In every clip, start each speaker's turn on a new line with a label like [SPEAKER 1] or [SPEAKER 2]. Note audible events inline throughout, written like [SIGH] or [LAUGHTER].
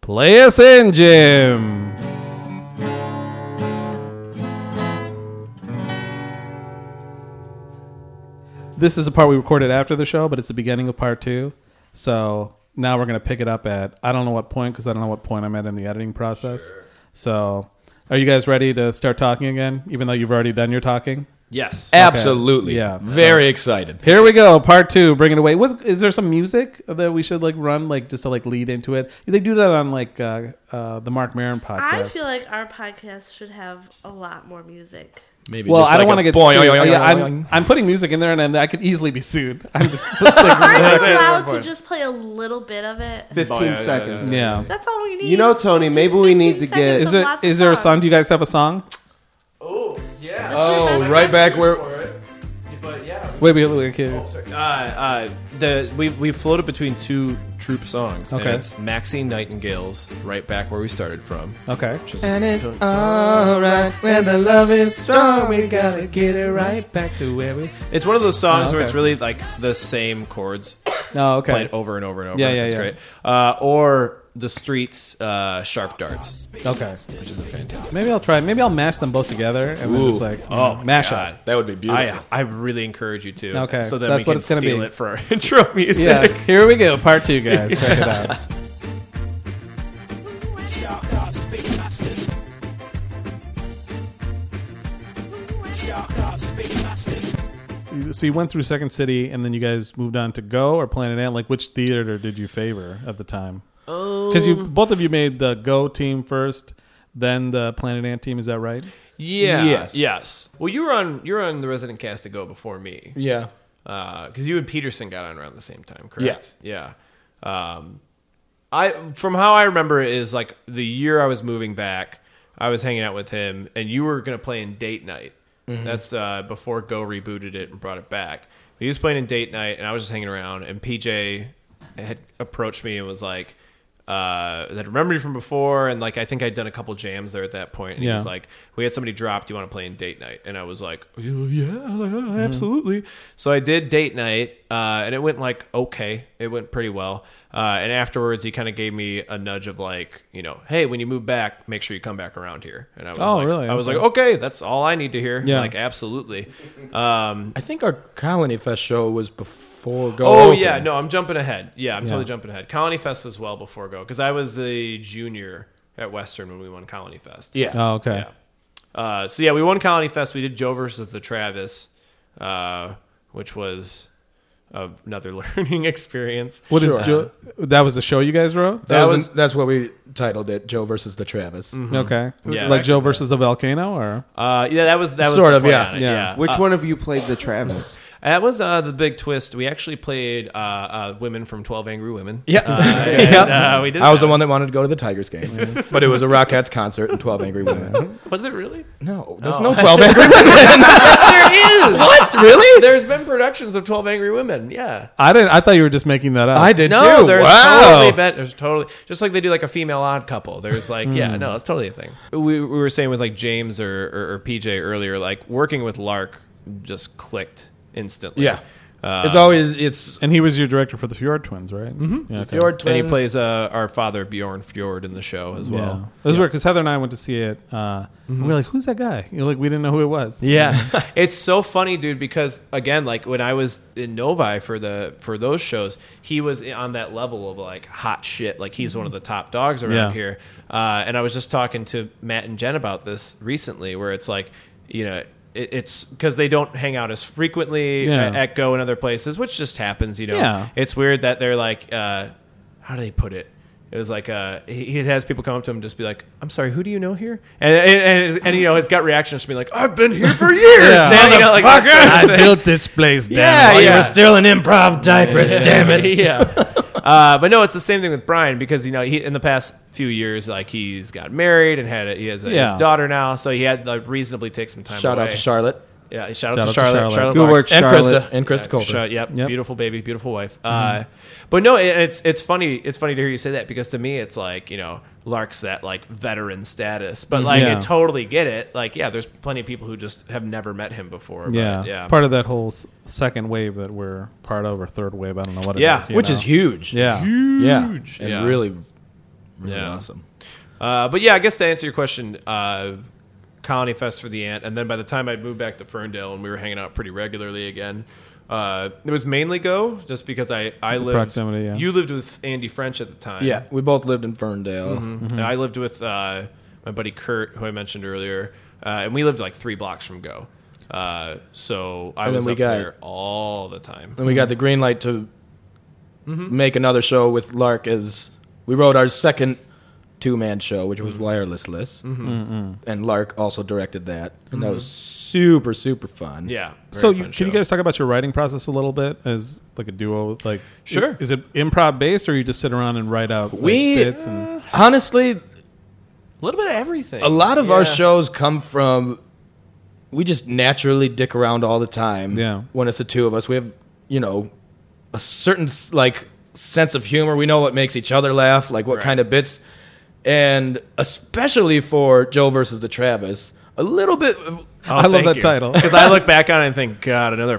[SPEAKER 1] Play us in, Jim. This is a part we recorded after the show, but it's the beginning of part two. So now we're going to pick it up at I don't know what point because I don't know what point I'm at in the editing process. So are you guys ready to start talking again, even though you've already done your talking?
[SPEAKER 2] Yes.
[SPEAKER 3] Absolutely.
[SPEAKER 1] Yeah.
[SPEAKER 3] Very excited.
[SPEAKER 1] Here we go, part two. Bring it away. What, is there some music that we should like run, like just to like lead into it? They do that on like uh, uh, the Mark Maron podcast.
[SPEAKER 4] I feel like our podcast should have a lot more music.
[SPEAKER 3] Maybe.
[SPEAKER 1] well,
[SPEAKER 3] just
[SPEAKER 1] I don't
[SPEAKER 3] like
[SPEAKER 1] want
[SPEAKER 3] a
[SPEAKER 1] to get
[SPEAKER 3] boing,
[SPEAKER 1] sued.
[SPEAKER 3] boing,
[SPEAKER 1] Oh, yeah,
[SPEAKER 3] boing,
[SPEAKER 1] I'm,
[SPEAKER 3] boing.
[SPEAKER 1] I'm putting music in there, and then I could easily be sued. [LAUGHS] I'm just let's like,
[SPEAKER 4] Are we allowed to just play a little bit of it?
[SPEAKER 5] 15
[SPEAKER 2] Oh, yeah, yeah,
[SPEAKER 5] seconds.
[SPEAKER 1] yeah.
[SPEAKER 4] That's all we need.
[SPEAKER 5] You know, Tony,
[SPEAKER 4] Just
[SPEAKER 5] maybe we need to
[SPEAKER 4] 15
[SPEAKER 5] get-
[SPEAKER 4] seconds
[SPEAKER 1] Is
[SPEAKER 4] of
[SPEAKER 1] it?
[SPEAKER 4] lots of
[SPEAKER 1] Is there a song?
[SPEAKER 4] songs.
[SPEAKER 1] Do you guys have a song?
[SPEAKER 6] Oh, yeah.
[SPEAKER 4] your
[SPEAKER 3] Oh,
[SPEAKER 4] best
[SPEAKER 3] right back
[SPEAKER 4] question?
[SPEAKER 3] where.
[SPEAKER 6] But yeah.
[SPEAKER 1] Wait, wait, wait. wait.
[SPEAKER 2] Uh, uh, the, we we floated between two troop songs. and
[SPEAKER 1] Okay.
[SPEAKER 2] it's Maxine Nightingale's "Right Back Where We Started From."
[SPEAKER 1] Okay.
[SPEAKER 2] And it's
[SPEAKER 1] alright when the love is strong. We gotta get it right back to where we.
[SPEAKER 2] it's one of those songs
[SPEAKER 1] Oh,
[SPEAKER 2] where
[SPEAKER 1] okay.
[SPEAKER 2] it's really like the same chords
[SPEAKER 1] Oh, okay.
[SPEAKER 2] played over and over and over.
[SPEAKER 1] Yeah, yeah,
[SPEAKER 2] it's
[SPEAKER 1] yeah.
[SPEAKER 2] great. Uh, or the streets, uh, sharp darts,
[SPEAKER 1] Okay.
[SPEAKER 2] which is a fantastic.
[SPEAKER 1] Maybe I'll try. Maybe I'll mash them both together and then
[SPEAKER 3] Ooh.
[SPEAKER 1] just like
[SPEAKER 2] Oh,
[SPEAKER 1] mash
[SPEAKER 2] God.
[SPEAKER 1] up.
[SPEAKER 3] That would be beautiful.
[SPEAKER 2] I I really encourage you to.
[SPEAKER 1] Okay,
[SPEAKER 2] so that
[SPEAKER 1] that's
[SPEAKER 2] we
[SPEAKER 1] what
[SPEAKER 2] can
[SPEAKER 1] it's gonna
[SPEAKER 2] steal
[SPEAKER 1] be.
[SPEAKER 2] it for our [LAUGHS] intro music.
[SPEAKER 1] Yeah. Here we go, part two, guys. Check it [LAUGHS] out. So you went through Second City, and then you guys moved on to Go or Planet Ant. Like, which theater did you favor at the time? Because you both of you made the Go team first, then the Planet Ant team. Is that right?
[SPEAKER 2] Yeah.
[SPEAKER 3] Yes.
[SPEAKER 2] Yes. Well, you were on you were on the Resident Cast to go before me
[SPEAKER 3] Yeah.
[SPEAKER 2] because you and Peterson got on around the same time, correct? Yeah. Yeah. Um, I from how I remember is like the year I was moving back, I was hanging out with him, and you were gonna play in date night. That's uh, before Go rebooted it and brought it back. He was playing in date night, and I was just hanging around. And PJ had approached me and was like, uh, "That remember you from before?" And like, I think I'd done a couple jams there at that point. And he
[SPEAKER 1] Yeah.
[SPEAKER 2] was like, "We had somebody drop. Do you want to play in date night?" And I was like, "Oh,
[SPEAKER 1] Mm-hmm.
[SPEAKER 2] "Yeah, absolutely." So I did date night, uh, and it went like okay. It went pretty well. Uh, and afterwards, he kind of gave me a nudge of like, you know, hey, when you move back, make sure you come back around here. And I was
[SPEAKER 1] Oh,
[SPEAKER 2] like,
[SPEAKER 1] really?
[SPEAKER 2] I was
[SPEAKER 1] Okay.
[SPEAKER 2] like, okay, that's all I need to hear.
[SPEAKER 1] Yeah.
[SPEAKER 2] like absolutely. Um,
[SPEAKER 3] I think our Colony Fest show was before Go.
[SPEAKER 2] oh
[SPEAKER 3] Open.
[SPEAKER 2] yeah, no, I'm jumping ahead. Yeah, I'm totally jumping ahead. Colony Fest as well before go because I was a junior at Western when we won Colony Fest.
[SPEAKER 3] Yeah.
[SPEAKER 1] Oh, okay.
[SPEAKER 2] Yeah. Uh, so yeah, we won Colony Fest. We did Joe versus the Travis, uh, which was another [LAUGHS] learning experience.
[SPEAKER 1] What is
[SPEAKER 3] Sure.
[SPEAKER 1] Joe? That was the show you guys wrote.
[SPEAKER 3] That,
[SPEAKER 2] That
[SPEAKER 3] was,
[SPEAKER 2] was- Mm-hmm.
[SPEAKER 3] that's what we titled it, Joe versus the Travis.
[SPEAKER 1] Mm-hmm. Okay.
[SPEAKER 2] Yeah.
[SPEAKER 1] Like Joe versus the volcano, or
[SPEAKER 2] Uh, yeah, that was that was
[SPEAKER 3] Sort
[SPEAKER 2] the
[SPEAKER 3] of,
[SPEAKER 2] play
[SPEAKER 3] yeah,
[SPEAKER 2] on it,
[SPEAKER 1] yeah.
[SPEAKER 5] Which one of you played the Travis?
[SPEAKER 2] That was uh, the big twist. We actually played uh, uh, women from Twelve Angry Women.
[SPEAKER 3] Yeah. [LAUGHS]
[SPEAKER 2] and,
[SPEAKER 3] Yeah.
[SPEAKER 2] uh, we did
[SPEAKER 3] I was the
[SPEAKER 2] that.
[SPEAKER 3] one that wanted to go to the Tigers game,
[SPEAKER 2] Mm-hmm.
[SPEAKER 3] but it was a Rockettes concert and 12 Angry Women.
[SPEAKER 2] Was it really?
[SPEAKER 3] No, there's
[SPEAKER 2] Oh.
[SPEAKER 3] no 12 Angry
[SPEAKER 2] [LAUGHS]
[SPEAKER 3] Women.
[SPEAKER 2] yes, there is.
[SPEAKER 3] What?
[SPEAKER 2] [LAUGHS]
[SPEAKER 3] Really?
[SPEAKER 2] There's been productions of Twelve Angry Women. Yeah.
[SPEAKER 1] I didn't. I thought you were just making that up.
[SPEAKER 3] I did
[SPEAKER 2] No,
[SPEAKER 3] too.
[SPEAKER 2] there's
[SPEAKER 3] wow.
[SPEAKER 2] totally bet. There's totally just like they do like a female odd couple. There's like
[SPEAKER 3] Hmm.
[SPEAKER 2] yeah, no, it's totally a thing. We, we were saying with like James or, or, or PJ earlier, like working with Lark just clicked instantly.
[SPEAKER 3] yeah.
[SPEAKER 2] Uh,
[SPEAKER 3] it's always it's
[SPEAKER 1] And he was your director for the Fjord Twins, right? Mm-hmm. Yeah, okay.
[SPEAKER 3] Fjord Twins.
[SPEAKER 2] and he plays uh, our father Bjorn Fjord in the show as
[SPEAKER 1] Yeah.
[SPEAKER 2] well.
[SPEAKER 1] it was weird because Heather and I went to see it. Uh, and we were like, "Who's that guy?" You know, like we didn't know who it was. [LAUGHS]
[SPEAKER 2] Yeah, [LAUGHS] it's so funny, dude. Because again, like when I was in Novi for the for those shows, he was on that level of like hot shit. Like he's one of the top dogs around
[SPEAKER 1] Yeah.
[SPEAKER 2] here. Uh, and I was just talking to Matt and Jen about this recently, where it's like, you know. it- It's because they don't hang out as frequently
[SPEAKER 1] Yeah.
[SPEAKER 2] at at Go and other places, which just happens, you know.
[SPEAKER 1] Yeah.
[SPEAKER 2] It's weird that they're like, uh, how do they put it? It was like uh, he, he has people come up to him and just be like, "I'm sorry, who do you know here?" And and, and, his- and you know his gut reaction is to be like, "I've been here for years."
[SPEAKER 1] Yeah.
[SPEAKER 2] Dan, you know, like, that's what I'm saying. [LAUGHS]
[SPEAKER 1] this place. Damn
[SPEAKER 2] Yeah,
[SPEAKER 3] Oh, you
[SPEAKER 2] yeah.
[SPEAKER 3] were still in improv diapers, damn it.
[SPEAKER 2] yeah. Uh, but no, it's the same thing with Brian because you know he in the past few years like he's got married and had a, he has a,
[SPEAKER 1] Yeah.
[SPEAKER 2] his daughter now, so he had like reasonably take some time.
[SPEAKER 3] Shout out
[SPEAKER 2] away.
[SPEAKER 3] to Charlotte
[SPEAKER 2] Yeah, shout, out, to Charlotte. Charlotte.
[SPEAKER 1] Good
[SPEAKER 5] Good
[SPEAKER 2] Mark.
[SPEAKER 5] work,
[SPEAKER 3] and
[SPEAKER 5] Charlotte.
[SPEAKER 3] Krista and Krista Colbert.
[SPEAKER 2] Shut- yep,
[SPEAKER 1] Yep.
[SPEAKER 2] Beautiful baby, beautiful wife. Uh, but no, it, it's it's funny. It's funny to hear you say that because to me, it's like you know, Lark's that like veteran status, but like
[SPEAKER 1] Yeah.
[SPEAKER 2] I totally get it. Like yeah, there's plenty of people who just have never met him before. but
[SPEAKER 1] yeah,
[SPEAKER 2] yeah.
[SPEAKER 1] Part of that whole s- second wave that we're part of, or third wave. I don't know what it is.
[SPEAKER 2] Yeah,
[SPEAKER 1] you
[SPEAKER 3] which
[SPEAKER 1] know?
[SPEAKER 3] is huge.
[SPEAKER 1] Yeah,
[SPEAKER 3] Yeah. And
[SPEAKER 2] Yeah.
[SPEAKER 3] really Really
[SPEAKER 2] Yeah.
[SPEAKER 3] awesome.
[SPEAKER 2] Uh, but yeah, I guess to answer your question, uh, Colony Fest for the Ant, and then by the time I moved back to Ferndale and we were hanging out pretty regularly again, uh, it was mainly Go, just because I I lived
[SPEAKER 1] proximity, yeah.
[SPEAKER 2] you lived with Andy French at the time, Mm-hmm.
[SPEAKER 3] Yeah, we both lived in Ferndale.
[SPEAKER 2] And I lived with uh, my buddy Kurt, who I mentioned earlier, uh, and we lived like three blocks from Go. Uh, so I
[SPEAKER 3] And then
[SPEAKER 2] was
[SPEAKER 3] we
[SPEAKER 2] up
[SPEAKER 3] got-
[SPEAKER 2] there all the time.
[SPEAKER 3] And we got the green light to make another show with Lark as we wrote our second two man show, which was Wirelessless.
[SPEAKER 2] Mm-hmm.
[SPEAKER 3] And Lark also directed that. And that was super, super fun.
[SPEAKER 2] Yeah. very
[SPEAKER 1] so you,
[SPEAKER 2] fun
[SPEAKER 1] can
[SPEAKER 2] show.
[SPEAKER 1] you guys talk about your writing process a little bit as like a duo? Like,
[SPEAKER 2] Sure.
[SPEAKER 1] Is it improv based, or you just sit around and write out like,
[SPEAKER 3] We-
[SPEAKER 1] bits? And
[SPEAKER 3] Honestly,
[SPEAKER 2] a little bit of everything?
[SPEAKER 3] a lot of our
[SPEAKER 2] Yeah.
[SPEAKER 3] shows come from we just naturally dick around all the time.
[SPEAKER 1] Yeah.
[SPEAKER 3] When it's the two of us, we have you know a certain s- like sense of humor. We know what makes each other laugh, like what
[SPEAKER 2] Right.
[SPEAKER 3] kind of bits, and especially for Joe versus the Travis, a little bit. Of,
[SPEAKER 2] Oh,
[SPEAKER 1] I love
[SPEAKER 2] thank
[SPEAKER 1] that
[SPEAKER 2] you.
[SPEAKER 1] title.
[SPEAKER 2] [LAUGHS] because I look back on it and think, God, another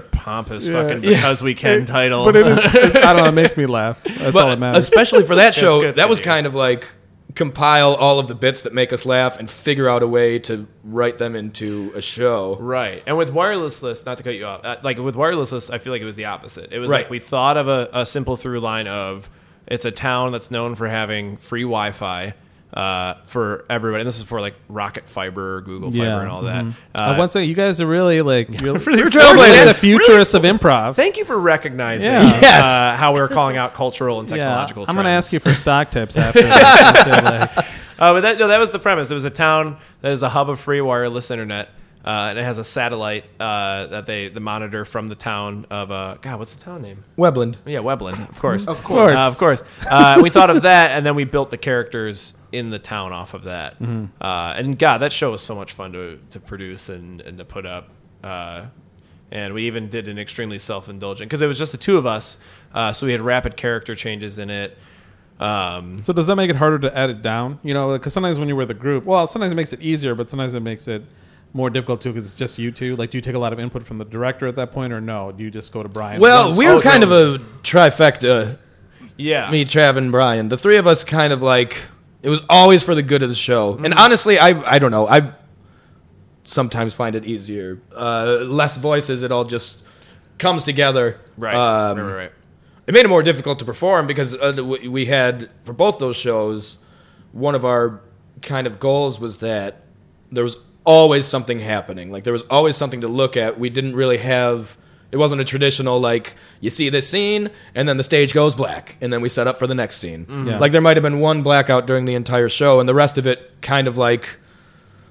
[SPEAKER 1] [LAUGHS]
[SPEAKER 2] pompous fucking because we can title.
[SPEAKER 1] but [LAUGHS] it is. I don't know. It makes me laugh. That's all that
[SPEAKER 3] but
[SPEAKER 1] matters.
[SPEAKER 3] especially
[SPEAKER 1] [LAUGHS]
[SPEAKER 3] for that show,
[SPEAKER 2] good
[SPEAKER 3] that
[SPEAKER 2] for
[SPEAKER 3] was
[SPEAKER 2] you.
[SPEAKER 3] kind of like compile all of the bits that make us laugh and figure out a way to write them into a show.
[SPEAKER 2] Right. And with wireless list, not to cut you off, uh, like with wireless list, I feel like it was the opposite. It was
[SPEAKER 3] Right.
[SPEAKER 2] like we thought of a, a simple through line of it's a town that's known for having free Wi Fi uh, for everybody. And this is for like Rocket Fiber, Google Fiber, and all that.
[SPEAKER 1] mhm.
[SPEAKER 2] Uh,
[SPEAKER 1] I want to say you guys are really like really,
[SPEAKER 2] We're
[SPEAKER 1] really
[SPEAKER 2] trailblazers.
[SPEAKER 1] the futurists of improv.
[SPEAKER 2] Thank you for recognizing
[SPEAKER 1] Yeah.
[SPEAKER 3] Yes.
[SPEAKER 2] uh, how we're calling out cultural and
[SPEAKER 1] [LAUGHS] yeah,
[SPEAKER 2] technological.
[SPEAKER 1] I'm going to
[SPEAKER 2] trends.
[SPEAKER 1] ask you for stock tips after. this.
[SPEAKER 2] Uh, but that no, that was the premise. It was a town that is a hub of free wireless internet, uh, and it has a satellite uh, that they the monitor from the town of uh, God. What's the town name? Oh,
[SPEAKER 3] Webland.
[SPEAKER 2] Yeah, Webland, of course, of
[SPEAKER 1] course.
[SPEAKER 2] uh, of course. Uh, we thought of that, and then we built the characters in the town off of that. Uh, and God, that show was so much fun to to produce and and to put up. Uh, and we even did an extremely self indulgent because it was just the two of us, uh, so we had rapid character changes in it. Um,
[SPEAKER 1] So does that make it harder to edit down? You know, because sometimes when you're with a group, well, sometimes it makes it easier, but sometimes it makes it more difficult too because it's just you two. Like, do you take a lot of input from the director at that point, or no? Do you just go to Brian?
[SPEAKER 3] Well,
[SPEAKER 1] Once-
[SPEAKER 3] we were kind of a trifecta
[SPEAKER 2] yeah,
[SPEAKER 3] me, Trav, and Brian. The three of us kind of like it was always for the good of the show.
[SPEAKER 2] Mm-hmm.
[SPEAKER 3] And honestly, I I don't know. I sometimes find it easier. Uh, less voices, it all just comes together.
[SPEAKER 2] right,
[SPEAKER 3] Um,
[SPEAKER 2] right, right, right.
[SPEAKER 3] It made it more difficult to perform because uh, we- we had for both those shows. One of our kind of goals was that there was always something happening. Like there was always something to look at. We didn't really have. It wasn't a traditional like you see this scene and then the stage goes black and then we set up for the next scene.
[SPEAKER 1] Yeah.
[SPEAKER 3] Like there might have been one blackout during the entire show and the rest of it kind of like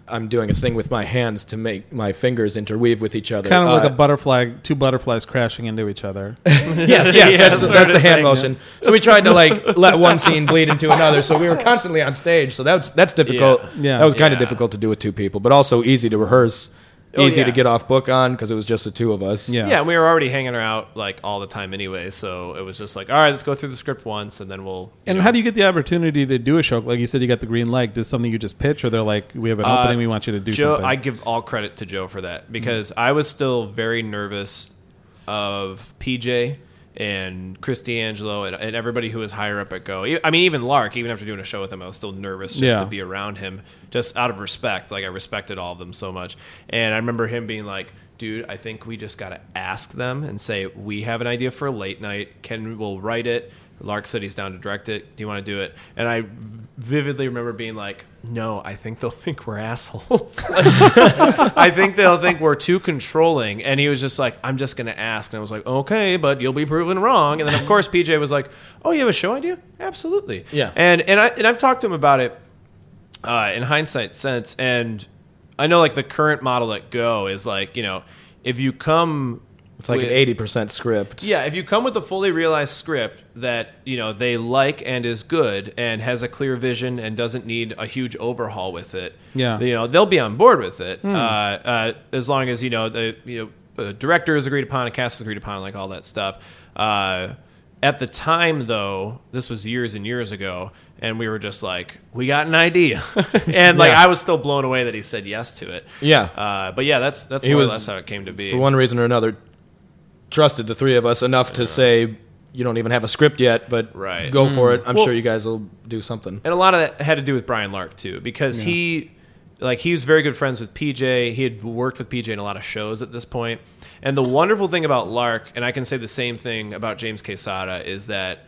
[SPEAKER 3] I'm doing a thing with my hands to make my fingers interweave with each other.
[SPEAKER 1] kind of like
[SPEAKER 3] Uh,
[SPEAKER 1] a butterfly, two butterflies crashing into each other.
[SPEAKER 2] [LAUGHS]
[SPEAKER 3] yes, yes,
[SPEAKER 2] Yeah,
[SPEAKER 3] that's,
[SPEAKER 2] sort
[SPEAKER 3] that's
[SPEAKER 2] of
[SPEAKER 3] the hand
[SPEAKER 2] thing.
[SPEAKER 3] motion. So
[SPEAKER 2] [LAUGHS]
[SPEAKER 3] we tried to like let one scene bleed into another. So we were constantly on stage. So that's that's difficult.
[SPEAKER 2] Yeah.
[SPEAKER 1] Yeah.
[SPEAKER 3] that was kind
[SPEAKER 2] Yeah.
[SPEAKER 3] of difficult to do with two people, but also easy to rehearse,
[SPEAKER 2] Oh,
[SPEAKER 3] easy
[SPEAKER 2] yeah.
[SPEAKER 3] to get off book on because it was just the two of us.
[SPEAKER 1] Yeah.
[SPEAKER 2] Yeah, and we were already hanging out like all the time anyway, so it was just like, all right, let's go through the script once, and then we'll.
[SPEAKER 1] And how do you get the opportunity to do a show? Like you said, you got the green light. Does something you just pitch, or they're like, "We have an
[SPEAKER 2] Uh,
[SPEAKER 1] opening. We want you to do
[SPEAKER 2] Joe,
[SPEAKER 1] something."
[SPEAKER 2] I give all credit to Joe for that because I was still very nervous of PJ and Chris D'Angelo and, and everybody who was higher up at Go. E- I mean, even Lark, even after doing a show with him, I was still nervous just
[SPEAKER 1] Yeah.
[SPEAKER 2] to be around him, just out of respect. Like, I respected all of them so much. And I remember him being like, dude, I think we just got to ask them and say, we have an idea for a late night. Ken will write it. Lark said he's down to direct it. Do you want to do it? And I vividly remember being like, no, I think they'll [LAUGHS] think we're assholes. I think they'll think we're too controlling. And he was just like, I'm just going to ask. And I was like, okay, but you'll be proven wrong. And then,
[SPEAKER 3] [LAUGHS]
[SPEAKER 2] of course, PJ was like, oh, you have a show idea? Absolutely.
[SPEAKER 3] Yeah.
[SPEAKER 2] And, and, I, and I've talked to him about it uh, in hindsight since. And I know, like, the current model at Go is like, you know, if you come.
[SPEAKER 3] it's like an eighty percent script.
[SPEAKER 2] Yeah, if you come with a fully realized script that you know they like and is good and has a clear vision and doesn't need a huge overhaul with it,
[SPEAKER 1] Yeah.
[SPEAKER 2] you know they'll be on board with it
[SPEAKER 3] Hmm.
[SPEAKER 2] uh, uh, as long as you know the you know the director is agreed upon, a cast is agreed upon, like all that stuff. Uh, at the time, though, this was years and years ago, and we were just like, we got an idea, [LAUGHS] and like
[SPEAKER 3] Yeah.
[SPEAKER 2] I was still blown away that he said yes to it.
[SPEAKER 3] Yeah.
[SPEAKER 2] uh, but yeah, that's that's
[SPEAKER 3] He
[SPEAKER 2] more
[SPEAKER 3] was-
[SPEAKER 2] or less how it came to be.
[SPEAKER 3] for one reason or another, trusted the three of us enough to say, you don't even have a script yet, but
[SPEAKER 2] Right. Hmm.
[SPEAKER 3] go for it. I'm
[SPEAKER 2] Well-
[SPEAKER 3] sure you guys will do something.
[SPEAKER 2] And a lot of that had to do with Brian Lark too, because he like he was very good friends with PJ. He had worked with PJ in a lot of shows at this point. And the wonderful thing about Lark, and I can say the same thing about James Quesada, is that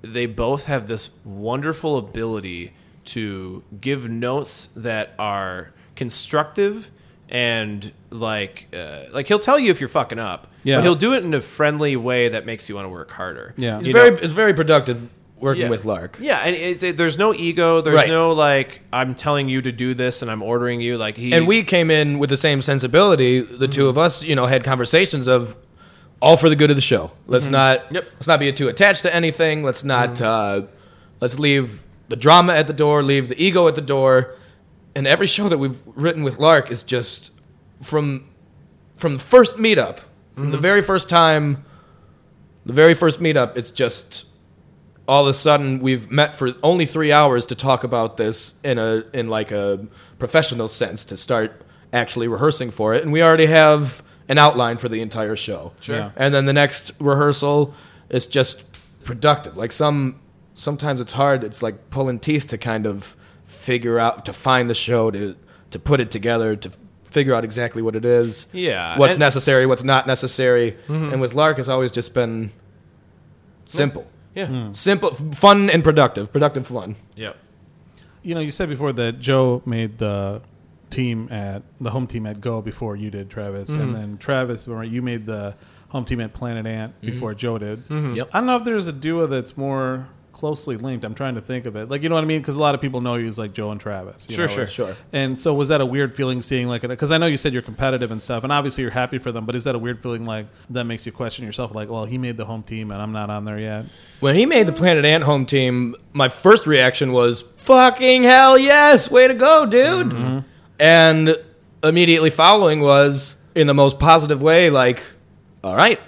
[SPEAKER 2] they both have this wonderful ability to give notes that are constructive and like uh, like he'll tell you if you're fucking up.
[SPEAKER 1] Yeah.
[SPEAKER 2] But he'll do it in a friendly way that makes you want to work harder.
[SPEAKER 1] Yeah.
[SPEAKER 3] It's
[SPEAKER 2] You
[SPEAKER 3] very
[SPEAKER 2] know-
[SPEAKER 3] it's very productive working
[SPEAKER 2] yeah.
[SPEAKER 3] with Lark.
[SPEAKER 2] Yeah, and it's, it, there's no ego. There's
[SPEAKER 3] Right.
[SPEAKER 2] no like I'm telling you to do this and I'm ordering you. Like he
[SPEAKER 3] And we came in with the same sensibility. The two of us, you know, had conversations of all for the good of the show. Let's not
[SPEAKER 2] Mm-hmm. Yep. Mm-hmm.
[SPEAKER 3] let's not be too attached to anything. Let's not uh, let's leave the drama at the door, leave the ego at the door. And every show that we've written with Lark is just from from the first meetup, from
[SPEAKER 2] Mm-hmm.
[SPEAKER 3] the very first time, the very first meetup, it's just all of a sudden we've met for only three hours to talk about this in a in like a professional sense to start actually rehearsing for it, and we already have an outline for the entire show. Sure.
[SPEAKER 1] Yeah.
[SPEAKER 3] And then the next rehearsal is just productive. Like some sometimes it's hard. It's like pulling teeth to kind of figure out to find the show to to put it together to figure out exactly what it is
[SPEAKER 2] Yeah,
[SPEAKER 3] what's
[SPEAKER 2] and- Mm-hmm.
[SPEAKER 3] necessary, what's not necessary. And with Lark, it's always just been simple,
[SPEAKER 2] yeah
[SPEAKER 3] simple, fun, and productive, productive fun.
[SPEAKER 2] yep
[SPEAKER 1] You know, you said before that Joe made the team at the home team at Go before you did, Travis,
[SPEAKER 2] Mm-hmm.
[SPEAKER 1] and then Travis, remember, you made the home team at Planet Ant
[SPEAKER 2] Mm-hmm.
[SPEAKER 1] before Joe did.
[SPEAKER 3] Yep.
[SPEAKER 1] I don't know if there's a duo that's more closely linked. I'm trying to think of it. Like, you know what I mean? Because a lot of people know you as like Joe and Travis. you
[SPEAKER 2] Sure,
[SPEAKER 1] know,
[SPEAKER 2] sure.
[SPEAKER 1] or-
[SPEAKER 3] Sure.
[SPEAKER 1] And so, was that a weird feeling seeing like, because I know you said you're competitive and stuff, and obviously you're happy for them, but is that a weird feeling like that makes you question yourself? Like, well, he made the home team and I'm not on there yet.
[SPEAKER 3] When he made the Planet Ant home team, my first reaction was, fucking hell yes, way to go, dude.
[SPEAKER 2] Mm-hmm.
[SPEAKER 3] And immediately following was, in the most positive way, like, all right.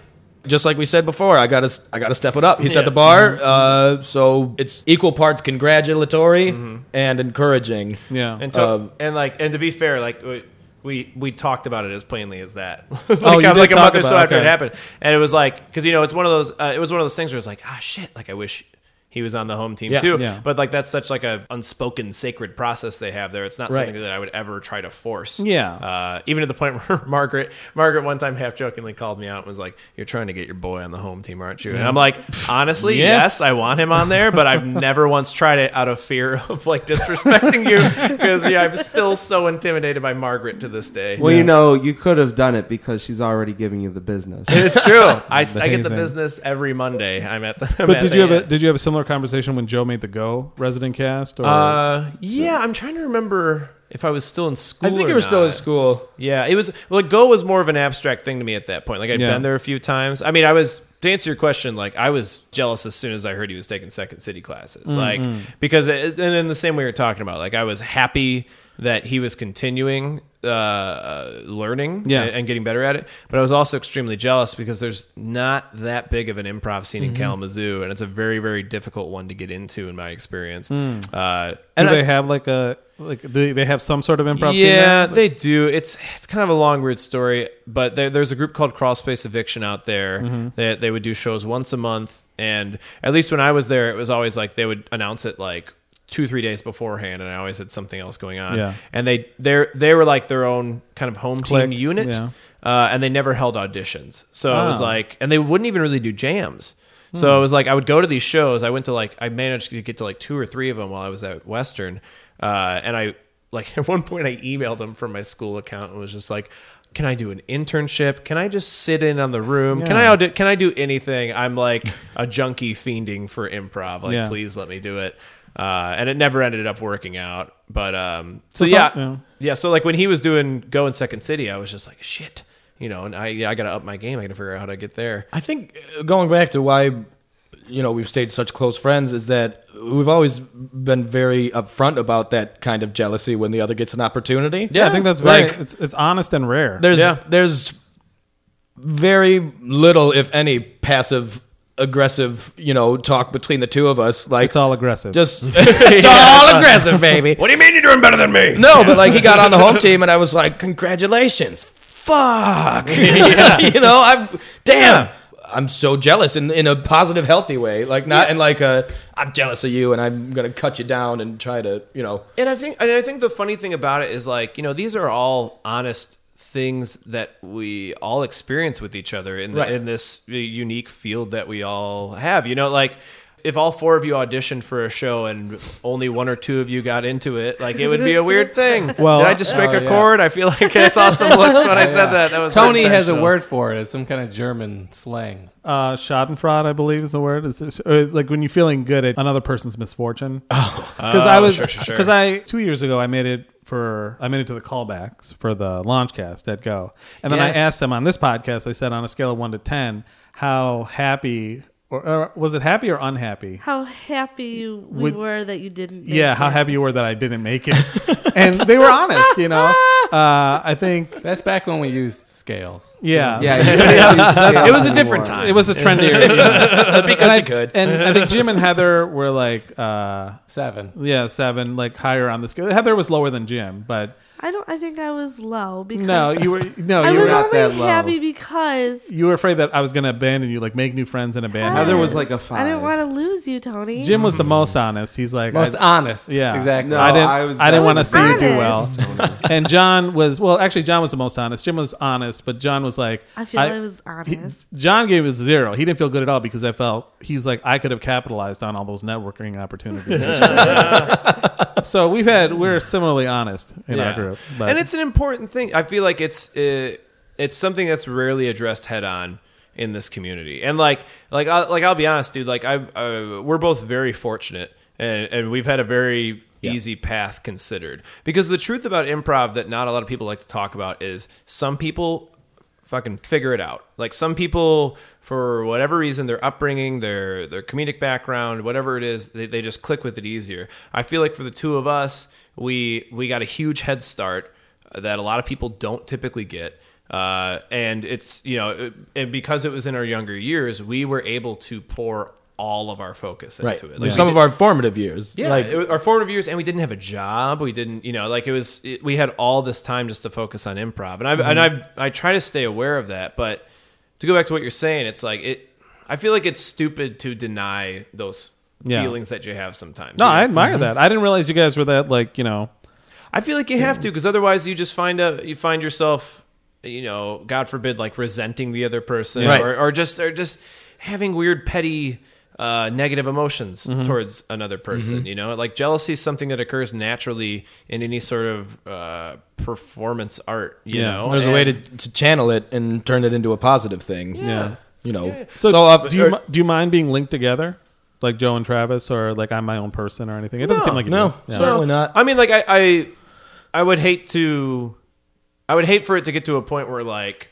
[SPEAKER 3] Just like we said before, I gotta, I gotta step it up. He set the bar,
[SPEAKER 2] Mm-hmm.
[SPEAKER 3] uh, so it's equal parts congratulatory and encouraging.
[SPEAKER 1] Yeah.
[SPEAKER 2] and to,
[SPEAKER 3] Um,
[SPEAKER 2] and like and to be fair like we- we we talked about it as plainly as that [LAUGHS] like,
[SPEAKER 1] Oh, you
[SPEAKER 2] I'm
[SPEAKER 1] did
[SPEAKER 2] like a
[SPEAKER 1] talk
[SPEAKER 2] month or so
[SPEAKER 1] about it,
[SPEAKER 2] after it
[SPEAKER 1] okay.
[SPEAKER 2] happened and it was like because you know it's one of those uh, it was one of those things where it's like ah shit like I wish he was on the home team
[SPEAKER 3] Yeah.
[SPEAKER 2] too
[SPEAKER 1] Yeah.
[SPEAKER 2] but like that's such like a unspoken sacred process they have there it's not
[SPEAKER 3] Right.
[SPEAKER 2] something that I would ever try to force
[SPEAKER 1] Yeah.
[SPEAKER 2] uh, even to the point [LAUGHS] where Margaret Margaret one time half jokingly called me out and was like you're trying to get your boy on the home team aren't you and
[SPEAKER 1] [LAUGHS]
[SPEAKER 2] I'm like honestly
[SPEAKER 3] Yeah.
[SPEAKER 2] yes yes, I want him on there, but I've never once tried it out of fear [LAUGHS] of like disrespecting you because yeah, I'm still so intimidated by Margaret to this day.
[SPEAKER 5] Well, you know, you could have done it because she's already giving you the business.
[SPEAKER 2] it's true. I, I get the
[SPEAKER 1] Amazing.
[SPEAKER 2] business every Monday. I'm at the. I'm
[SPEAKER 1] But
[SPEAKER 2] at
[SPEAKER 1] did
[SPEAKER 2] the
[SPEAKER 1] you have a
[SPEAKER 2] end.
[SPEAKER 1] did you have a similar conversation when Joe made the Go resident cast? Or
[SPEAKER 2] Uh, yeah, I'm trying to remember if I was still in school.
[SPEAKER 3] I think
[SPEAKER 2] or
[SPEAKER 3] you were still in
[SPEAKER 2] not.
[SPEAKER 3] school.
[SPEAKER 2] Yeah, it was like Go was more of an abstract thing to me at that point. Like i had
[SPEAKER 1] Yeah.
[SPEAKER 2] been there a few times. I mean, I was to answer your question, like I was jealous as soon as I heard he was taking second city classes,
[SPEAKER 1] Mm-hmm.
[SPEAKER 2] like because it, and in the same way you're talking about, like I was happy that he was continuing uh, learning
[SPEAKER 1] Yeah.
[SPEAKER 2] and, and getting better at it, but I was also extremely jealous because there's not that big of an improv scene
[SPEAKER 1] Mm-hmm.
[SPEAKER 2] in Kalamazoo, and it's a very very difficult one to get into in my experience.
[SPEAKER 1] Mm.
[SPEAKER 2] Uh,
[SPEAKER 1] do
[SPEAKER 2] and I-
[SPEAKER 1] they have like a like do they have some sort of improv? scene
[SPEAKER 2] yeah,
[SPEAKER 1] there?
[SPEAKER 2] they do. It's it's kind of a long weird story, but there, there's a group called Crawl Space Eviction out there
[SPEAKER 1] Mm-hmm.
[SPEAKER 2] that they would do shows once a month, and at least when I was there, it was always like they would announce it like two three days beforehand, and I always had something else going on.
[SPEAKER 1] Yeah.
[SPEAKER 2] and they they they were like their own kind of home
[SPEAKER 1] Clique,
[SPEAKER 2] team unit.
[SPEAKER 1] yeah.
[SPEAKER 2] Uh, and they never held auditions, so it was
[SPEAKER 1] Oh.
[SPEAKER 2] like, and they wouldn't even really do jams. So
[SPEAKER 1] Hmm.
[SPEAKER 2] it was like I would go to these shows. I went to like I managed to get to like two or three of them while I was at Western, uh, and I like [LAUGHS] at one point I emailed them from my school account and was just like, "Can I do an internship? Can I just sit in on the room? Can I
[SPEAKER 1] Yeah.
[SPEAKER 2] audi- can I do anything? I'm like a junkie fiending for improv. Like
[SPEAKER 1] Yeah.
[SPEAKER 2] please let me do it." Uh, and it never ended up working out, but um, so,
[SPEAKER 1] So
[SPEAKER 2] yeah,
[SPEAKER 1] some- yeah.
[SPEAKER 2] yeah, so like when he was doing Go in Second City, I was just like, shit, you know, and I yeah, I gotta up my game. I gotta figure out how to get there.
[SPEAKER 3] I think uh, going back to why you know we've stayed such close friends is that we've always been very upfront about that kind of jealousy when the other gets an opportunity.
[SPEAKER 1] yeah, I think that's very,
[SPEAKER 3] Like-
[SPEAKER 1] it's it's honest and rare.
[SPEAKER 3] There's
[SPEAKER 2] Yeah.
[SPEAKER 3] there's very little if any passive aggressive, you know, talk between the two of us like
[SPEAKER 1] It's all aggressive. [LAUGHS]
[SPEAKER 3] just [LAUGHS] it's all aggressive, baby.
[SPEAKER 2] What do you mean you're doing better than me?
[SPEAKER 3] No, but like he got on the [LAUGHS] home team, and I [LAUGHS] was like, congratulations. Fuck. you know, I'm damn. I'm so jealous in in a positive, healthy way. Like not in like a I'm jealous of you and I'm gonna cut you down and try to you know.
[SPEAKER 2] And I think and I think the funny thing about it is like, you know, these are all honest things that we all experience with each other in the,
[SPEAKER 3] Right.
[SPEAKER 2] in this uh, unique field that we all have. You know, like if all four of you auditioned for a show and only one or two of you got into it, like it would be a weird thing.
[SPEAKER 1] Well-
[SPEAKER 2] Well, Did I just strike
[SPEAKER 3] Oh,
[SPEAKER 2] a
[SPEAKER 3] yeah.
[SPEAKER 2] chord? I feel like I saw some looks when I said that. That was
[SPEAKER 7] Tony has a
[SPEAKER 2] intentional.
[SPEAKER 7] word for it. It's some kind of German slang.
[SPEAKER 1] Uh, Schadenfreude, I believe, is the word. It's, it's- or it's like when you're feeling good at another person's misfortune. Because I
[SPEAKER 2] [LAUGHS] Oh,
[SPEAKER 1] was,
[SPEAKER 2] sure,
[SPEAKER 1] because
[SPEAKER 2] sure, sure.
[SPEAKER 1] I two years ago I made it for I made it to the callbacks for the launchcast at Go, and then
[SPEAKER 2] Yes.
[SPEAKER 1] I asked him on this podcast. I said on a scale of one to ten, how happy or, or was it happy or unhappy?
[SPEAKER 4] How happy you, we
[SPEAKER 1] Would-
[SPEAKER 4] were that you didn't. Make
[SPEAKER 1] yeah, how
[SPEAKER 4] it.
[SPEAKER 1] happy you were that I didn't make it, and they were honest. You know, uh, I think
[SPEAKER 7] That's back when we used scales.
[SPEAKER 1] yeah, [LAUGHS]
[SPEAKER 5] Yeah, it
[SPEAKER 2] It was a different time.
[SPEAKER 1] It was a trendier
[SPEAKER 3] because you could.
[SPEAKER 1] and I think Jim and Heather were like. Uh,
[SPEAKER 7] Seven.
[SPEAKER 1] Yeah, seven, like higher on the scale. Heather was lower than Jim, but
[SPEAKER 4] I don't. I think I was low because
[SPEAKER 1] no, you were no,
[SPEAKER 4] I
[SPEAKER 1] you
[SPEAKER 4] was
[SPEAKER 1] were
[SPEAKER 5] not that
[SPEAKER 4] only
[SPEAKER 5] low.
[SPEAKER 4] happy because
[SPEAKER 1] you were afraid that I was going to abandon you, like make new friends and abandon.
[SPEAKER 5] Heather
[SPEAKER 1] you.
[SPEAKER 5] was like a
[SPEAKER 4] I
[SPEAKER 5] five.
[SPEAKER 4] didn't want to lose you, Tony.
[SPEAKER 1] Jim was the most honest. He's like
[SPEAKER 7] Most
[SPEAKER 1] I,
[SPEAKER 7] honest.
[SPEAKER 1] yeah,
[SPEAKER 7] Exactly.
[SPEAKER 5] No,
[SPEAKER 1] I didn't. I,
[SPEAKER 5] I was
[SPEAKER 1] didn't
[SPEAKER 5] I
[SPEAKER 1] want to
[SPEAKER 4] was
[SPEAKER 1] see you do
[SPEAKER 4] honest.
[SPEAKER 1] well. and John was well. Actually, John was the most honest. Jim was honest, but John was like
[SPEAKER 4] I feel I, was honest.
[SPEAKER 1] John gave us zero. He didn't feel good at all because I felt he's like I could have capitalized on all those networking opportunities. [LAUGHS] so we've had we're similarly honest in our group, but
[SPEAKER 2] And it's an important thing. I feel like it's uh, it's something that's rarely addressed head on in this community. And like like I, like I'll be honest, dude. Like I uh, we're both very fortunate, and and we've had a very easy path considered. Because the truth about improv that not a lot of people like to talk about is some people fucking figure it out. Like some people, for whatever reason, their upbringing, their their comedic background, whatever it is, they, they just click with it easier. I feel like for the two of us, we we got a huge head start that a lot of people don't typically get. Uh, and it's you know, it- and because it was in our younger years, we were able to pour all of our focus into
[SPEAKER 3] Right.
[SPEAKER 2] it.
[SPEAKER 3] Some
[SPEAKER 2] we
[SPEAKER 3] of our formative years.
[SPEAKER 2] yeah,
[SPEAKER 3] Like,
[SPEAKER 2] it was our formative years, and we didn't have a job. We didn't, you know, like it was. It, we had all this time just to focus on improv, and I have and
[SPEAKER 1] Mm-hmm.
[SPEAKER 2] I I try to stay aware of that. But to go back to what you're saying, it's like it. I feel like it's stupid to deny those
[SPEAKER 1] Yeah.
[SPEAKER 2] feelings that you have sometimes.
[SPEAKER 1] No,
[SPEAKER 2] You know?
[SPEAKER 1] I admire that. I didn't realize you guys were that like you know.
[SPEAKER 2] I feel like you have to because otherwise you just find out you find yourself, you know, God forbid, like resenting the other person
[SPEAKER 3] Right.
[SPEAKER 2] or, or just or just having weird petty uh, negative emotions
[SPEAKER 3] Mm-hmm.
[SPEAKER 2] towards another person. You know, like jealousy is something that occurs naturally in any sort of uh, performance art. You
[SPEAKER 1] Yeah.
[SPEAKER 2] know,
[SPEAKER 3] there's a way to,
[SPEAKER 2] And-
[SPEAKER 3] to channel it and turn it into a positive thing.
[SPEAKER 1] Yeah.
[SPEAKER 3] You know.
[SPEAKER 1] So,
[SPEAKER 3] So, uh, er, off,
[SPEAKER 1] do you
[SPEAKER 3] or-
[SPEAKER 1] mi- do you mind being linked together, like Joe and Travis, or like I'm my own person or anything? It doesn't seem like you
[SPEAKER 3] no,
[SPEAKER 1] do. Yeah.
[SPEAKER 3] certainly not.
[SPEAKER 2] I mean, like I, I, I would hate to, I would hate for it to get to a point where like,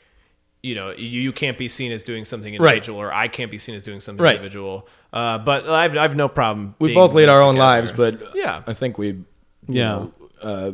[SPEAKER 2] you know, you, you can't be seen as doing something
[SPEAKER 3] Right.
[SPEAKER 2] individual, or I can't be seen as doing something
[SPEAKER 3] Right.
[SPEAKER 2] individual. Uh, but I've, I've no problem.
[SPEAKER 3] we
[SPEAKER 2] being
[SPEAKER 3] both lead our own
[SPEAKER 2] together.
[SPEAKER 3] lives, but
[SPEAKER 2] Yeah.
[SPEAKER 3] I think we, you
[SPEAKER 1] Yeah.
[SPEAKER 3] know, uh,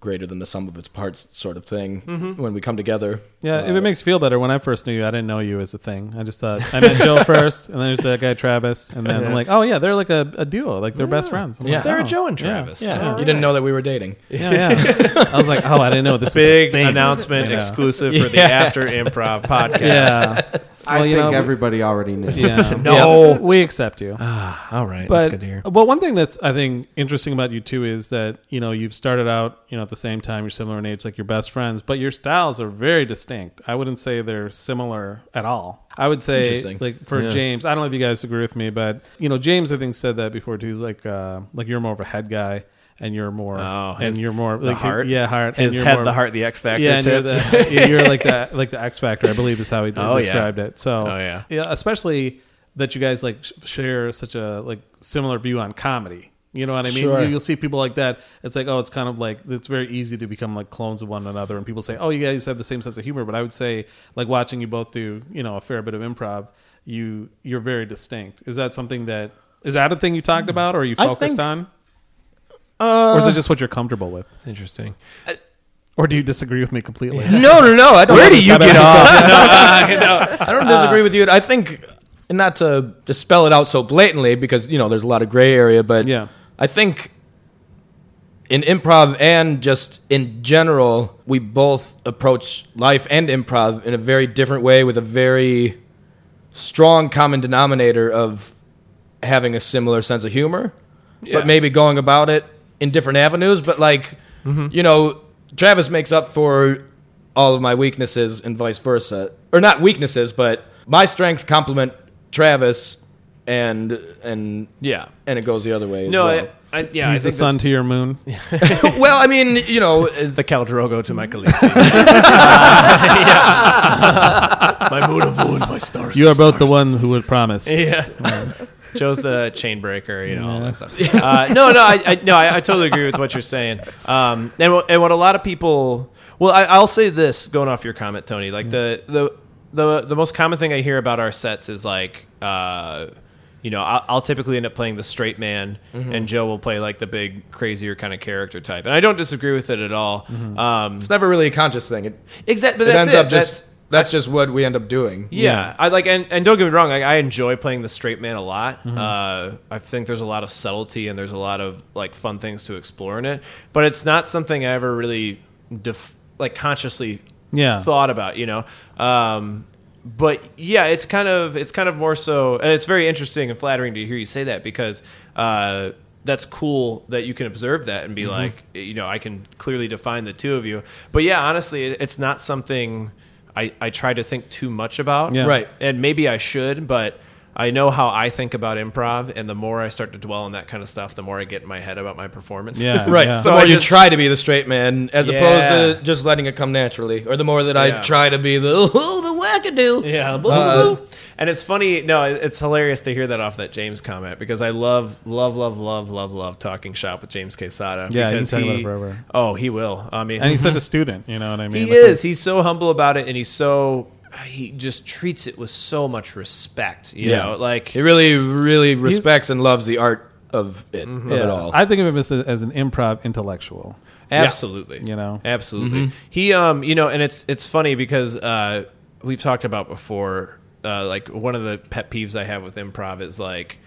[SPEAKER 3] greater than the sum of its parts sort of thing when we come together.
[SPEAKER 1] Yeah, if it makes you feel better, when I first knew you, I didn't know you as a thing. I just thought I met Joe first, and then there's that guy Travis, and then I'm like, oh yeah, they're like a, a duo, like they're best friends. I'm
[SPEAKER 3] Yeah.
[SPEAKER 1] like,
[SPEAKER 2] They're
[SPEAKER 1] oh,
[SPEAKER 2] a Joe and
[SPEAKER 1] yeah.
[SPEAKER 2] Travis.
[SPEAKER 3] Yeah, [LAUGHS] you didn't know that we were dating.
[SPEAKER 1] Yeah, yeah. I was like, oh, I didn't know this
[SPEAKER 2] Big
[SPEAKER 1] was a thing.
[SPEAKER 2] announcement
[SPEAKER 1] Yeah.
[SPEAKER 2] exclusive for the After
[SPEAKER 3] [LAUGHS]
[SPEAKER 2] Improv podcast.
[SPEAKER 1] Yeah,
[SPEAKER 5] I
[SPEAKER 1] Well, you
[SPEAKER 5] think
[SPEAKER 1] know, we-
[SPEAKER 5] everybody already knew.
[SPEAKER 1] yeah.
[SPEAKER 2] [LAUGHS] No.
[SPEAKER 1] we accept you.
[SPEAKER 2] All right.
[SPEAKER 1] but
[SPEAKER 2] that's good to hear.
[SPEAKER 1] well, one thing that's I think interesting about you too is that you know you've started out you know at the same time you're similar in age like your best friends, but your styles are very distinct. I wouldn't say they're similar at all. I would say
[SPEAKER 3] Interesting.
[SPEAKER 1] like for James, I don't know if you guys agree with me, but you know James I think said that before too. He's like uh, like you're more of a head guy. And you're more,
[SPEAKER 2] Oh,
[SPEAKER 1] and
[SPEAKER 2] his-
[SPEAKER 1] you're more
[SPEAKER 2] the
[SPEAKER 1] like
[SPEAKER 2] heart?
[SPEAKER 1] yeah, heart. and
[SPEAKER 2] His
[SPEAKER 1] you're
[SPEAKER 2] head,
[SPEAKER 1] more-
[SPEAKER 2] the heart, the X Factor.
[SPEAKER 1] yeah, and you're,
[SPEAKER 2] tip.
[SPEAKER 1] the, yeah, you're like
[SPEAKER 2] [LAUGHS]
[SPEAKER 1] the like the X Factor, I believe is how he
[SPEAKER 2] Oh, yeah.
[SPEAKER 1] described it. So
[SPEAKER 2] Oh, yeah.
[SPEAKER 1] especially that you guys like sh- share such a like similar view on comedy. You know what I mean?
[SPEAKER 3] Sure.
[SPEAKER 1] You, you'll see people like that. It's like, oh, it's kind of like it's very easy to become like clones of one another. And people say, oh, you guys have the same sense of humor. But I would say, like watching you both do, you know, a fair bit of improv, you you're very distinct. Is that something that is that a thing you talked about, or are you
[SPEAKER 3] I
[SPEAKER 1] focused
[SPEAKER 3] think- uh,
[SPEAKER 1] on? or is it just what you're comfortable with,
[SPEAKER 2] It's interesting.
[SPEAKER 1] or do you disagree with me completely?
[SPEAKER 3] [LAUGHS] No, no, no. I don't Where do you
[SPEAKER 1] get
[SPEAKER 3] [LAUGHS] off? I Uh. don't disagree with you. I think, and not to, to spell it out so blatantly, because you know there's a lot of gray area, but
[SPEAKER 1] Yeah.
[SPEAKER 3] I think in improv and just in general, we both approach life and improv in a very different way with a very strong common denominator of having a similar sense of humor, but maybe going about it in different avenues. But like, you know, Travis makes up for all of my weaknesses and vice versa, or not weaknesses, but my strengths complement Travis, and and
[SPEAKER 2] Yeah.
[SPEAKER 3] and it goes the other way. as
[SPEAKER 2] No,
[SPEAKER 3] well.
[SPEAKER 2] I, I, yeah,
[SPEAKER 1] He's the
[SPEAKER 2] I think
[SPEAKER 1] sun
[SPEAKER 2] that's
[SPEAKER 1] to your
[SPEAKER 2] [LAUGHS]
[SPEAKER 1] moon.
[SPEAKER 3] well, I [LAUGHS] mean, you know,
[SPEAKER 2] the Caldrogo to my Khaleesi. my moon of moon, my stars.
[SPEAKER 1] You are both the one who would promise.
[SPEAKER 2] [LAUGHS] Yeah. Joe's the chain breaker, you know, all that stuff. Uh, no, no, I, I, no, I, I totally agree with what you're saying. Um, and, what- and what a lot of people, well, I, I'll say this going off your comment, Tony, like the, the, the, the most common thing I hear about our sets is like, uh, you know, I'll, I'll typically end up playing the straight man, and Joe will play like the big, crazier kind of character type. And I don't disagree with it at all. Um,
[SPEAKER 3] it's never really a conscious thing. It,
[SPEAKER 2] exactly, but
[SPEAKER 3] it
[SPEAKER 2] that's
[SPEAKER 3] ends
[SPEAKER 2] it.
[SPEAKER 3] up just
[SPEAKER 2] That's-
[SPEAKER 3] that's, just what we end up doing.
[SPEAKER 2] yeah, I like and, and don't get me wrong, like I enjoy playing the straight man a lot. Uh, I think there's a lot of subtlety and there's a lot of like fun things to explore in it, but it's not something I ever really def- like consciously
[SPEAKER 1] Yeah.
[SPEAKER 2] thought about, you know. Um, but yeah, it's kind of it's kind of more so, and it's very interesting and flattering to hear you say that because uh, that's cool that you can observe that
[SPEAKER 1] Mm-hmm.
[SPEAKER 2] and be like, you know, I can clearly define the two of you. But yeah, honestly, it, it's not something I, I try to think too much about,
[SPEAKER 1] Yeah.
[SPEAKER 3] Right.
[SPEAKER 2] And maybe I should, but. I know how I think about improv, and the more I start to dwell on that kind of stuff, the more I get in my head about my performance.
[SPEAKER 1] Yeah.
[SPEAKER 3] Right.
[SPEAKER 1] Yeah.
[SPEAKER 2] [LAUGHS]
[SPEAKER 3] The
[SPEAKER 2] So
[SPEAKER 3] more
[SPEAKER 2] I
[SPEAKER 3] you
[SPEAKER 2] just-
[SPEAKER 3] try to be the straight man, as
[SPEAKER 2] Yeah.
[SPEAKER 3] opposed to just letting it come naturally, or the more that
[SPEAKER 2] Yeah.
[SPEAKER 3] I try to be the [LAUGHS] oh, the wackadoo.
[SPEAKER 1] Uh,
[SPEAKER 2] Yeah, blah, blah, blah. and it's funny. No, it- it's hilarious to hear that off that James comment because I love, love, love, love, love, love talking shop with James Quesada.
[SPEAKER 1] Yeah, he
[SPEAKER 2] because
[SPEAKER 1] can talk about it forever.
[SPEAKER 2] Oh, he will. I mean,
[SPEAKER 1] And he's such a student, you know what I mean?
[SPEAKER 2] he
[SPEAKER 1] Like,
[SPEAKER 2] is. He's so humble about it, and he's so he just treats it with so much respect. You
[SPEAKER 3] Yeah.
[SPEAKER 2] know, like
[SPEAKER 3] He really, really respects and loves the art of it, of it all.
[SPEAKER 1] Mm-hmm. I think of him as, a, as an improv intellectual.
[SPEAKER 2] Absolutely.
[SPEAKER 1] You know?
[SPEAKER 2] Absolutely. He um you know, and it's it's funny because uh we've talked about before uh like one of the pet peeves I have with improv is like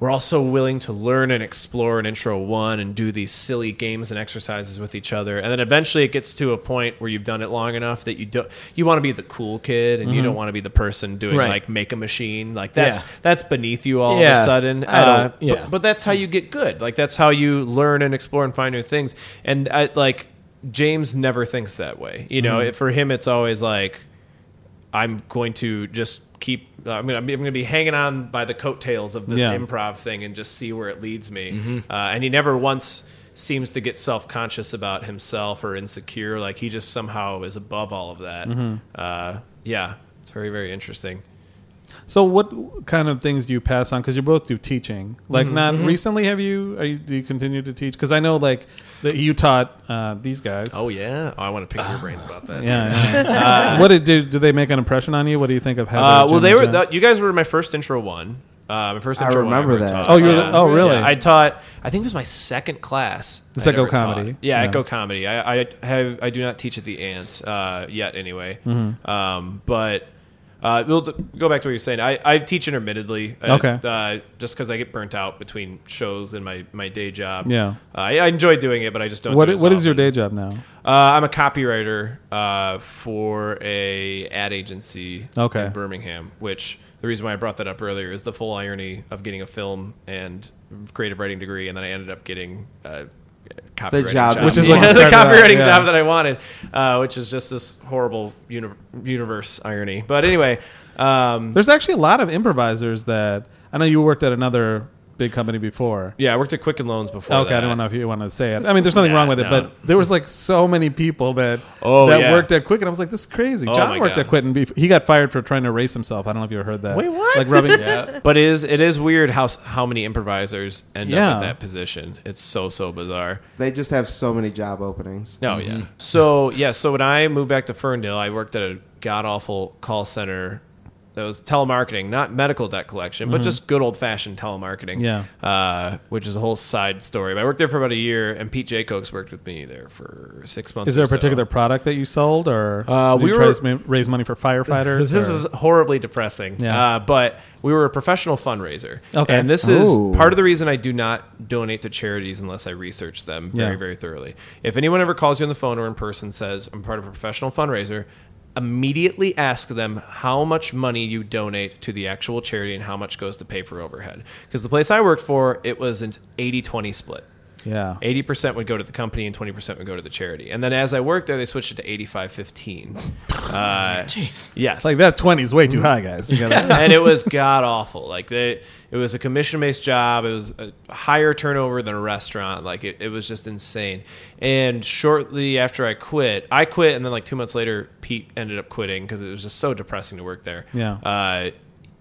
[SPEAKER 2] we're all so willing to learn and explore in intro one and do these silly games and exercises with each other and then eventually it gets to a point where you've done it long enough that you don't you want to be the cool kid and you don't want to be the person doing
[SPEAKER 3] Mm-hmm. Right.
[SPEAKER 2] like make a machine like that's
[SPEAKER 3] Yeah.
[SPEAKER 2] that's beneath you all of a
[SPEAKER 3] Yeah.
[SPEAKER 2] sudden Uh,
[SPEAKER 3] I don't-
[SPEAKER 2] but-
[SPEAKER 3] yeah.
[SPEAKER 2] but that's how you get good. Like that's how you learn and explore and find new things. And I, like James never thinks that way. You
[SPEAKER 3] Mm-hmm.
[SPEAKER 2] know, for him it's always like I'm going to just keep. uh, I'm gonna, I'm gonna be hanging on by the coattails of this
[SPEAKER 1] Yeah. Mm-hmm.
[SPEAKER 2] improv thing and just see where it leads me. Uh, and he never once seems to get self conscious about himself or insecure. Like he just somehow is above all of that.
[SPEAKER 1] Mm-hmm.
[SPEAKER 2] Uh, yeah, it's very very interesting.
[SPEAKER 1] So what kind of things do you pass on? Because you both do teaching. Like
[SPEAKER 2] Mm-hmm.
[SPEAKER 1] not recently have you, are you, do you continue to teach? Because I know like that you taught uh, these guys.
[SPEAKER 2] Oh yeah, oh, I want to pick your brains about that.
[SPEAKER 1] [LAUGHS] Yeah. [LAUGHS] yeah. what did do, do they make an impression on you? What do you think of how?
[SPEAKER 2] Uh,
[SPEAKER 1] the
[SPEAKER 2] well, they
[SPEAKER 1] Jim
[SPEAKER 2] were
[SPEAKER 1] and Jen-
[SPEAKER 2] that, you guys were my first intro one. Uh, my first
[SPEAKER 5] I
[SPEAKER 2] intro
[SPEAKER 5] remember
[SPEAKER 2] one. I ever
[SPEAKER 5] that.
[SPEAKER 2] Taught.
[SPEAKER 1] Oh, you were
[SPEAKER 2] Yeah.
[SPEAKER 1] the- oh, really?
[SPEAKER 2] Yeah, I taught. I think it was my second class.
[SPEAKER 1] It's
[SPEAKER 2] I
[SPEAKER 1] Echo
[SPEAKER 2] ever taught.
[SPEAKER 1] Comedy.
[SPEAKER 2] Yeah,
[SPEAKER 1] Yeah.
[SPEAKER 2] Echo comedy. I, I have I do not teach at the Ants uh, yet, anyway.
[SPEAKER 1] Mm-hmm.
[SPEAKER 2] Um, but uh, we'll d- go back to what you're saying. I, I teach intermittently. uh,
[SPEAKER 1] Okay.
[SPEAKER 2] Uh, just because I get burnt out between shows and my, my day job. Uh,
[SPEAKER 1] Yeah.
[SPEAKER 2] I, I enjoy doing it, but I just don't.
[SPEAKER 1] what
[SPEAKER 2] do it as
[SPEAKER 1] what is your
[SPEAKER 2] often.
[SPEAKER 1] day job now?
[SPEAKER 2] Uh, I'm a copywriter uh, for a ad agency
[SPEAKER 1] Okay.
[SPEAKER 2] in Birmingham. Which the reason why I brought that up earlier is the full irony of getting a film and creative writing degree, and then I ended up getting uh, copywriting
[SPEAKER 5] job Which
[SPEAKER 1] is what you
[SPEAKER 2] Yeah, [LAUGHS] the
[SPEAKER 1] started out,
[SPEAKER 2] copywriting
[SPEAKER 1] yeah.
[SPEAKER 2] job that I wanted, uh, which is just this horrible uni- universe irony. But anyway, um,
[SPEAKER 1] There's actually a lot of improvisers that I know you worked at another big company before.
[SPEAKER 2] yeah, I worked at Quicken Loans before.
[SPEAKER 1] Okay, I
[SPEAKER 2] that.
[SPEAKER 1] don't
[SPEAKER 2] [LAUGHS]
[SPEAKER 1] know if you want to say it. I mean, there's nothing
[SPEAKER 2] Nah,
[SPEAKER 1] wrong with it,
[SPEAKER 2] no.
[SPEAKER 1] but there was like so many people that
[SPEAKER 2] Oh,
[SPEAKER 1] that
[SPEAKER 2] yeah.
[SPEAKER 1] worked at Quick, and I was like, this is crazy.
[SPEAKER 2] Oh,
[SPEAKER 1] John
[SPEAKER 2] my
[SPEAKER 1] worked
[SPEAKER 2] God.
[SPEAKER 1] at Quick, and bef- he got fired for trying to erase himself. I don't know if you ever heard that.
[SPEAKER 2] Wait, what?
[SPEAKER 1] Like
[SPEAKER 2] [LAUGHS]
[SPEAKER 1] rubbing.
[SPEAKER 7] Yeah.
[SPEAKER 2] but it is it is weird how s- how many improvisers end
[SPEAKER 1] Yeah.
[SPEAKER 2] up in that position. It's so so bizarre.
[SPEAKER 5] [LAUGHS] They just have so many
[SPEAKER 1] [LAUGHS]
[SPEAKER 5] job openings.
[SPEAKER 2] No,
[SPEAKER 1] Oh,
[SPEAKER 2] yeah. Mm-hmm. So yeah, so when I moved back to Ferndale, I worked at a god awful call center that was telemarketing, not medical debt collection, but just good old fashioned telemarketing.
[SPEAKER 1] Mm-hmm. Yeah.
[SPEAKER 2] Uh, which is a whole side story. But I worked there for about a year, and Pete Jacobs worked with me there for six months.
[SPEAKER 1] Is there a
[SPEAKER 2] or so.
[SPEAKER 1] particular product that you sold, or
[SPEAKER 2] Uh,
[SPEAKER 1] did
[SPEAKER 2] we
[SPEAKER 1] you
[SPEAKER 2] were-
[SPEAKER 1] raise, ma- raise money for firefighters?
[SPEAKER 2] [LAUGHS] This
[SPEAKER 1] or-
[SPEAKER 2] is horribly depressing.
[SPEAKER 1] Yeah.
[SPEAKER 2] Uh, but we were a professional fundraiser.
[SPEAKER 1] Okay.
[SPEAKER 2] And this is
[SPEAKER 5] Ooh.
[SPEAKER 2] part of the reason I do not donate to charities unless I research them very,
[SPEAKER 1] Yeah.
[SPEAKER 2] very thoroughly. If anyone ever calls you on the phone or in person says, I'm part of a professional fundraiser, immediately ask them how much money you donate to the actual charity and how much goes to pay for overhead. Because the place I worked for, it was an 80 20 split.
[SPEAKER 1] Yeah.
[SPEAKER 2] 80% would go to the company and 20% would go to the charity. And then as I worked there, they switched it to 85 15.
[SPEAKER 1] [LAUGHS]
[SPEAKER 2] Uh, Yes.
[SPEAKER 1] Like that twenty is way
[SPEAKER 2] Mm-hmm.
[SPEAKER 1] too high, guys. You
[SPEAKER 2] [LAUGHS]
[SPEAKER 1] gotta-
[SPEAKER 2] and it was god awful. Like they, it was a commission based job. It was a higher turnover than a restaurant. Like it, it was just insane. And shortly after I quit, I quit, and then like two months later, Pete ended up quitting because it was just so depressing to work there.
[SPEAKER 1] Yeah.
[SPEAKER 2] Uh,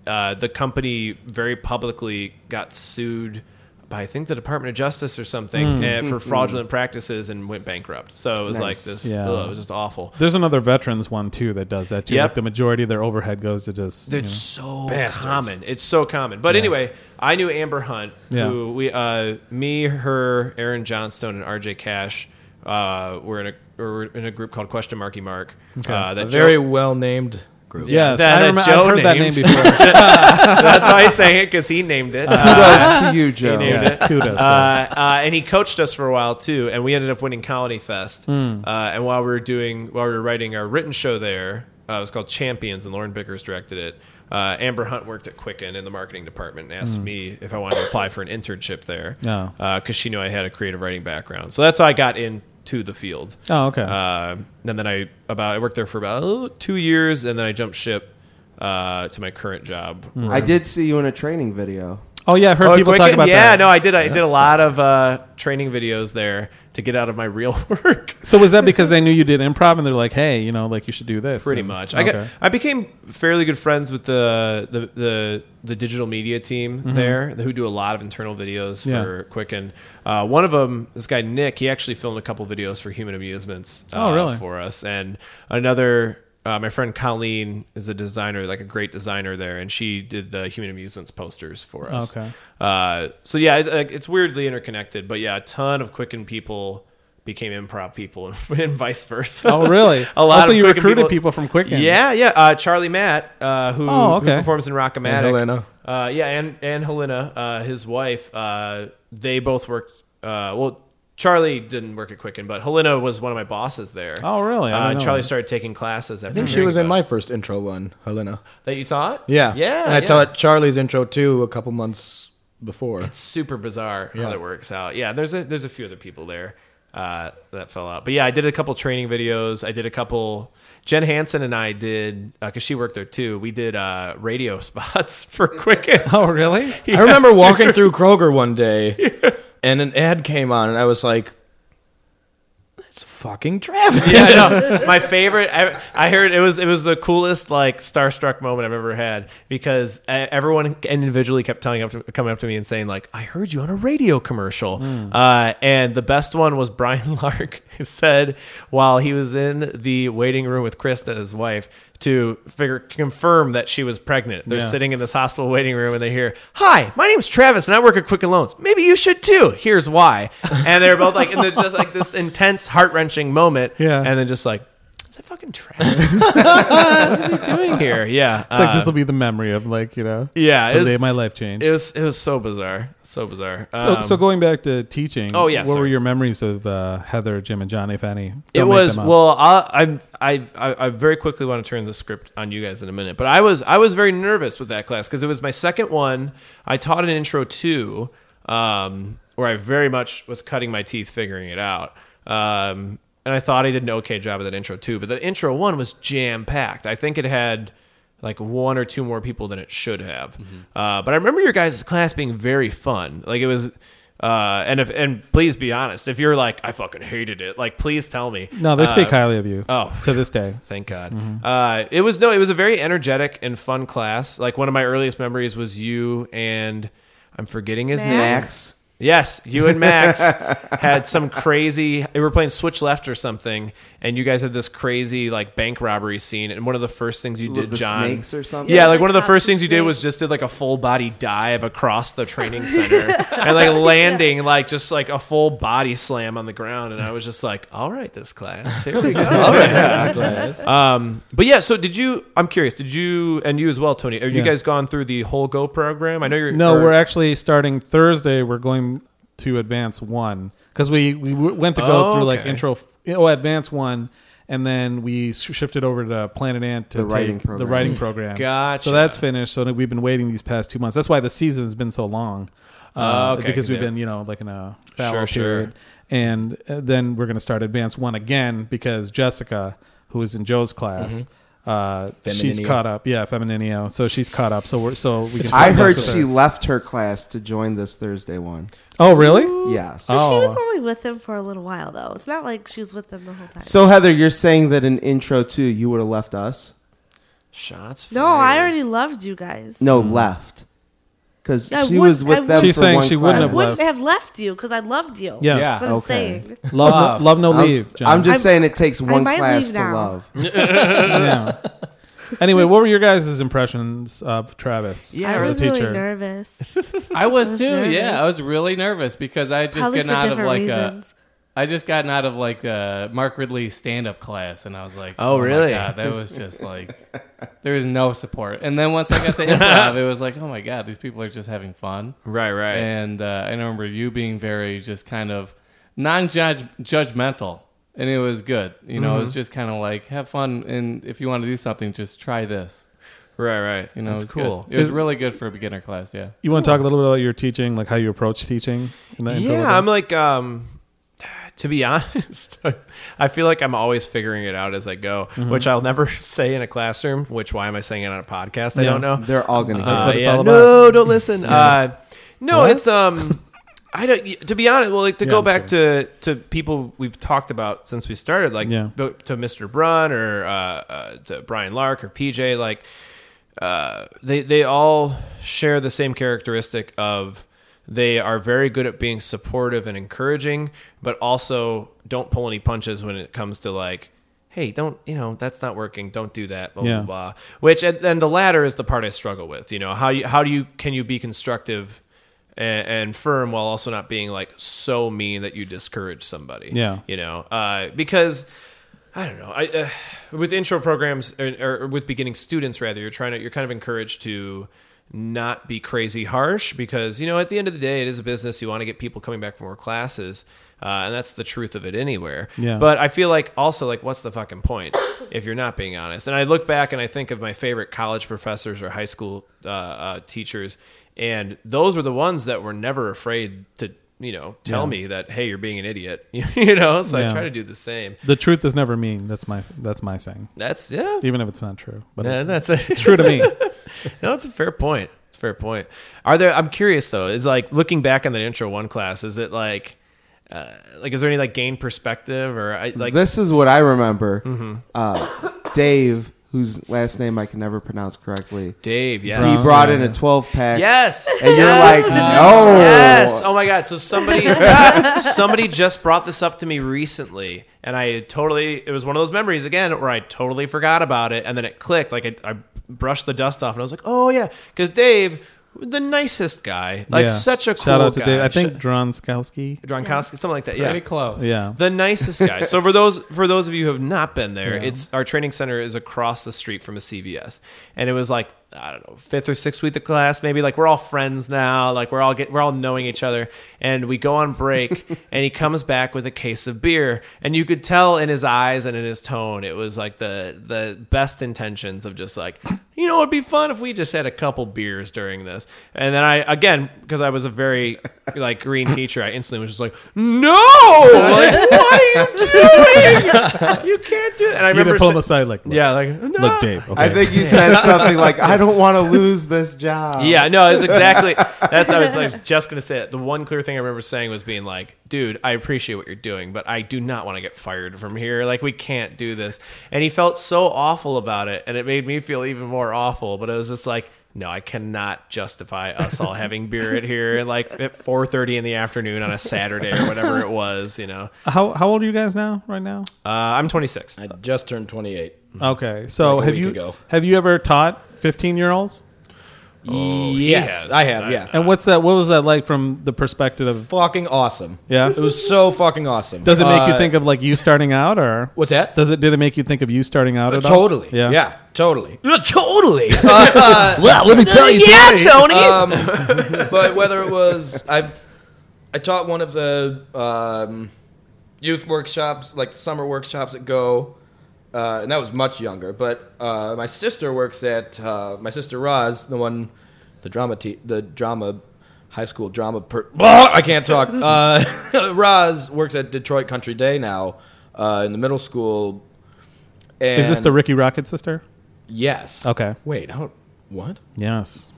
[SPEAKER 2] uh, the company very publicly got sued by I think the Department of Justice or something
[SPEAKER 1] Hmm.
[SPEAKER 2] eh, for fraudulent practices and went bankrupt. So it was like
[SPEAKER 5] Nice.
[SPEAKER 2] this.
[SPEAKER 1] Yeah.
[SPEAKER 2] ugh, it was just awful.
[SPEAKER 1] There's another veterans one too that does that too.
[SPEAKER 2] Yep.
[SPEAKER 1] Like the majority of their overhead goes to just you know.
[SPEAKER 2] It's so common. It's so common. But anyway, I knew Amber Hunt,
[SPEAKER 1] Yeah.
[SPEAKER 2] who we, uh, me, her, Aaron Johnstone, and RJ Cash, uh, were in a were in a group called Question Marky Mark. Uh, that
[SPEAKER 3] A very
[SPEAKER 2] Joe,
[SPEAKER 3] well named group.
[SPEAKER 1] Yes,
[SPEAKER 2] that-
[SPEAKER 1] I
[SPEAKER 2] that
[SPEAKER 1] remember, I've
[SPEAKER 2] Joe
[SPEAKER 1] heard that name
[SPEAKER 2] named. [LAUGHS]
[SPEAKER 1] before.
[SPEAKER 2] [LAUGHS] that's why I sang it because he named it. Uh,
[SPEAKER 5] Kudos to you, Joe.
[SPEAKER 2] named
[SPEAKER 1] yeah, kudos.
[SPEAKER 2] uh, uh, and he coached us for a while too, and we ended up winning Colony Fest. Uh, and while we were doing, while we were writing our written show there, uh, it was called Champions, and Lauren Bickers directed it. Uh, Amber Hunt worked at Quicken in the marketing department and asked me if I wanted to apply for an internship there
[SPEAKER 1] No.
[SPEAKER 2] because she knew I had a creative writing background. So that's how I got into the field.
[SPEAKER 1] oh, okay.
[SPEAKER 2] Uh, and then I about I worked there for about oh, two years, and then I jumped ship uh, to my current job.
[SPEAKER 5] I did see you in a training video.
[SPEAKER 1] oh yeah, I've heard
[SPEAKER 2] Oh,
[SPEAKER 1] people
[SPEAKER 2] Quicken?
[SPEAKER 1] talk about
[SPEAKER 2] yeah,
[SPEAKER 1] that.
[SPEAKER 2] no, I did. I did a lot of uh, training videos there to get out of my real [LAUGHS] work.
[SPEAKER 1] So was that because they knew you did improv and they're like, hey, you know, like you should do this?
[SPEAKER 2] Pretty
[SPEAKER 1] And-
[SPEAKER 2] much. I got.
[SPEAKER 1] okay.
[SPEAKER 2] I became fairly good friends with the the the, the digital media team there, who do a lot of internal videos
[SPEAKER 1] Mm-hmm. Yeah.
[SPEAKER 2] for Quicken. Uh, one of them, this guy Nick, he actually filmed a couple videos for Human Amusements. Uh,
[SPEAKER 1] Oh, really?
[SPEAKER 2] For us, and another. Uh, my friend Colleen is a designer, like a great designer there, and she did the Human Amusements posters for us.
[SPEAKER 1] Okay.
[SPEAKER 2] Uh, so yeah, it, like, it's weirdly interconnected, but yeah, a ton of Quicken people became improv people, [LAUGHS] and vice versa.
[SPEAKER 1] Oh, really?
[SPEAKER 2] [LAUGHS] a lot.
[SPEAKER 1] Also,
[SPEAKER 2] of
[SPEAKER 1] you
[SPEAKER 2] Quicken
[SPEAKER 1] recruited people from Quicken.
[SPEAKER 2] Yeah, yeah. Uh, Charlie Matt, uh, who,
[SPEAKER 1] Oh,
[SPEAKER 2] who
[SPEAKER 1] okay.
[SPEAKER 2] performs in Rockomatic.
[SPEAKER 3] And Helena.
[SPEAKER 2] Uh, yeah, and and Helena, uh, his wife. Uh, they both worked. Uh, well, Charlie didn't work at Quicken, but Helena was one of my bosses there.
[SPEAKER 1] Oh, really? I
[SPEAKER 2] Uh,
[SPEAKER 1] didn't know
[SPEAKER 2] Charlie
[SPEAKER 1] that.
[SPEAKER 2] started taking classes. After
[SPEAKER 3] I think she was in my first intro one, Helena.
[SPEAKER 2] that you taught.
[SPEAKER 3] Yeah.
[SPEAKER 2] yeah.
[SPEAKER 3] And I
[SPEAKER 2] yeah.
[SPEAKER 3] taught Charlie's intro too a couple months before.
[SPEAKER 2] super bizarre how
[SPEAKER 3] Yeah.
[SPEAKER 2] that works out. Yeah, there's a there's a few other people there uh, that fell out, but yeah, I did a couple training videos. I did a couple. Jen Hansen and I did because she worked there too. We did uh, radio [LAUGHS] spots for Quicken.
[SPEAKER 1] Oh,
[SPEAKER 2] [LAUGHS]
[SPEAKER 1] really?
[SPEAKER 3] I remember walking through Kroger one day and an ad came on and I was like, that's fucking Travis.
[SPEAKER 2] Yeah, I know. my favorite. I, I heard it was it was the coolest like starstruck moment I've ever had because uh, everyone individually kept telling up to, coming up to me and saying like I heard you on a radio commercial, uh, and the best one was Brian [LAUGHS] Lark who said while he was in the waiting room with Krista his wife to figure confirm that she was pregnant. They're
[SPEAKER 1] Yeah.
[SPEAKER 2] sitting in this hospital waiting room and they hear, "Hi, my name's Travis and I work at Quicken Loans. Maybe you should too. Here's why." And they're both like, and there's just like this intense, heart wrenching moment.
[SPEAKER 1] Yeah.
[SPEAKER 2] And then just like, is that
[SPEAKER 1] [LAUGHS]
[SPEAKER 2] fucking Travis? what is he doing here? Yeah.
[SPEAKER 1] It's like
[SPEAKER 2] uh,
[SPEAKER 1] this will be the memory of like you know
[SPEAKER 2] yeah. It
[SPEAKER 1] the day
[SPEAKER 2] was,
[SPEAKER 1] my life changed.
[SPEAKER 2] it was it was so bizarre, so bizarre.
[SPEAKER 1] so,
[SPEAKER 2] Um,
[SPEAKER 1] so going back to teaching.
[SPEAKER 2] Oh, yeah,
[SPEAKER 1] What were
[SPEAKER 2] sorry.
[SPEAKER 1] your memories of uh, Heather, Jim, and John, if any? Don't
[SPEAKER 2] it
[SPEAKER 1] make
[SPEAKER 2] was
[SPEAKER 1] them up.
[SPEAKER 2] well. I, I I I I very quickly want to turn the script on you guys in a minute, but I was I was very nervous with that class because it was my second one. I taught an intro two, um, where I very much was cutting my teeth figuring it out. Um, and I thought I did an okay job of that intro two, but the intro one was jam packed. I think it had like one or two more people than it should have. Uh, but I remember your guys' class being very fun. Like it was, uh, and if and please be honest, if you're like I fucking hated it, like please tell me.
[SPEAKER 1] no, they speak
[SPEAKER 2] Uh,
[SPEAKER 1] highly of you.
[SPEAKER 2] oh.
[SPEAKER 1] to this day.
[SPEAKER 2] Thank God. Uh, it was no, it was a very energetic and fun class. Like one of my earliest memories was you and I'm forgetting his name.
[SPEAKER 5] Max.
[SPEAKER 2] Yes, you and
[SPEAKER 5] [LAUGHS]
[SPEAKER 2] Max had some crazy. They were playing Switch Left or something, and you guys had this crazy like bank robbery scene. And one of the first things you
[SPEAKER 5] With
[SPEAKER 2] did,
[SPEAKER 5] the
[SPEAKER 2] John,
[SPEAKER 5] snakes or something?
[SPEAKER 2] Yeah,
[SPEAKER 4] Yeah,
[SPEAKER 2] like
[SPEAKER 4] like
[SPEAKER 2] one of the
[SPEAKER 4] cops
[SPEAKER 2] first
[SPEAKER 4] and
[SPEAKER 2] things you did was
[SPEAKER 4] snakes.
[SPEAKER 2] just did like a full body dive across the
[SPEAKER 5] [LAUGHS]
[SPEAKER 2] training center and like landing like just like a full body slam on the ground. And I was just like, all right, this class, here
[SPEAKER 5] [LAUGHS]
[SPEAKER 2] we go. all right, um, but yeah, so did you? I'm curious. Did you and you as well, Tony? Are you
[SPEAKER 1] Yeah.
[SPEAKER 2] guys gone through the whole Go program? I know you're.
[SPEAKER 1] No,
[SPEAKER 2] or-
[SPEAKER 1] we're actually starting Thursday. We're going to advance one because we we w- went to go
[SPEAKER 2] Oh,
[SPEAKER 1] through like
[SPEAKER 2] okay.
[SPEAKER 1] intro f- oh advance one, and then we sh- shifted over to Planet Ant to
[SPEAKER 5] The
[SPEAKER 1] take
[SPEAKER 5] writing program.
[SPEAKER 1] the writing program.
[SPEAKER 2] Gotcha.
[SPEAKER 1] So that's finished. So we've been waiting these past two months. That's why the season has been so long. uh,
[SPEAKER 2] Oh, okay.
[SPEAKER 1] Because we've
[SPEAKER 2] Yeah.
[SPEAKER 1] been, you know, like in a fallow
[SPEAKER 2] Sure, sure.
[SPEAKER 1] period. And uh, then we're going to start Advanced One again because Jessica, who is in Joe's class,
[SPEAKER 2] Mm-hmm.
[SPEAKER 1] uh, she's
[SPEAKER 3] Femininio.
[SPEAKER 1] caught up. Yeah, Femininio. So she's caught up. So we're so we can.
[SPEAKER 5] I
[SPEAKER 1] focus
[SPEAKER 5] heard
[SPEAKER 1] with
[SPEAKER 5] she
[SPEAKER 1] her.
[SPEAKER 5] left her class to join this Thursday one.
[SPEAKER 1] Oh, really?
[SPEAKER 5] Yes.
[SPEAKER 1] Oh.
[SPEAKER 4] She was only with him for a little while, though. It's not like she was with him the whole time.
[SPEAKER 5] So Heather, you're saying that in intro two, you would have left us?
[SPEAKER 2] Shots.
[SPEAKER 4] no, I already loved you guys.
[SPEAKER 5] No, left. Because
[SPEAKER 4] I
[SPEAKER 5] she
[SPEAKER 4] would-
[SPEAKER 5] was with
[SPEAKER 4] I
[SPEAKER 5] them.
[SPEAKER 4] would-
[SPEAKER 1] Mm-hmm. She's
[SPEAKER 5] for
[SPEAKER 1] saying she
[SPEAKER 5] one class.
[SPEAKER 1] wouldn't
[SPEAKER 4] I
[SPEAKER 1] have
[SPEAKER 4] wouldn't
[SPEAKER 1] left.
[SPEAKER 4] have left you because I loved you.
[SPEAKER 1] Yeah.
[SPEAKER 2] Yeah.
[SPEAKER 4] That's what I'm
[SPEAKER 5] Okay.
[SPEAKER 4] saying.
[SPEAKER 1] Love, no, love no
[SPEAKER 5] I'm,
[SPEAKER 1] leave. John.
[SPEAKER 5] I'm just
[SPEAKER 4] I'm-
[SPEAKER 5] saying it takes one
[SPEAKER 4] might
[SPEAKER 5] class
[SPEAKER 4] leave
[SPEAKER 5] to
[SPEAKER 4] now.
[SPEAKER 5] love.
[SPEAKER 1] yeah. [LAUGHS] Anyway, what were your guys' impressions of Travis?
[SPEAKER 4] I
[SPEAKER 1] as
[SPEAKER 4] was
[SPEAKER 1] a
[SPEAKER 4] really
[SPEAKER 1] teacher. [LAUGHS]
[SPEAKER 4] nervous.
[SPEAKER 7] I was too.
[SPEAKER 4] nervous.
[SPEAKER 7] Yeah, I was really nervous because I had just
[SPEAKER 4] Probably
[SPEAKER 7] gotten
[SPEAKER 4] for
[SPEAKER 7] out of
[SPEAKER 4] different
[SPEAKER 7] like a.
[SPEAKER 4] reasons.
[SPEAKER 7] I just gotten out of like a Mark Ridley stand up class, and I was like,
[SPEAKER 2] Oh,
[SPEAKER 7] my
[SPEAKER 2] really?"
[SPEAKER 7] God, that was just like there was no support. And then once I got to improv, it was like, oh my god, these people are just having fun.
[SPEAKER 2] Right, right.
[SPEAKER 7] And uh, I remember you being very just kind of non judgmental. And it was good. You know, it was just kind of like, have fun. And if you want to do something, just try this.
[SPEAKER 2] right, right.
[SPEAKER 7] You know,
[SPEAKER 2] That's
[SPEAKER 7] it was cool. It was really good for a beginner class. Yeah.
[SPEAKER 1] You want to talk a little bit about your teaching, like how you approach teaching? in the- in the-
[SPEAKER 2] yeah i'm like um [SIGHS] to be honest [LAUGHS] i feel like i'm always figuring it out as i go
[SPEAKER 1] Mm-hmm.
[SPEAKER 2] which i'll never [LAUGHS] say in a classroom which why am i saying it on a podcast i
[SPEAKER 1] Yeah.
[SPEAKER 2] don't know
[SPEAKER 5] They're all going to hear.
[SPEAKER 1] That's
[SPEAKER 2] Uh,
[SPEAKER 1] what it's
[SPEAKER 2] yeah,
[SPEAKER 1] all
[SPEAKER 2] no don't listen uh no it's um
[SPEAKER 1] [LAUGHS]
[SPEAKER 2] i don't y- to be honest well like to
[SPEAKER 1] Yeah,
[SPEAKER 2] go
[SPEAKER 1] I'm
[SPEAKER 2] back to to people we've talked about since we started like
[SPEAKER 1] Yeah.
[SPEAKER 2] bo- to mr brun or uh, uh to brian lark or pj like uh, they they all share the same characteristic of they are very good at being supportive and encouraging, but also don't pull any punches when it comes to like, hey, don't you know that's not working, don't do that, blah
[SPEAKER 1] Yeah.
[SPEAKER 2] blah blah. Which and then the latter is the part I struggle with. You know how you how do you can you be constructive and, and firm while also not being like so mean that you discourage somebody?
[SPEAKER 1] Yeah.
[SPEAKER 2] you know uh, because I don't know. I uh, with intro programs or, or with beginning students rather, you're trying to you're kind of encouraged to not be crazy harsh because you know at the end of the day it is a business. You want to get people coming back for more classes, uh, and that's the truth of it anywhere.
[SPEAKER 1] Yeah.
[SPEAKER 2] But I feel like also like what's the fucking point [COUGHS] if you're not being honest? And I look back and I think of my favorite college professors or high school uh, uh, teachers, and those were the ones that were never afraid to you know tell
[SPEAKER 1] Yeah.
[SPEAKER 2] me that hey you're being an idiot [LAUGHS] you know so
[SPEAKER 1] Yeah.
[SPEAKER 2] i try to do the same
[SPEAKER 1] The truth is never mean. That's my that's my saying,
[SPEAKER 2] that's yeah.
[SPEAKER 1] even if it's not true. But
[SPEAKER 2] Yeah, that's a,
[SPEAKER 1] it's true to me.
[SPEAKER 2] [LAUGHS] no, it's a fair point. It's a fair point. Are there? I'm curious though. Is like looking back on the intro one class. Is it like, uh, like is there any like gain perspective or I, [LAUGHS] like? Mm-hmm.
[SPEAKER 5] this is what I remember. Uh, Dave, whose last name I can never pronounce correctly,
[SPEAKER 2] Dave, yes,
[SPEAKER 5] he brought in a 12 pack.
[SPEAKER 2] yes,
[SPEAKER 5] And you're
[SPEAKER 2] Yes!
[SPEAKER 5] like, no.
[SPEAKER 2] Yes. Oh my God. So [LAUGHS] somebody somebody just brought this up to me recently, and I totally it was one of those memories again where I totally forgot about it, and then it clicked. Like I, I brushed the dust off, and I was like, oh yeah, because Dave, the nicest guy, like
[SPEAKER 1] Yeah.
[SPEAKER 2] such a cool
[SPEAKER 1] shout out to
[SPEAKER 2] guy.
[SPEAKER 1] Dave. I think
[SPEAKER 2] Sh-
[SPEAKER 1] Dronskowski.
[SPEAKER 2] Dronkowski, something like that. Yeah.
[SPEAKER 7] Pretty close.
[SPEAKER 1] Yeah,
[SPEAKER 2] The nicest guy. So for those for those of you who have not been there, it's our training center is across the street from a CVS, and it was like I don't know fifth or sixth week of class, maybe like we're all friends now, like we're all get we're all knowing each other, and we go on break, and he comes back with a case of beer, and you could tell in his eyes and in his tone, it was like the the best intentions of just like you know it'd be fun if we just had a couple beers during this, and then I again because I was a very like green teacher, I instantly was just like no, like what
[SPEAKER 1] [LAUGHS]
[SPEAKER 2] are you doing? You can't do. That. And I
[SPEAKER 1] you
[SPEAKER 2] remember
[SPEAKER 1] didn't pull
[SPEAKER 2] sa-
[SPEAKER 1] him aside like, look,
[SPEAKER 2] yeah, like no.
[SPEAKER 1] look, Dave. Okay.
[SPEAKER 5] I think you
[SPEAKER 2] [LAUGHS]
[SPEAKER 5] said something like, I don't want to lose this job.
[SPEAKER 2] Yeah, no, it's exactly. That's I was like just gonna say it. The one clear thing I remember saying was being like, "Dude, I appreciate what you're doing, but I do not want to get fired from here. Like, we can't do this." And he felt so awful about it, and it made me feel even more awful. But it was just like. No, I cannot justify us all having beer at here [LAUGHS] at like at four thirty in the afternoon on a Saturday or whatever it was. You know,
[SPEAKER 1] How how old are you guys now? Right now?
[SPEAKER 2] uh, I'm twenty six.
[SPEAKER 3] I just turned 28.
[SPEAKER 2] Um,
[SPEAKER 1] Okay, so
[SPEAKER 3] Like a
[SPEAKER 1] have
[SPEAKER 3] week
[SPEAKER 1] you
[SPEAKER 3] ago.
[SPEAKER 1] have you ever taught fifteen year olds?
[SPEAKER 3] yes,
[SPEAKER 2] has.
[SPEAKER 3] I have. Yeah,
[SPEAKER 1] And what's that? What was that like from the perspective of?
[SPEAKER 3] fucking awesome.
[SPEAKER 1] Yeah?
[SPEAKER 3] it was so fucking awesome.
[SPEAKER 1] Does it make you
[SPEAKER 3] Uh,
[SPEAKER 1] think of like you starting out, or
[SPEAKER 3] What's that?
[SPEAKER 1] Does it did it make you think of you starting out? at all?
[SPEAKER 3] totally.
[SPEAKER 1] Yeah.
[SPEAKER 3] [LAUGHS] yeah, totally. totally. well, let me tell you,
[SPEAKER 2] Tony.
[SPEAKER 3] Um, but whether it was I, I taught one of the um, youth workshops, like summer workshops at Go. uh, and that was much younger. But uh, my sister works at uh, my sister Roz, the one, the drama, te- the drama, high school drama. Per- [LAUGHS] Blah! I can't talk. Uh, [LAUGHS] Roz works at Detroit Country Day now uh, in the middle school. And
[SPEAKER 1] Is this the Ricky Rocket sister?
[SPEAKER 3] yes?
[SPEAKER 1] Okay.
[SPEAKER 3] Wait, how? What?
[SPEAKER 1] Yes.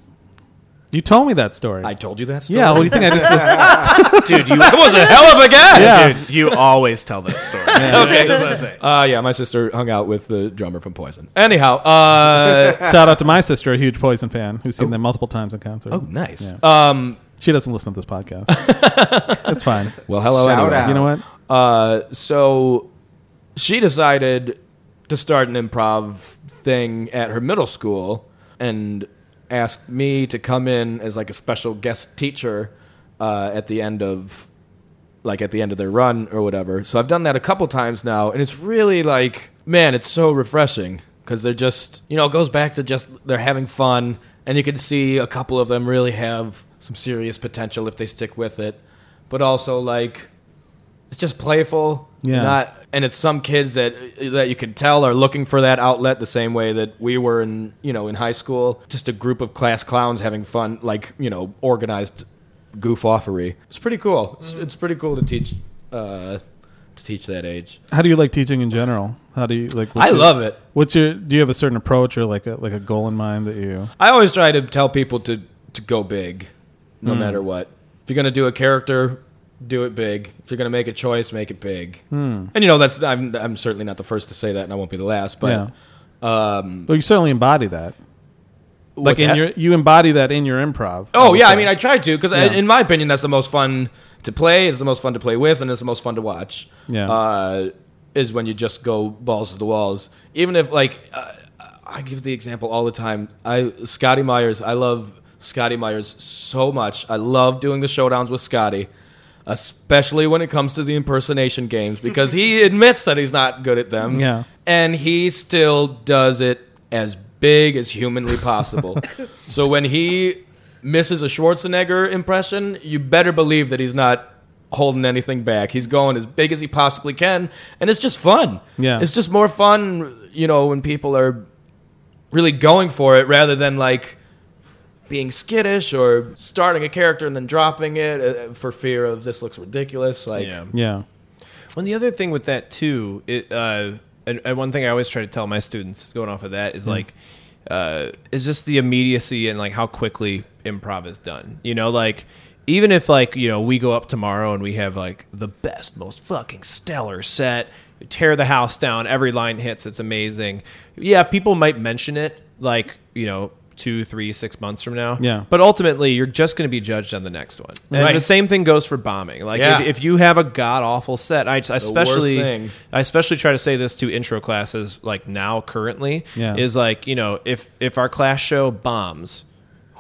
[SPEAKER 1] You told me that story.
[SPEAKER 3] I told you that story.
[SPEAKER 1] yeah.
[SPEAKER 3] [LAUGHS]
[SPEAKER 1] What do you think? I just
[SPEAKER 2] dude. You
[SPEAKER 3] that was a hell of a guess.
[SPEAKER 1] yeah.
[SPEAKER 2] dude, you always tell that story. [LAUGHS] okay, just wanna say.
[SPEAKER 3] Uh, yeah, my sister hung out with the drummer from Poison. Anyhow, uh,
[SPEAKER 1] Shout out to my sister, a huge Poison fan, who's seen them multiple times in concert.
[SPEAKER 3] oh, nice. Um,
[SPEAKER 1] She doesn't listen to this
[SPEAKER 3] [LAUGHS]
[SPEAKER 1] podcast. it's fine.
[SPEAKER 3] well, hello,
[SPEAKER 5] Shout
[SPEAKER 3] anyway.
[SPEAKER 5] out.
[SPEAKER 1] You know what?
[SPEAKER 3] Uh, so she decided to start an improv thing at her middle school and asked me to come in as like a special guest teacher uh, at the end of like at the end of their run or whatever. So I've done that a couple times now, and it's really like, man, it's so refreshing because they're just, you know, it goes back to just they're having fun, and you can see a couple of them really have some serious potential if they stick with it, but also like it's just playful,
[SPEAKER 1] Yeah.
[SPEAKER 3] Not, and it's some kids that that you can tell are looking for that outlet the same way that we were in, you know, in high school. Just a group of class clowns having fun, like you know, organized goof offery. It's pretty cool. It's, it's pretty cool to teach uh, to teach that age.
[SPEAKER 1] How do you like teaching in general? How do you like?
[SPEAKER 3] I
[SPEAKER 1] what's your-
[SPEAKER 3] love it.
[SPEAKER 1] What's your? Do you have a certain approach or like a like a goal in mind that you?
[SPEAKER 3] I always try to tell people to to go big,
[SPEAKER 1] Hmm.
[SPEAKER 3] no matter what. If you're gonna do a character, do it big. If you're gonna make a choice, make it big.
[SPEAKER 1] Hmm.
[SPEAKER 3] And you know that's I'm I'm certainly not the first to say that, and I won't be the last. But um,
[SPEAKER 1] Well, you certainly embody that. Like
[SPEAKER 3] what's
[SPEAKER 1] in
[SPEAKER 3] hap-
[SPEAKER 1] your, you embody that in your improv.
[SPEAKER 3] oh
[SPEAKER 1] would
[SPEAKER 3] yeah, I
[SPEAKER 1] say.
[SPEAKER 3] mean I try to because
[SPEAKER 1] Yeah.
[SPEAKER 3] in my opinion that's the most fun to play. It's the most fun to play with, and it's the most fun to watch.
[SPEAKER 1] Yeah.
[SPEAKER 3] uh, is when you just go balls to the walls, even if like uh, I give the example all the time. I Scotty Myers, I love Scotty Myers so much. I love doing the showdowns with Scotty, especially when it comes to the impersonation games
[SPEAKER 1] [LAUGHS]
[SPEAKER 3] because he admits that he's not good at them.
[SPEAKER 1] Yeah.
[SPEAKER 3] and he still does it as big as humanly possible. so when he misses a Schwarzenegger impression, you better believe that he's not holding anything back. He's going as big as he possibly can, and it's just fun.
[SPEAKER 1] Yeah.
[SPEAKER 3] it's just more fun, you know, when people are really going for it rather than like being skittish or starting a character and then dropping it uh, for fear of this looks ridiculous. Like,
[SPEAKER 2] Yeah.
[SPEAKER 1] yeah,
[SPEAKER 2] Well, the other thing with that too, it uh, and, and one thing I always try to tell my students, going off of that, is like, uh, is just the immediacy and like how quickly improv is done. You know, like even if like you know we go up tomorrow and we have like the best, most fucking stellar set, tear the house down, every line hits, it's amazing. Yeah, people might mention it, like you know. Two, three, six months from now.
[SPEAKER 1] Yeah.
[SPEAKER 2] But ultimately, you're just going to be judged on the next one. And
[SPEAKER 3] Right.
[SPEAKER 2] the same thing goes for bombing. Like,
[SPEAKER 3] Yeah.
[SPEAKER 2] if, if you have a god awful set, I, I especially
[SPEAKER 3] thing.
[SPEAKER 2] I especially try to say this to intro classes like now currently
[SPEAKER 1] Yeah.
[SPEAKER 2] is like you know if if our class show bombs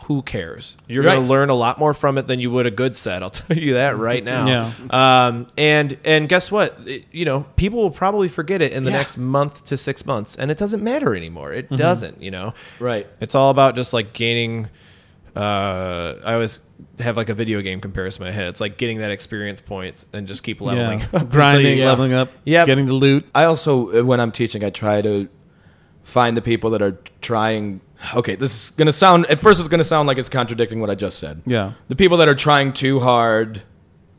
[SPEAKER 2] who cares you're
[SPEAKER 3] Right.
[SPEAKER 2] going to learn a lot more from it than you would a good set I'll [LAUGHS] tell you that right now um and and guess what It- you know people will probably forget it in the
[SPEAKER 3] Yeah. Mm-hmm.
[SPEAKER 2] next month to 6 months and it doesn't matter anymore it doesn't you know
[SPEAKER 3] Right.
[SPEAKER 2] it's all about just like gaining uh I always have like a video game comparison in my head it's like getting that experience point and just keep
[SPEAKER 1] [LAUGHS]
[SPEAKER 2] leveling up
[SPEAKER 1] yeah.
[SPEAKER 2] until
[SPEAKER 1] grinding,
[SPEAKER 2] you-
[SPEAKER 1] leveling up,
[SPEAKER 2] Yep.
[SPEAKER 1] getting the loot.
[SPEAKER 3] I also, uh, when I'm teaching, I try to find the people that are trying. Okay, this is going to sound, at first, it's going to sound like it's contradicting what I just said.
[SPEAKER 1] Yeah.
[SPEAKER 3] The people that are trying too hard,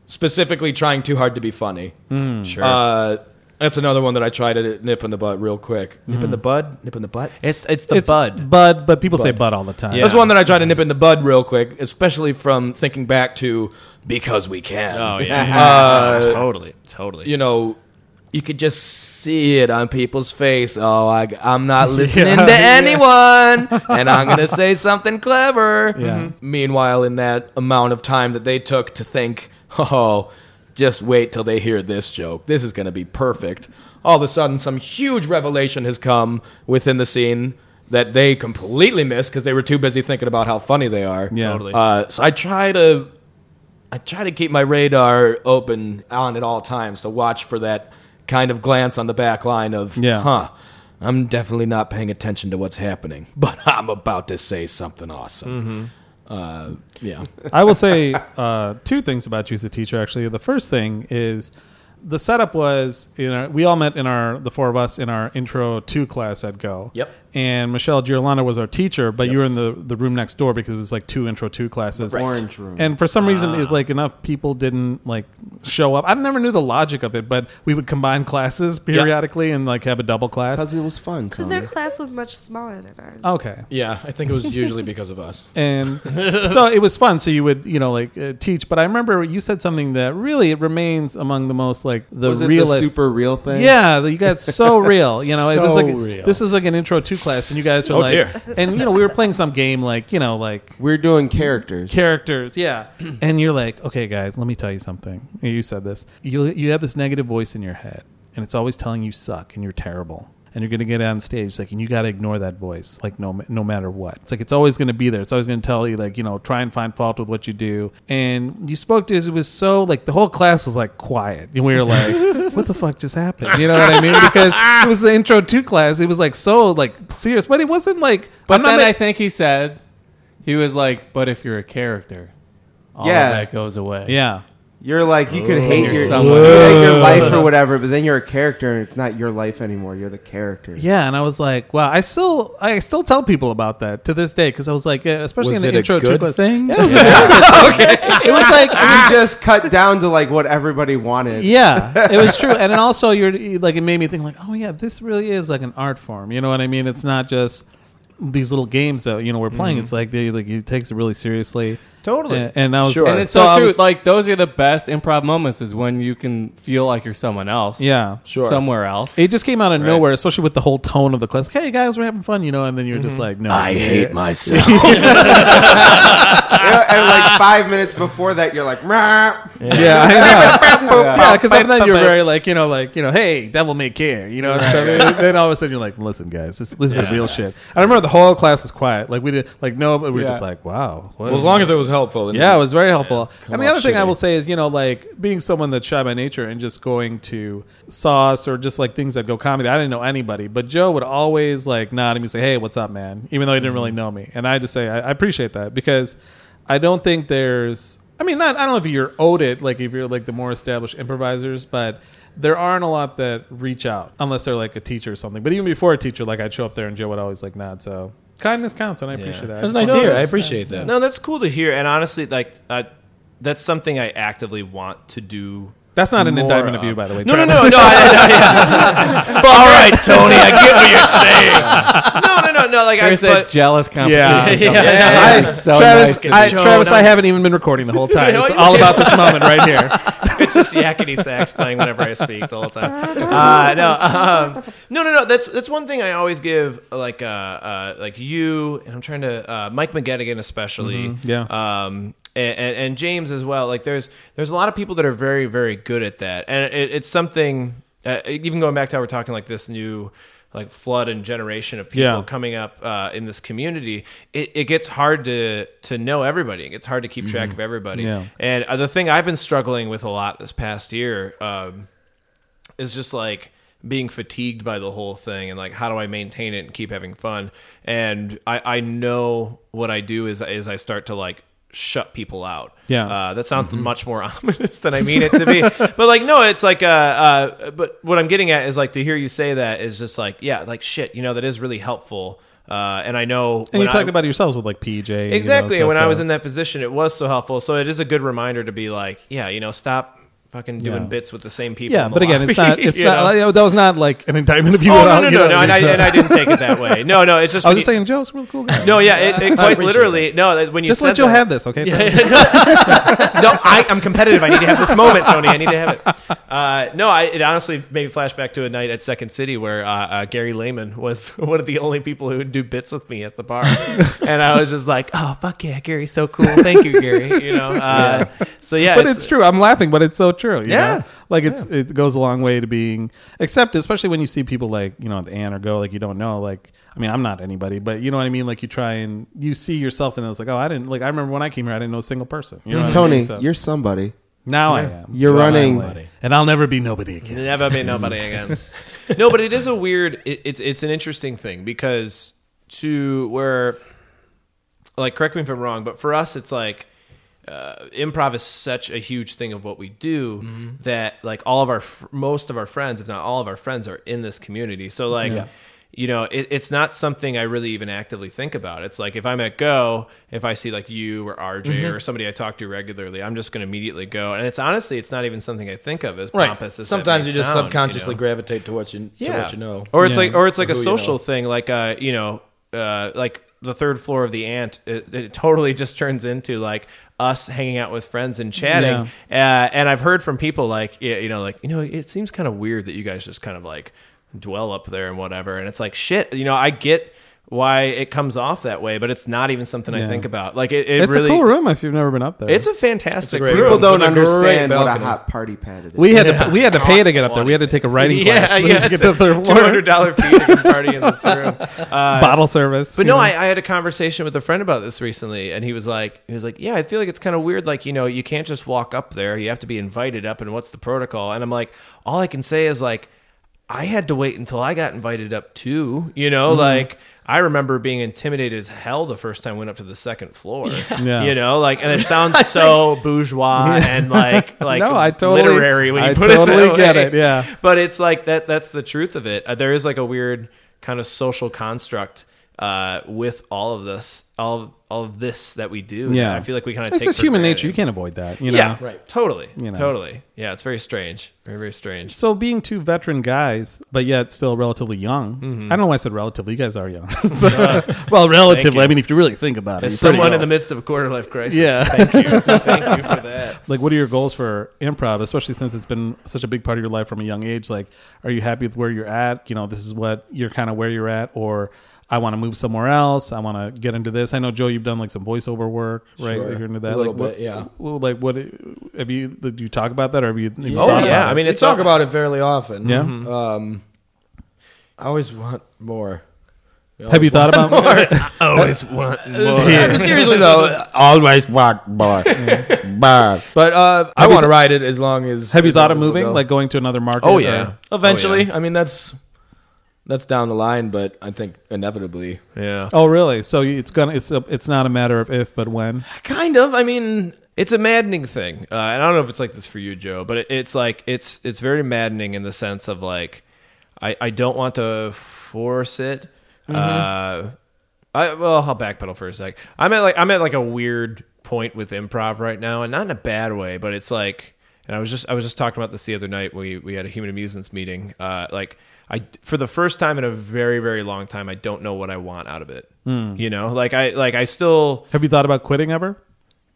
[SPEAKER 3] specifically trying too hard to be funny.
[SPEAKER 2] Sure.
[SPEAKER 3] Uh, that's another one that I try to nip in the butt real quick. Nip
[SPEAKER 2] Mm.
[SPEAKER 3] in the bud? Nip in the butt?
[SPEAKER 2] it's it's the
[SPEAKER 1] It's
[SPEAKER 2] bud.
[SPEAKER 1] bud, but people say bud all the time.
[SPEAKER 2] Yeah.
[SPEAKER 3] That's one that I try to nip in the bud real quick, especially from thinking back to because we can.
[SPEAKER 2] Oh yeah, totally, totally.
[SPEAKER 3] You know, you could just see it on people's face. Oh, I,
[SPEAKER 1] [LAUGHS]
[SPEAKER 3] am not listening to anyone, and I'm gonna say something clever. Mm-hmm.
[SPEAKER 1] Yeah.
[SPEAKER 3] Meanwhile, in that amount of time that they took to think, oh, just wait till they hear this joke. This is gonna be perfect. All of a sudden, some huge revelation has come within the scene that they completely missed because they were too busy thinking about how funny they are.
[SPEAKER 1] Yeah.
[SPEAKER 2] Totally.
[SPEAKER 3] Uh, so I try to, I try to keep my radar open on at all times to watch for that kind of glance on the back line of,
[SPEAKER 1] Yeah.
[SPEAKER 3] huh, I'm definitely not paying attention to what's happening, [LAUGHS] but I'm about to say something awesome. Uh, yeah,
[SPEAKER 1] I will say uh, two things about you as a teacher. Actually, the first thing is the setup was you know we all met in our the four of us in our intro two class at Go.
[SPEAKER 3] Yep.
[SPEAKER 1] And Michelle Girolano was our teacher, but you were in the the room next door because it was like two intro two classes.
[SPEAKER 5] Orange room.
[SPEAKER 1] And for some reason, it's like enough people didn't like show up. I never knew the logic of it, but we would combine classes periodically and like have a double class.
[SPEAKER 5] because it was fun.
[SPEAKER 4] Because
[SPEAKER 5] Tony.
[SPEAKER 4] their class was much smaller than ours.
[SPEAKER 1] Okay.
[SPEAKER 3] [LAUGHS] Yeah, I think it was usually because of us.
[SPEAKER 1] and so it was fun so you would you know like uh, teach but i remember you said something that really it remains among the most like the
[SPEAKER 5] was it
[SPEAKER 1] realest
[SPEAKER 5] the super real thing?
[SPEAKER 1] yeah you got so real you know it was
[SPEAKER 8] So
[SPEAKER 1] like
[SPEAKER 8] real.
[SPEAKER 1] this is like an intro to class and you guys were
[SPEAKER 3] Oh,
[SPEAKER 1] like
[SPEAKER 3] dear.
[SPEAKER 1] and you know we were playing some game like you know like
[SPEAKER 5] we're doing characters.
[SPEAKER 1] characters yeah and you're like okay guys let me tell you something you said this you you have this negative voice in your head and it's always telling you suck and you're terrible and you're gonna get on stage like and you gotta ignore that voice like no no matter what it's like it's always gonna be there it's always gonna tell you like you know try and find fault with what you do and you spoke to us it was so like the whole class was like quiet and we were
[SPEAKER 7] [LAUGHS]
[SPEAKER 1] like what the fuck just happened you know what I mean because it was the intro to class it was like so like serious but it wasn't like
[SPEAKER 7] But
[SPEAKER 1] I'm not
[SPEAKER 7] then
[SPEAKER 1] ma-
[SPEAKER 7] I think he said, he was like, but if you're a character, all
[SPEAKER 5] Yeah.
[SPEAKER 7] of
[SPEAKER 2] Oh
[SPEAKER 7] that goes away.
[SPEAKER 1] yeah
[SPEAKER 5] You're like you could hate
[SPEAKER 7] You're
[SPEAKER 5] your, you could
[SPEAKER 7] someone.
[SPEAKER 5] hate your life or whatever, but then you're a character and it's not your life anymore. You're the character.
[SPEAKER 1] Yeah, and I was like, wow. I still, I still tell people about that to this day because I was like, yeah, especially
[SPEAKER 3] Was
[SPEAKER 1] in
[SPEAKER 3] it
[SPEAKER 1] the
[SPEAKER 3] a
[SPEAKER 1] intro to
[SPEAKER 3] good
[SPEAKER 1] class.
[SPEAKER 3] thing?
[SPEAKER 1] Yeah, it was
[SPEAKER 3] [LAUGHS]
[SPEAKER 1] a really good thing. It was like,
[SPEAKER 5] It was just cut down to like what everybody wanted.
[SPEAKER 1] yeah, it was true. And then also, you're like, it made me think, like, oh yeah, this really is like an art form. You know what I mean? It's not just these little games that you know we're
[SPEAKER 3] Mm-hmm.
[SPEAKER 1] playing. It's like they like it takes it really seriously.
[SPEAKER 2] [CLEARS THROAT] Totally.
[SPEAKER 1] And, and I was,
[SPEAKER 3] Sure.
[SPEAKER 7] And it's so,
[SPEAKER 1] I
[SPEAKER 7] true.
[SPEAKER 1] was-
[SPEAKER 7] like those are the best improv moments is when you can feel like you're someone else.
[SPEAKER 1] yeah.
[SPEAKER 3] Sure.
[SPEAKER 7] Somewhere else.
[SPEAKER 1] It just came out of nowhere, especially with the whole tone of the class. Like, hey guys, we're having fun, you know, and then you're just like, no,
[SPEAKER 3] Mm-hmm. I hate myself.
[SPEAKER 5] And, and, like five minutes before that, you're like, "Meh."
[SPEAKER 1] Yeah, I know. yeah, because then you're very like, you know, like, you know, hey, devil may care, you know. So then, then all of a sudden you're like, listen, guys, this, this is real shit. And I remember the whole class was quiet. Like we did, like no, but we were
[SPEAKER 7] Yeah.
[SPEAKER 1] just like, wow. what
[SPEAKER 3] [LAUGHS] well, as
[SPEAKER 1] is-
[SPEAKER 3] long as it was helpful. and-
[SPEAKER 1] yeah, it was very helpful. and the
[SPEAKER 3] off
[SPEAKER 1] other thing I
[SPEAKER 3] shitty.
[SPEAKER 1] will say is, you know, like being someone that's shy by nature and just going to sauce or just like things that go comedy. I didn't know anybody, but Joe would always like nod at me and say, "Hey, what's up, man?" Even though he didn't really know me, and I just say, I, I appreciate that because I don't think there's. I mean, not I don't know if you're owed it, like if you're like the more established improvisers, but. There aren't a lot that reach out unless they're like a teacher or something. But even before a teacher, like I'd show up there and Joe would always like nod. So kindness counts, and I appreciate that.
[SPEAKER 3] That was nice
[SPEAKER 2] No,
[SPEAKER 3] to hear. I
[SPEAKER 2] that's-
[SPEAKER 3] appreciate that.
[SPEAKER 2] No, that's cool to hear. And honestly, like I, that's something I actively want to do.
[SPEAKER 1] That's not an
[SPEAKER 2] more
[SPEAKER 1] indictment of you, by the way. Travis.
[SPEAKER 2] no. [LAUGHS] All right, Tony, I get what [LAUGHS] you're saying. no, no, no, no. Like
[SPEAKER 7] There's
[SPEAKER 2] I,
[SPEAKER 7] that
[SPEAKER 2] but,
[SPEAKER 7] jealous
[SPEAKER 1] [LAUGHS]
[SPEAKER 7] competition.
[SPEAKER 1] Yeah.
[SPEAKER 7] coming.
[SPEAKER 2] Yeah.
[SPEAKER 7] That is so
[SPEAKER 1] Travis,
[SPEAKER 7] nice.
[SPEAKER 1] I,
[SPEAKER 2] Joe,
[SPEAKER 1] Travis,
[SPEAKER 2] no.
[SPEAKER 1] I haven't even been recording the whole
[SPEAKER 2] [LAUGHS]
[SPEAKER 1] time.
[SPEAKER 2] No,
[SPEAKER 1] It's
[SPEAKER 2] you
[SPEAKER 1] all about this moment right
[SPEAKER 2] [LAUGHS]
[SPEAKER 1] here.
[SPEAKER 2] it's just yakety sax playing whenever I speak the whole time. Uh, no, um, no, no, no. That's that's one thing I always give like uh, uh, like you and I'm trying to uh, Mike McGettigan especially.
[SPEAKER 1] Mm-hmm. yeah.
[SPEAKER 2] Um, and, and, and James as well. Like there's there's a lot of people that are very very good at that, and it, it's something. Uh, even going back to how we're talking like this new like flood and generation of people
[SPEAKER 1] Yeah.
[SPEAKER 2] coming up uh, in this community, it, it gets hard to to know everybody. It gets hard to
[SPEAKER 1] Mm-hmm.
[SPEAKER 2] keep track of everybody.
[SPEAKER 1] Yeah.
[SPEAKER 2] And uh, the thing I've been struggling with a lot this past year um, is just like being fatigued by the whole thing and like how do I maintain it and keep having fun. And I, I know what I do is is I start to like shut people out.
[SPEAKER 1] Yeah. Mm-hmm.
[SPEAKER 2] Uh, that sounds much more [LAUGHS] ominous than I mean
[SPEAKER 1] [LAUGHS]
[SPEAKER 2] it to be. but like no, it's like uh, uh but what I'm getting at is like to hear you say that is just like yeah, like shit, you know that is really helpful. Uh, and I know
[SPEAKER 1] And you
[SPEAKER 2] when
[SPEAKER 1] talked
[SPEAKER 2] I-
[SPEAKER 1] about it yourselves with like PJ.
[SPEAKER 2] Exactly.
[SPEAKER 1] You know,
[SPEAKER 2] and when I was in that position, it was so helpful. So it is a good reminder to be like, yeah, you know, stop fucking doing
[SPEAKER 1] Yeah.
[SPEAKER 2] bits with the same
[SPEAKER 1] [LAUGHS]
[SPEAKER 2] people.
[SPEAKER 1] yeah,
[SPEAKER 2] in the
[SPEAKER 1] but again, it's not.
[SPEAKER 2] lobby,
[SPEAKER 1] It's
[SPEAKER 2] [LAUGHS] you
[SPEAKER 1] not.
[SPEAKER 2] know?
[SPEAKER 1] like, oh, that was not like an indictment of you.
[SPEAKER 2] oh
[SPEAKER 1] at all,
[SPEAKER 2] no, no,
[SPEAKER 1] you
[SPEAKER 2] no,
[SPEAKER 1] know
[SPEAKER 2] no,
[SPEAKER 1] what
[SPEAKER 2] and I,
[SPEAKER 1] So-
[SPEAKER 2] and I didn't take it that way. No, no, it's
[SPEAKER 1] [LAUGHS]
[SPEAKER 2] just
[SPEAKER 1] I was
[SPEAKER 2] when
[SPEAKER 1] just
[SPEAKER 2] you-
[SPEAKER 1] saying Joe's a real cool
[SPEAKER 2] [LAUGHS]
[SPEAKER 1] guy.
[SPEAKER 2] No, yeah, it, it quite literally. No, that- when you
[SPEAKER 1] just
[SPEAKER 2] said
[SPEAKER 1] let Joe
[SPEAKER 2] that-
[SPEAKER 1] have this, okay?
[SPEAKER 2] [LAUGHS] no, I, I'm competitive. I need to have this moment, Tony. I need to have it. Uh, no, I, it honestly made me flash back to a night at Second City where uh, uh, Gary Lehman was [LAUGHS] one of the only people who would do bits with me at
[SPEAKER 1] [LAUGHS]
[SPEAKER 2] the bar, and I was just like, "Oh fuck yeah, Gary's so cool. Thank you, Gary." You know. Uh, So yeah,
[SPEAKER 1] but it's, true. I'm laughing, but it's so true. you
[SPEAKER 2] Yeah.
[SPEAKER 1] know? like it's it goes a long way to being except especially when you see people like you know at the Ann or go like you don't know like I mean I'm not anybody, but you know what I mean. Like you try and you see yourself and it's like oh I didn't like I remember when I came here I didn't know a single person. You know what I
[SPEAKER 5] Tony,
[SPEAKER 1] mean? So-
[SPEAKER 5] you're somebody.
[SPEAKER 1] now I am.
[SPEAKER 5] You're running.
[SPEAKER 1] and I'll never be nobody again.
[SPEAKER 2] [LAUGHS] Never be nobody again. no, but it is a weird. It, it's it's an interesting thing because to where, like, correct me if I'm wrong, but for us, it's like uh, improv is such a huge thing of what we do
[SPEAKER 3] Mm-hmm.
[SPEAKER 2] that like all of our fr- most of our friends, if not all of our friends, are in this community. So like. You know, it, it's not something I really even actively think about. It's like if I'm at Go, if I see like you or RJ
[SPEAKER 3] Mm-hmm.
[SPEAKER 2] or somebody I talk to regularly, I'm just going to immediately go. And it's honestly, it's not even something I think of as pompous. As that
[SPEAKER 3] Sometimes
[SPEAKER 2] may
[SPEAKER 3] you just
[SPEAKER 2] sound,
[SPEAKER 3] subconsciously
[SPEAKER 2] know?
[SPEAKER 3] gravitate to what you to what you know.
[SPEAKER 2] Or it's
[SPEAKER 1] Yeah.
[SPEAKER 2] like, or it's like a
[SPEAKER 3] who you
[SPEAKER 2] social
[SPEAKER 3] know.
[SPEAKER 2] thing, like uh, you know, uh, like the third floor of the ant. It, it totally just turns into like us hanging out with friends and chatting. Uh, and I've heard from people like, y- you know, like you know, it seems kind of weird that you guys just kind of like dwell up there and whatever. And it's like shit, you know, I get why it comes off that way, but it's not even something I
[SPEAKER 1] Yeah.
[SPEAKER 2] think about. Like it, it
[SPEAKER 1] it's
[SPEAKER 2] really.
[SPEAKER 1] a cool room if you've never been up there.
[SPEAKER 2] It's a fantastic
[SPEAKER 3] great
[SPEAKER 2] room.
[SPEAKER 3] room.
[SPEAKER 5] People don't
[SPEAKER 3] With a great
[SPEAKER 5] understand what a
[SPEAKER 3] balcony.
[SPEAKER 5] hot party pad it is.
[SPEAKER 1] we had to we had to pay to get up there. We had to take a writing
[SPEAKER 2] [LAUGHS] Yeah,
[SPEAKER 1] class [LAUGHS]
[SPEAKER 2] yeah,
[SPEAKER 1] to get to the third
[SPEAKER 2] two
[SPEAKER 1] floor.
[SPEAKER 2] hundred dollar fee
[SPEAKER 1] [LAUGHS]
[SPEAKER 2] to party in this room.
[SPEAKER 1] bottle service.
[SPEAKER 2] But
[SPEAKER 1] you
[SPEAKER 2] no,
[SPEAKER 1] know.
[SPEAKER 2] I, I had a conversation with a friend about this recently, and he was like, he was like, yeah, I feel like it's kind of weird. Like, you know, you can't just walk up there; you have to be invited up. And what's the protocol? And I'm like, all I can say is like, I had to wait until I got invited up too. You know,
[SPEAKER 1] Mm-hmm.
[SPEAKER 2] like I remember being intimidated as hell the first time I went up to the second floor.
[SPEAKER 1] Yeah.
[SPEAKER 2] You know,
[SPEAKER 1] [LAUGHS]
[SPEAKER 2] like, and it sounds so bourgeois and like like
[SPEAKER 1] No, I totally-
[SPEAKER 2] literary when you
[SPEAKER 1] I
[SPEAKER 2] put it
[SPEAKER 1] totally
[SPEAKER 2] that
[SPEAKER 1] get
[SPEAKER 2] way.
[SPEAKER 1] it, yeah.
[SPEAKER 2] but it's like that that's the truth of it Uh, there is like a weird kind of social construct uh, with all of this all of, all of this that we do that
[SPEAKER 1] yeah,
[SPEAKER 2] i feel like we kind of
[SPEAKER 1] It's
[SPEAKER 2] take
[SPEAKER 1] just
[SPEAKER 2] for
[SPEAKER 1] human
[SPEAKER 2] granted.
[SPEAKER 1] nature. You can't avoid that. You know?
[SPEAKER 2] yeah right totally
[SPEAKER 1] You know.
[SPEAKER 2] totally yeah it's very strange very very strange
[SPEAKER 1] So being two veteran guys, but yet still relatively young.
[SPEAKER 2] Mm-hmm.
[SPEAKER 1] I don't know why I said relatively. You guys are young. [LAUGHS] So- well,
[SPEAKER 2] Thank you.
[SPEAKER 1] relatively. I mean, if you really think about it,
[SPEAKER 2] as
[SPEAKER 1] you're pretty
[SPEAKER 2] someone in
[SPEAKER 1] young.
[SPEAKER 2] the midst of a quarter life crisis
[SPEAKER 1] Yeah.
[SPEAKER 2] thank
[SPEAKER 1] [LAUGHS]
[SPEAKER 2] you thank you for that
[SPEAKER 1] like, what are your goals for improv, especially since it's been such a big part of your life from a young age? Like, are you happy with where you're at? You know, this is what you're kind of where you're at, or I want to move somewhere else. I want to get into this. I know Joe, you've done like some voiceover work, right?
[SPEAKER 3] Sure.
[SPEAKER 1] You're into that,
[SPEAKER 3] A little
[SPEAKER 1] like, what-
[SPEAKER 3] bit, yeah.
[SPEAKER 1] Well, like, what have you? Do you talk about that, or have you? have you
[SPEAKER 2] Oh,
[SPEAKER 1] thought
[SPEAKER 2] yeah.
[SPEAKER 1] about it?
[SPEAKER 2] I
[SPEAKER 1] Mm-hmm.
[SPEAKER 2] mean,
[SPEAKER 3] we
[SPEAKER 2] it's
[SPEAKER 3] talk
[SPEAKER 2] all-
[SPEAKER 3] about it fairly often.
[SPEAKER 1] Yeah?
[SPEAKER 3] Um, I always want more.
[SPEAKER 1] have you thought about more?
[SPEAKER 2] always want
[SPEAKER 3] [LAUGHS] Seriously though, always want more. More. But uh, I want to ride it as long as.
[SPEAKER 1] Have you
[SPEAKER 3] as
[SPEAKER 1] thought
[SPEAKER 3] long
[SPEAKER 1] of
[SPEAKER 3] as we'll
[SPEAKER 1] moving,
[SPEAKER 3] go.
[SPEAKER 1] like going to another market?
[SPEAKER 2] oh
[SPEAKER 1] or-
[SPEAKER 2] yeah
[SPEAKER 3] eventually? I mean, that's that's down the line, but I think inevitably.
[SPEAKER 2] yeah
[SPEAKER 1] Oh, really? So you- it's gonna it's a, it's not a matter of if but when.
[SPEAKER 3] Kind of. I mean,
[SPEAKER 2] it's a maddening thing uh, and i don't know if it's like this for you joe but it, it's like it's it's very maddening in the sense of like i i don't want to force it uh i well i'll backpedal for a sec i'm at like i'm at like a weird point with improv right now and not in a bad way but it's like and i was just i was just talking about this the other night we we had a human amusements meeting uh like I, for the first time in a very very long time I don't know what I want out of it. You know, like I like I still
[SPEAKER 1] Have you thought about quitting ever?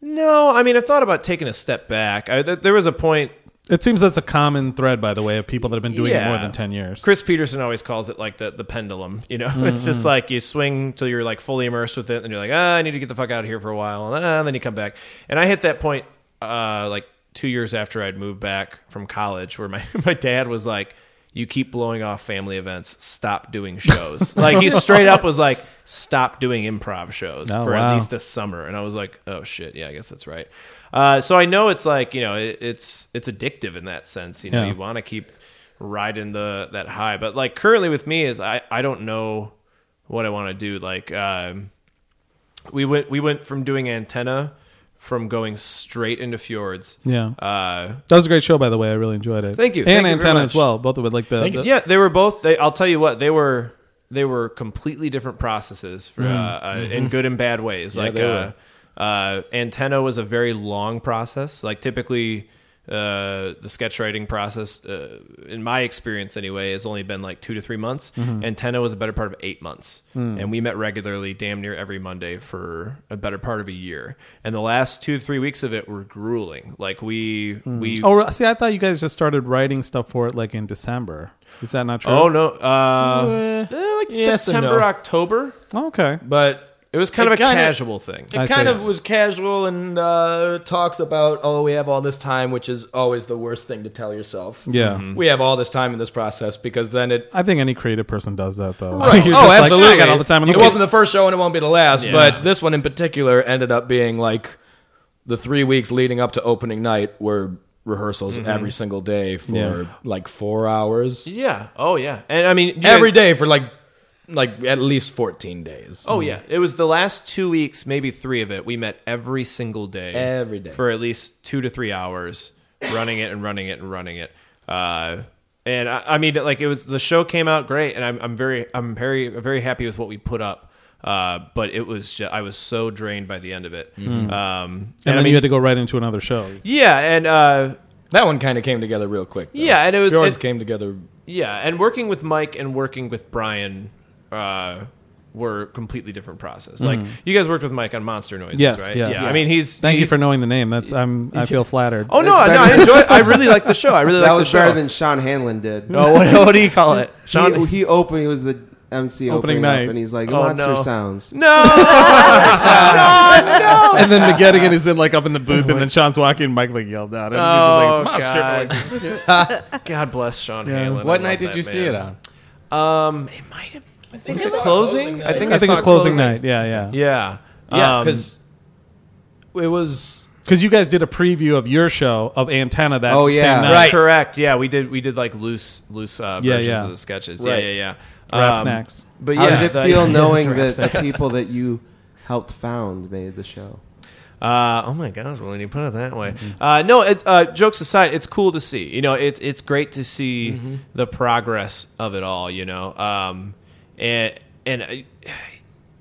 [SPEAKER 2] no, I mean, I thought about taking a step back. I, th- there was a point.
[SPEAKER 1] It seems that's a common thread, by the way, of people that have been doing
[SPEAKER 2] yeah.
[SPEAKER 1] it more than ten years.
[SPEAKER 2] Chris Peterson always calls it like the, the pendulum. You know, [LAUGHS] it's
[SPEAKER 1] Mm-hmm.
[SPEAKER 2] just like you swing till you're like fully immersed with it, and you're like, ah, I need to get the fuck out of here for a while, and, ah, and then you come back. And I hit that point uh, like two years after I'd moved back from college, where my [LAUGHS] my dad was like, "You keep blowing off family events. Stop doing
[SPEAKER 1] [LAUGHS]
[SPEAKER 2] shows." like he straight up was like, "Stop doing improv shows
[SPEAKER 1] Oh,
[SPEAKER 2] for at
[SPEAKER 1] wow.
[SPEAKER 2] least a this summer and i was like oh shit yeah i guess that's right uh, so i know it's like you know it, it's it's addictive in that sense you know
[SPEAKER 1] Yeah.
[SPEAKER 2] you want to keep riding the that high but like currently with me is i i don't know what i want to do like um we went we went from doing antenna from going straight into fjords
[SPEAKER 1] Yeah.
[SPEAKER 2] uh
[SPEAKER 1] That was a great show, by the way. I really enjoyed it.
[SPEAKER 2] Thank you.
[SPEAKER 1] And
[SPEAKER 2] Thank you very
[SPEAKER 1] Antenna as
[SPEAKER 2] much.
[SPEAKER 1] well. Both of it, like the, the-
[SPEAKER 2] yeah they were both they i'll tell you what they were they were completely different processes for, uh, uh, in good and bad ways like
[SPEAKER 3] Mm-hmm. they
[SPEAKER 2] uh, uh, antenna was a very long process like typically uh, the sketch writing process uh, in my experience anyway has only been like two to three months
[SPEAKER 3] Mm-hmm.
[SPEAKER 2] antenna was a better part of eight months
[SPEAKER 3] Mm.
[SPEAKER 2] and we met regularly damn near every monday for a better part of a year and the last two to three weeks of it were grueling like we
[SPEAKER 3] Mm.
[SPEAKER 2] we
[SPEAKER 1] Oh, re- see, I thought you guys just started writing stuff for it like in December. Is that not true?
[SPEAKER 2] Oh no! Uh, eh, like
[SPEAKER 3] yes and
[SPEAKER 2] September,
[SPEAKER 3] no.
[SPEAKER 2] October.
[SPEAKER 1] Oh, okay.
[SPEAKER 3] but
[SPEAKER 2] It was kind
[SPEAKER 3] It
[SPEAKER 2] of a
[SPEAKER 3] kinda-
[SPEAKER 2] casual thing.
[SPEAKER 3] It
[SPEAKER 1] I
[SPEAKER 3] kind
[SPEAKER 1] see.
[SPEAKER 3] of was casual and uh, talks about, oh, we have all this time, which is always the worst thing to tell yourself.
[SPEAKER 1] Yeah.
[SPEAKER 2] Mm-hmm.
[SPEAKER 3] We have all this time in this process because then it.
[SPEAKER 1] I think any creative person does that though. [LAUGHS]
[SPEAKER 3] Right.
[SPEAKER 1] You're just
[SPEAKER 3] oh,
[SPEAKER 1] like, "Ah,
[SPEAKER 3] absolutely.
[SPEAKER 1] I got all the time.
[SPEAKER 3] It wasn't the first show and it won't be the last,
[SPEAKER 2] Yeah.
[SPEAKER 3] but this one in particular ended up being like the three weeks leading up to opening night were rehearsals every single day for
[SPEAKER 1] Mm-hmm. Yeah.
[SPEAKER 3] like four hours.
[SPEAKER 2] Yeah. Oh yeah. And I mean, you
[SPEAKER 3] Every
[SPEAKER 2] guys-
[SPEAKER 3] day for like like at least 14 days.
[SPEAKER 2] Oh yeah, it was the last two weeks, maybe three of it. We met every single day,
[SPEAKER 3] Every day.
[SPEAKER 2] for at least two to three hours, running it and running it and running it. Uh, and I, I mean, like it was the show came out great, and I'm, I'm very, I'm very, very happy with what we put up. Uh, but it was, ju- I was so drained by the end of it.
[SPEAKER 1] And,
[SPEAKER 2] Um,
[SPEAKER 3] Mm-hmm.
[SPEAKER 2] and I
[SPEAKER 1] then
[SPEAKER 2] mean,
[SPEAKER 1] you had to go right into another show.
[SPEAKER 2] yeah, and uh,
[SPEAKER 3] That one kind of came together real quick. though.
[SPEAKER 2] yeah, and it was,
[SPEAKER 3] Fjords
[SPEAKER 2] it-
[SPEAKER 3] came together.
[SPEAKER 2] yeah, and working with Mike and working with Brian uh, were completely different process. Like you guys worked with Mike on Monster Noises,
[SPEAKER 1] Mm-hmm. Yes,
[SPEAKER 2] right?
[SPEAKER 1] yeah.
[SPEAKER 2] I mean, he's
[SPEAKER 1] Thank you
[SPEAKER 2] he's-
[SPEAKER 1] for knowing the name. That's I'm. I feel flattered.
[SPEAKER 2] Oh no, no,
[SPEAKER 5] That's
[SPEAKER 2] I
[SPEAKER 5] better.
[SPEAKER 2] enjoy.
[SPEAKER 1] [LAUGHS]
[SPEAKER 2] I really like the show. I really
[SPEAKER 5] that
[SPEAKER 2] like the
[SPEAKER 5] was
[SPEAKER 2] show.
[SPEAKER 5] better than Sean Hanlon did.
[SPEAKER 2] oh, [LAUGHS] what, what do you call
[SPEAKER 1] [LAUGHS]
[SPEAKER 2] it, Sean?
[SPEAKER 5] he, he opened. He was the MC
[SPEAKER 1] Opening
[SPEAKER 5] opening,
[SPEAKER 1] night.
[SPEAKER 5] up, and he's like
[SPEAKER 2] Oh,
[SPEAKER 5] monster
[SPEAKER 2] no. [LAUGHS]
[SPEAKER 5] sounds.
[SPEAKER 2] no, no, no.
[SPEAKER 1] And
[SPEAKER 2] [LAUGHS]
[SPEAKER 1] then McGettigan is in like up in the booth, and then [LAUGHS] Sean's walking. and Mike like yelled out.
[SPEAKER 2] Oh,
[SPEAKER 1] Everybody's just like, it's monster.
[SPEAKER 2] God. God bless Sean
[SPEAKER 1] Yeah.
[SPEAKER 2] Halen.
[SPEAKER 7] What
[SPEAKER 2] I
[SPEAKER 7] night
[SPEAKER 2] love
[SPEAKER 7] did you
[SPEAKER 2] that
[SPEAKER 7] see it
[SPEAKER 2] man.
[SPEAKER 7] on?
[SPEAKER 2] Um, it might have. I think was it closing. I think
[SPEAKER 1] I think
[SPEAKER 2] saw
[SPEAKER 1] it's closing night. Yeah, yeah.
[SPEAKER 2] Yeah,
[SPEAKER 3] Yeah,
[SPEAKER 2] Um,
[SPEAKER 3] because it was.
[SPEAKER 1] Because you guys did a preview of your show of Antenna that
[SPEAKER 5] Oh, yeah.
[SPEAKER 1] same night.
[SPEAKER 3] Right.
[SPEAKER 2] uh, Correct. Yeah, we did. We did like loose, loose uh,
[SPEAKER 1] Yeah,
[SPEAKER 2] versions
[SPEAKER 1] yeah.
[SPEAKER 2] of the sketches.
[SPEAKER 3] Right.
[SPEAKER 2] Yeah, yeah, yeah.
[SPEAKER 1] Rap
[SPEAKER 2] Um,
[SPEAKER 1] snacks.
[SPEAKER 2] But
[SPEAKER 5] How
[SPEAKER 2] yeah,
[SPEAKER 5] did it
[SPEAKER 2] the- [LAUGHS]
[SPEAKER 1] [LAUGHS]
[SPEAKER 5] feel knowing that
[SPEAKER 2] Rap
[SPEAKER 5] the
[SPEAKER 2] snacks.
[SPEAKER 5] people that you helped found made the show?
[SPEAKER 2] Uh, oh my gosh, well, when you put it that way, uh, no. It, uh, jokes aside, it's cool to see. You know, it's it's great to see the progress of it all. You know, um, and and. I,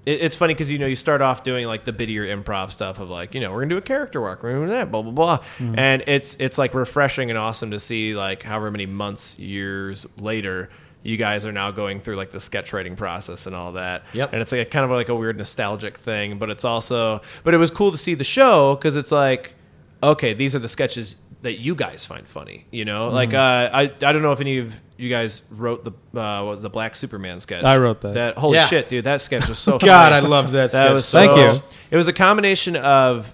[SPEAKER 2] it, it's funny because you know you start off doing like the bittier improv stuff of like you know we're gonna do a character walk we're gonna do that blah blah blah and it's it's like refreshing and awesome to see like however many months years later you guys are now going through like the sketch writing process and all that
[SPEAKER 3] Yep.
[SPEAKER 2] and it's like a, kind of like a weird nostalgic thing but it's also but it was cool to see the show because it's like okay, these are the sketches that you guys find funny. You know,
[SPEAKER 1] Mm-hmm.
[SPEAKER 2] like uh, I I don't know if any of you guys wrote the uh, what- the Black Superman sketch.
[SPEAKER 1] I wrote that.
[SPEAKER 2] That holy
[SPEAKER 3] Yeah.
[SPEAKER 2] shit, dude, that
[SPEAKER 1] [LAUGHS]
[SPEAKER 2] sketch was so.
[SPEAKER 3] God,
[SPEAKER 2] funny.
[SPEAKER 3] I loved
[SPEAKER 2] [LAUGHS]
[SPEAKER 3] that sketch
[SPEAKER 2] was
[SPEAKER 3] so
[SPEAKER 1] Thank you.
[SPEAKER 2] much. It was a combination of.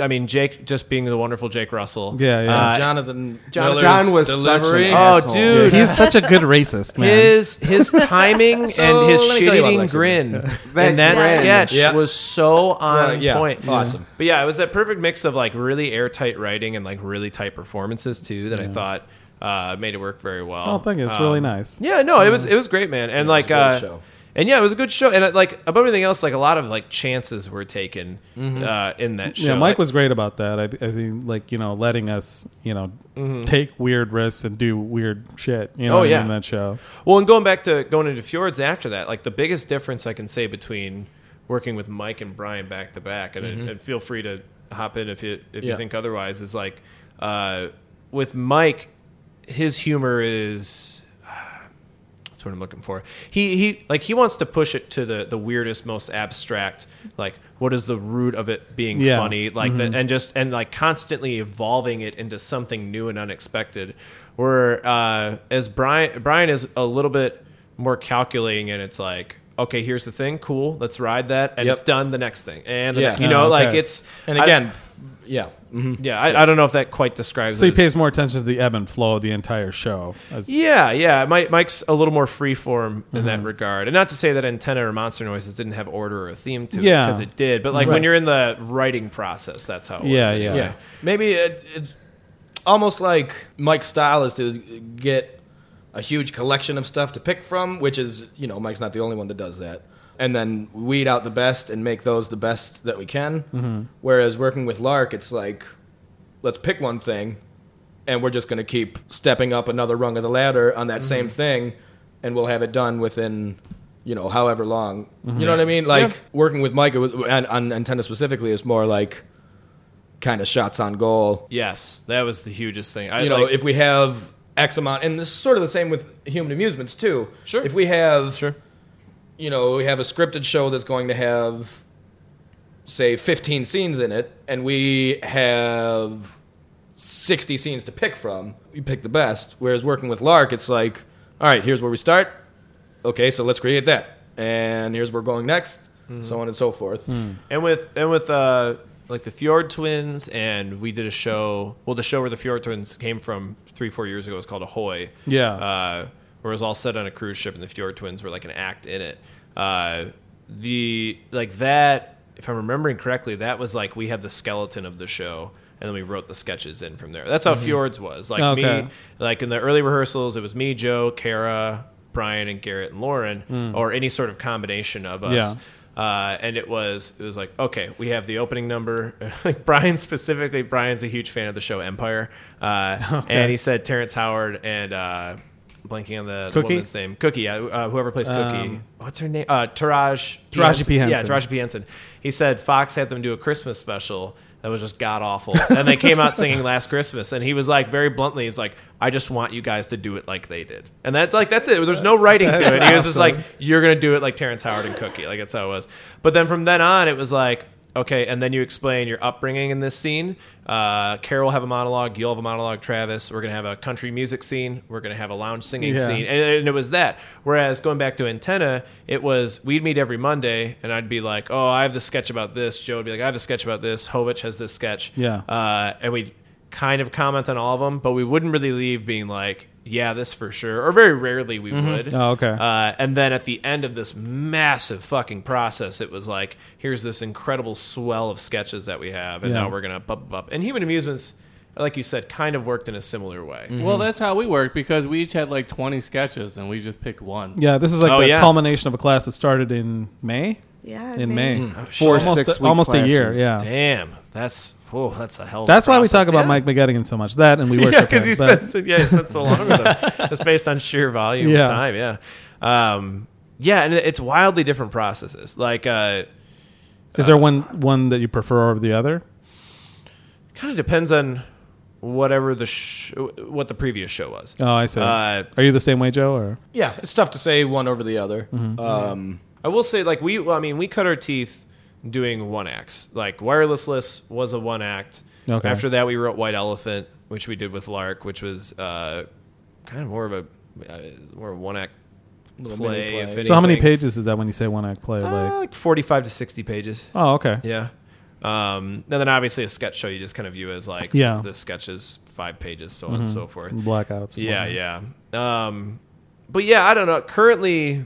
[SPEAKER 2] I mean, Jake just being the wonderful Jake Russell.
[SPEAKER 1] Yeah, yeah.
[SPEAKER 2] Uh,
[SPEAKER 3] Jonathan.
[SPEAKER 2] John-
[SPEAKER 3] Miller's
[SPEAKER 5] John was
[SPEAKER 3] delivery.
[SPEAKER 5] such an
[SPEAKER 2] Oh,
[SPEAKER 5] asshole.
[SPEAKER 1] [LAUGHS]
[SPEAKER 2] dude.
[SPEAKER 1] He's such a good racist, man.
[SPEAKER 2] His his timing and his
[SPEAKER 3] let me tell
[SPEAKER 2] shit
[SPEAKER 3] you about
[SPEAKER 2] eating
[SPEAKER 3] Lex Luthor.
[SPEAKER 2] grin
[SPEAKER 5] That
[SPEAKER 2] in that
[SPEAKER 4] grin.
[SPEAKER 2] sketch
[SPEAKER 3] Yeah.
[SPEAKER 2] was so on
[SPEAKER 3] Uh, yeah.
[SPEAKER 2] point.
[SPEAKER 3] Awesome.
[SPEAKER 2] But yeah, it was that perfect mix of like really airtight writing and like really tight performances too that I thought uh, made it work very well.
[SPEAKER 1] Oh, thank you. It's
[SPEAKER 2] Um,
[SPEAKER 1] really nice.
[SPEAKER 2] Yeah, no, it was it was great, man. And like
[SPEAKER 3] a good
[SPEAKER 2] uh,
[SPEAKER 3] show.
[SPEAKER 2] and yeah, it was a good show. And uh, like above everything else, like a lot of like chances were taken uh, in that show.
[SPEAKER 1] Yeah, Mike
[SPEAKER 2] Like-
[SPEAKER 1] was great about that. I, I mean, like you know, letting us you know take weird risks and do weird shit. You know,
[SPEAKER 2] Mm-hmm. Oh,
[SPEAKER 1] what I mean,
[SPEAKER 2] yeah.
[SPEAKER 1] in that show.
[SPEAKER 2] Well, and going back to going into Fjords after that, like the biggest difference I can say between working with Mike and Brian back to back, and, and feel free to hop in if you if you
[SPEAKER 3] Yeah.
[SPEAKER 2] think otherwise, is like uh, with Mike, his humor is that's what I'm looking for. He he like he wants to push it to the the weirdest, most abstract. Like, what is the root of it being
[SPEAKER 1] Yeah.
[SPEAKER 2] funny? Like, the, and just and like constantly evolving it into something new and unexpected. Where uh, as Brian Brian is a little bit more calculating, and it's like, okay, here's the thing, cool, let's ride that, and
[SPEAKER 3] Yep.
[SPEAKER 2] it's done. The next thing, and the
[SPEAKER 3] Yeah.
[SPEAKER 2] next- you know,
[SPEAKER 1] Oh,
[SPEAKER 2] like
[SPEAKER 1] okay.
[SPEAKER 2] it's
[SPEAKER 3] And
[SPEAKER 2] I-
[SPEAKER 3] again, yeah. mhm.
[SPEAKER 2] yeah, I, I don't know if that quite describes.
[SPEAKER 1] So he
[SPEAKER 2] it as-
[SPEAKER 1] pays more attention to the ebb and flow of the entire show. That's-
[SPEAKER 2] Yeah, yeah. Mike, Mike's a little more freeform in that
[SPEAKER 1] Mm-hmm.
[SPEAKER 2] regard, and not to say that Antenna or Monster Noises didn't have order or a theme to
[SPEAKER 1] Yeah.
[SPEAKER 2] it, because it did. But like when
[SPEAKER 1] Right.
[SPEAKER 2] you're in the writing process, that's how. It
[SPEAKER 1] Yeah,
[SPEAKER 2] was,
[SPEAKER 1] yeah.
[SPEAKER 2] anyway.
[SPEAKER 3] Yeah. Maybe it, it's almost like Mike's style is to get a huge collection of stuff to pick from, which is, you know, Mike's not the only one that does that. And then weed out the best and make those the best that we can. Whereas working with Lark, it's like, let's pick one thing and we're just going to keep stepping up another rung of the ladder on that same thing and we'll have it done within you know however long you know what i mean like working with mike it was- and on antenna specifically is more like kind of shots on goal
[SPEAKER 2] Yes, that was the hugest thing. I,
[SPEAKER 3] you know
[SPEAKER 2] like-
[SPEAKER 3] if we have x amount and this is sort of the same with human amusements too
[SPEAKER 2] Sure.
[SPEAKER 3] if we have
[SPEAKER 2] Sure.
[SPEAKER 3] you know we have a scripted show that's going to have say 15 scenes in it and we have 60 scenes to pick from we pick the best whereas working with lark it's like all right here's where we start okay so let's create that and here's where we're going next
[SPEAKER 2] Mm-hmm.
[SPEAKER 3] so on and so forth
[SPEAKER 1] Mm-hmm.
[SPEAKER 2] and with and with uh like the Fjord Twins, and we did a show. Well, the show where the Fjord Twins came from three four years ago was called Ahoy.
[SPEAKER 1] Yeah.
[SPEAKER 2] uh, where it was all set on a cruise ship, and the Fjord Twins were like an act in it. Uh, the like that, if I'm remembering correctly, that was like we had the skeleton of the show. And then we wrote the sketches in from there. That's how Fjords was. Like
[SPEAKER 1] Mm-hmm. Okay.
[SPEAKER 2] me, like in the early rehearsals, it was me, Joe, Kara, Brian and Garrett and Lauren or any sort of combination of us.
[SPEAKER 1] Hmm. Yeah.
[SPEAKER 2] Uh, and it was it was like okay we have the opening number [LAUGHS] like Brian specifically Brian's a huge fan of the show Empire
[SPEAKER 1] [LAUGHS]
[SPEAKER 2] uh, and he said Terrence Howard and uh, blanking on the, the
[SPEAKER 1] Cookie?
[SPEAKER 2] woman's name Cookie yeah, uh, whoever plays Cookie
[SPEAKER 1] Um,
[SPEAKER 2] what's her name uh, Taraj
[SPEAKER 1] Taraji P.
[SPEAKER 2] yeah
[SPEAKER 1] Henson.
[SPEAKER 2] Taraji P. Henson he said Fox had them do a Christmas special that was just god awful and they came out singing Last Christmas and he was like very bluntly he's like I just want you guys to do it like they did and that like that's it there's no writing to it
[SPEAKER 1] That's
[SPEAKER 2] he was just
[SPEAKER 1] awesome.
[SPEAKER 2] like you're gonna do it like Terrence Howard and Cookie. Like that's how it was. But then from then on, it was like okay, and then you explain your upbringing in this scene. Uh, Carol will have a monologue. You'll have a monologue. Travis, we're gonna have a country music scene. We're gonna have a lounge singing
[SPEAKER 1] Yeah.
[SPEAKER 2] scene, and, and it was that. Whereas going back to Antenna, it was we'd meet every Monday, and I'd be like, oh, I have this sketch about this. Joe would be like, I have the sketch about this. Hovich has this sketch.
[SPEAKER 1] Yeah.
[SPEAKER 2] Uh, and we'd kind of comment on all of them, but we wouldn't really leave being like, yeah, this for sure. Or very rarely we would.
[SPEAKER 1] Oh, okay.
[SPEAKER 2] Uh, and then at the end of this massive fucking process, it was like, here's this incredible swell of sketches that we have, and
[SPEAKER 1] Yeah.
[SPEAKER 2] now we're gonna bub bub. And Human Amusements, like you said, kind of worked in a similar way.
[SPEAKER 1] Mm.
[SPEAKER 7] Well,
[SPEAKER 1] Mm-hmm.
[SPEAKER 7] that's how we worked because we each had like 20 sketches and we just picked one.
[SPEAKER 1] Yeah, this is like
[SPEAKER 2] Oh,
[SPEAKER 1] the
[SPEAKER 2] yeah.
[SPEAKER 1] culmination of a class that started in May.
[SPEAKER 4] Yeah.
[SPEAKER 1] In May,
[SPEAKER 2] Hmm.
[SPEAKER 5] Four
[SPEAKER 1] almost,
[SPEAKER 5] six week
[SPEAKER 1] almost a year.
[SPEAKER 5] classes.
[SPEAKER 1] Yeah,
[SPEAKER 2] Damn, that's oh, that's a hell. Of
[SPEAKER 1] that's
[SPEAKER 2] a
[SPEAKER 1] why we talk
[SPEAKER 2] process.
[SPEAKER 1] about Mike McGettigan so much. That and we worship
[SPEAKER 2] [LAUGHS] yeah, because
[SPEAKER 1] him.
[SPEAKER 2] he
[SPEAKER 1] But-
[SPEAKER 2] spent so, yeah, he spent so long with
[SPEAKER 1] [LAUGHS]
[SPEAKER 2] them. It's based on sheer volume
[SPEAKER 1] Yeah.
[SPEAKER 2] of time. Yeah, um, yeah, and it's wildly different processes. Like, uh,
[SPEAKER 1] is there one one that you prefer over the other?
[SPEAKER 2] kind of depends on whatever the sh- what the previous show was.
[SPEAKER 1] Oh, I see.
[SPEAKER 2] Uh,
[SPEAKER 1] Are you the same way, Joe? Or
[SPEAKER 3] Yeah, it's tough to say one over the other.
[SPEAKER 2] Mm-hmm.
[SPEAKER 3] Um,
[SPEAKER 2] I will say, like we, well, I mean, we cut our teeth doing one acts. Like wirelessless was a one act.
[SPEAKER 1] Okay.
[SPEAKER 2] After that, we wrote White Elephant, which we did with Lark, which was uh, kind of more of a uh, more of a one act play.
[SPEAKER 3] mini play.
[SPEAKER 2] if
[SPEAKER 3] So
[SPEAKER 1] so, how many
[SPEAKER 2] anything.
[SPEAKER 1] pages is that when you say one act play?
[SPEAKER 2] Uh,
[SPEAKER 1] like,
[SPEAKER 2] like forty-five to sixty pages.
[SPEAKER 1] oh, okay.
[SPEAKER 2] Yeah. Um, and then obviously a sketch show you just kind of view as like
[SPEAKER 1] Yeah.
[SPEAKER 2] this sketch is five pages, so on and so forth.
[SPEAKER 1] Blackouts.
[SPEAKER 2] Yeah, yeah. Um, but yeah, I don't know. Currently,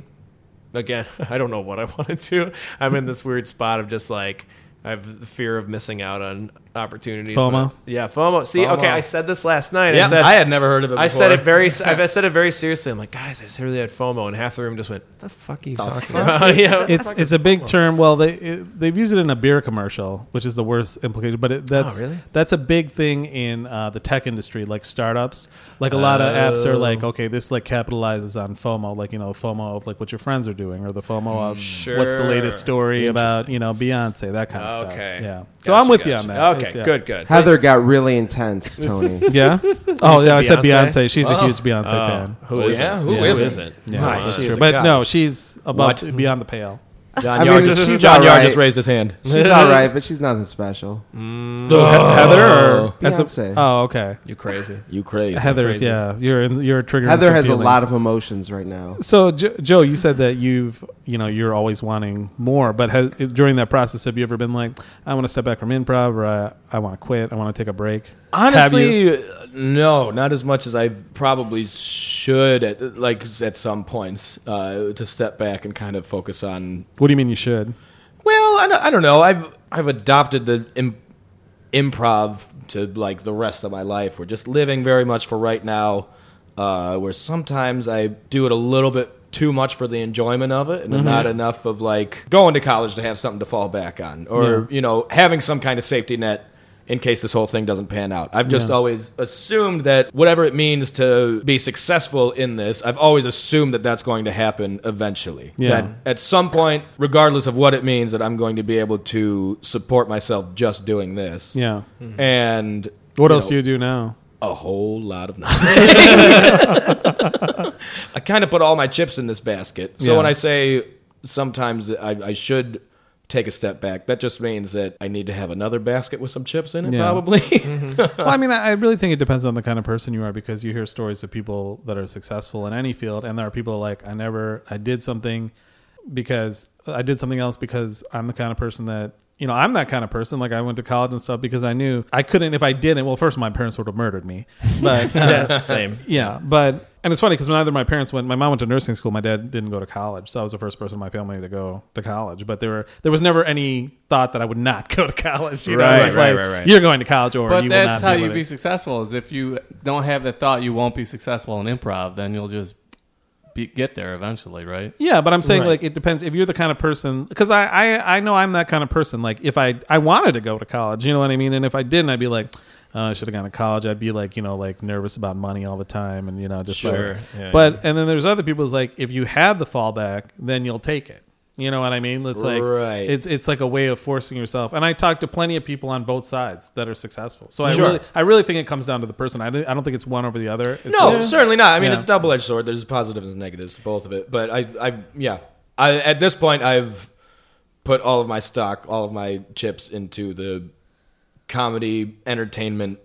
[SPEAKER 2] again, [LAUGHS] I don't know what I want to do. I'm in this weird spot of just like I have the fear of missing out on opportunities.
[SPEAKER 1] FOMO?
[SPEAKER 2] but- yeah, FOMO. See, okay, I said this last night.
[SPEAKER 3] yeah,
[SPEAKER 2] I said
[SPEAKER 3] I had never heard of it. Before.
[SPEAKER 2] I said it very. I said it very seriously. I'm like, guys, I just really had FOMO, and half the room just went, "The fuck are you talking about?" [LAUGHS] yeah,
[SPEAKER 1] It's it's a big term. Well, they it, they've used it in a beer commercial, which is the worst implication. But it, that's
[SPEAKER 2] really?
[SPEAKER 1] that's a big thing in uh, the tech industry, like startups. Like a lot of apps are like, okay, this like capitalizes on FOMO, like you know FOMO of like what your friends are doing, or the FOMO of what's the latest
[SPEAKER 2] Hmm. Sure.
[SPEAKER 1] story about you know Beyonce, that kind of
[SPEAKER 2] Okay.
[SPEAKER 1] stuff. Yeah. So I'm with you
[SPEAKER 2] Gotcha,
[SPEAKER 1] on
[SPEAKER 2] gotcha.
[SPEAKER 1] that. It's-
[SPEAKER 2] Okay,
[SPEAKER 1] yeah.
[SPEAKER 2] good, good.
[SPEAKER 5] Heather got really intense, Tony.
[SPEAKER 1] [LAUGHS]
[SPEAKER 2] [LAUGHS]
[SPEAKER 1] Yeah. Oh yeah, I said
[SPEAKER 2] Beyonce? Oh.
[SPEAKER 1] Beyonce. She's a huge Beyonce fan.
[SPEAKER 2] Who
[SPEAKER 3] Well,
[SPEAKER 2] is
[SPEAKER 3] yeah,
[SPEAKER 2] it?
[SPEAKER 3] who
[SPEAKER 2] Who
[SPEAKER 3] isn't?
[SPEAKER 2] isn't?
[SPEAKER 1] Yeah,
[SPEAKER 3] Right,
[SPEAKER 1] that's [LAUGHS]
[SPEAKER 3] she
[SPEAKER 1] true.
[SPEAKER 3] is a
[SPEAKER 1] But no,
[SPEAKER 3] goddess.
[SPEAKER 1] she's above beyond the pale.
[SPEAKER 3] John
[SPEAKER 5] I
[SPEAKER 3] Yard,
[SPEAKER 5] mean,
[SPEAKER 3] just,
[SPEAKER 5] she's
[SPEAKER 3] John Yard
[SPEAKER 5] alright.
[SPEAKER 3] just raised his hand.
[SPEAKER 5] She's all right, but she's nothing special.
[SPEAKER 1] Heather or
[SPEAKER 5] Beyonce.
[SPEAKER 1] oh, okay.
[SPEAKER 2] You crazy?
[SPEAKER 3] Oh. You crazy?
[SPEAKER 1] Heather's, yeah, you're in, you're triggering.
[SPEAKER 5] Heather
[SPEAKER 1] some
[SPEAKER 5] has a
[SPEAKER 1] feelings.
[SPEAKER 5] lot of emotions right now.
[SPEAKER 1] So, jo- Joe, you said that you've, you know, you're always wanting more. But has, during that process, have you ever been like, I want to step back from improv, or I, I want to quit, I want to take a break? Have you?
[SPEAKER 3] Honestly, no, not as much as I probably should at like at some points uh, to step back and kind of focus on.
[SPEAKER 1] what do you mean you should?
[SPEAKER 3] Well, I don't, I don't know. I've I've adopted the Im- improv to like the rest of my life. We're just living very much for right now. Uh, where sometimes I do it a little bit too much for the enjoyment of it, and not enough of like going to college to have something to fall back on, or you know having some kind of safety net in case this whole thing doesn't pan out. I've just always assumed that whatever it means to be successful in this, I've always assumed that that's going to happen eventually.
[SPEAKER 1] Yeah.
[SPEAKER 3] That at some point, regardless of what it means, that I'm going to be able to support myself just doing this.
[SPEAKER 1] Yeah.
[SPEAKER 3] And
[SPEAKER 1] What else
[SPEAKER 3] know,
[SPEAKER 1] do you do now?
[SPEAKER 3] a whole lot
[SPEAKER 1] [LAUGHS]
[SPEAKER 3] of [LAUGHS] nothing. I kind of put all my chips in this basket. So
[SPEAKER 1] Yeah.
[SPEAKER 3] when I say sometimes I, I should take a step back, that just means that I need to have another basket with some chips in it,
[SPEAKER 1] Yeah.
[SPEAKER 3] probably. [LAUGHS]
[SPEAKER 1] well, I mean, I I really think it depends on the kind of person you are because you hear stories of people that are successful in any field, and there are people like I never, I did something because I did something else because I'm the kind of person that you know I'm that kind of person. Like I went to college and stuff because I knew I couldn't if I didn't. Well, first my parents would have murdered me, but
[SPEAKER 2] Yeah, [LAUGHS] same.
[SPEAKER 1] yeah, but and it's funny because neither of my parents went. My mom went to nursing school. My dad didn't go to college, so I was the first person in my family to go to college. But there were there was never any thought that I would not [LAUGHS] go to college. You know,
[SPEAKER 2] Right,
[SPEAKER 1] It was
[SPEAKER 2] right,
[SPEAKER 1] like,
[SPEAKER 2] right, right.
[SPEAKER 1] You're going to college, or
[SPEAKER 7] But
[SPEAKER 1] you
[SPEAKER 7] that's
[SPEAKER 1] will
[SPEAKER 7] how
[SPEAKER 1] not
[SPEAKER 7] you
[SPEAKER 1] what
[SPEAKER 7] be
[SPEAKER 1] it-
[SPEAKER 7] successful is if you don't have the thought you won't be successful in improv, then you'll just be, get there eventually, right?
[SPEAKER 1] Yeah, but I'm saying
[SPEAKER 3] Right.
[SPEAKER 1] like it depends if you're the kind of person because I, I I know I'm that kind of person. Like if I I wanted to go to college, you know what I mean, and if I didn't, I'd be like. Uh, I should have gone to college. I'd be like, you know, like nervous about money all the time, and you know, just like-
[SPEAKER 2] Sure. Yeah,
[SPEAKER 1] but and then there's other people. who's like, if you had the fallback, then you'll take it. You know what I mean? It's like
[SPEAKER 3] Right.
[SPEAKER 1] it's it's like a way of forcing yourself. And I talked to plenty of people on both sides that are successful. So I
[SPEAKER 3] Sure.
[SPEAKER 1] really I really think it comes down to the person. I don't, I don't think it's one over the other. It's
[SPEAKER 3] No,
[SPEAKER 1] just-
[SPEAKER 3] certainly not. I mean,
[SPEAKER 1] Yeah.
[SPEAKER 3] it's a double edged sword. There's positives and negatives to both of it. But I, I, yeah, I at this point I've put all of my stock, all of my chips into the comedy entertainment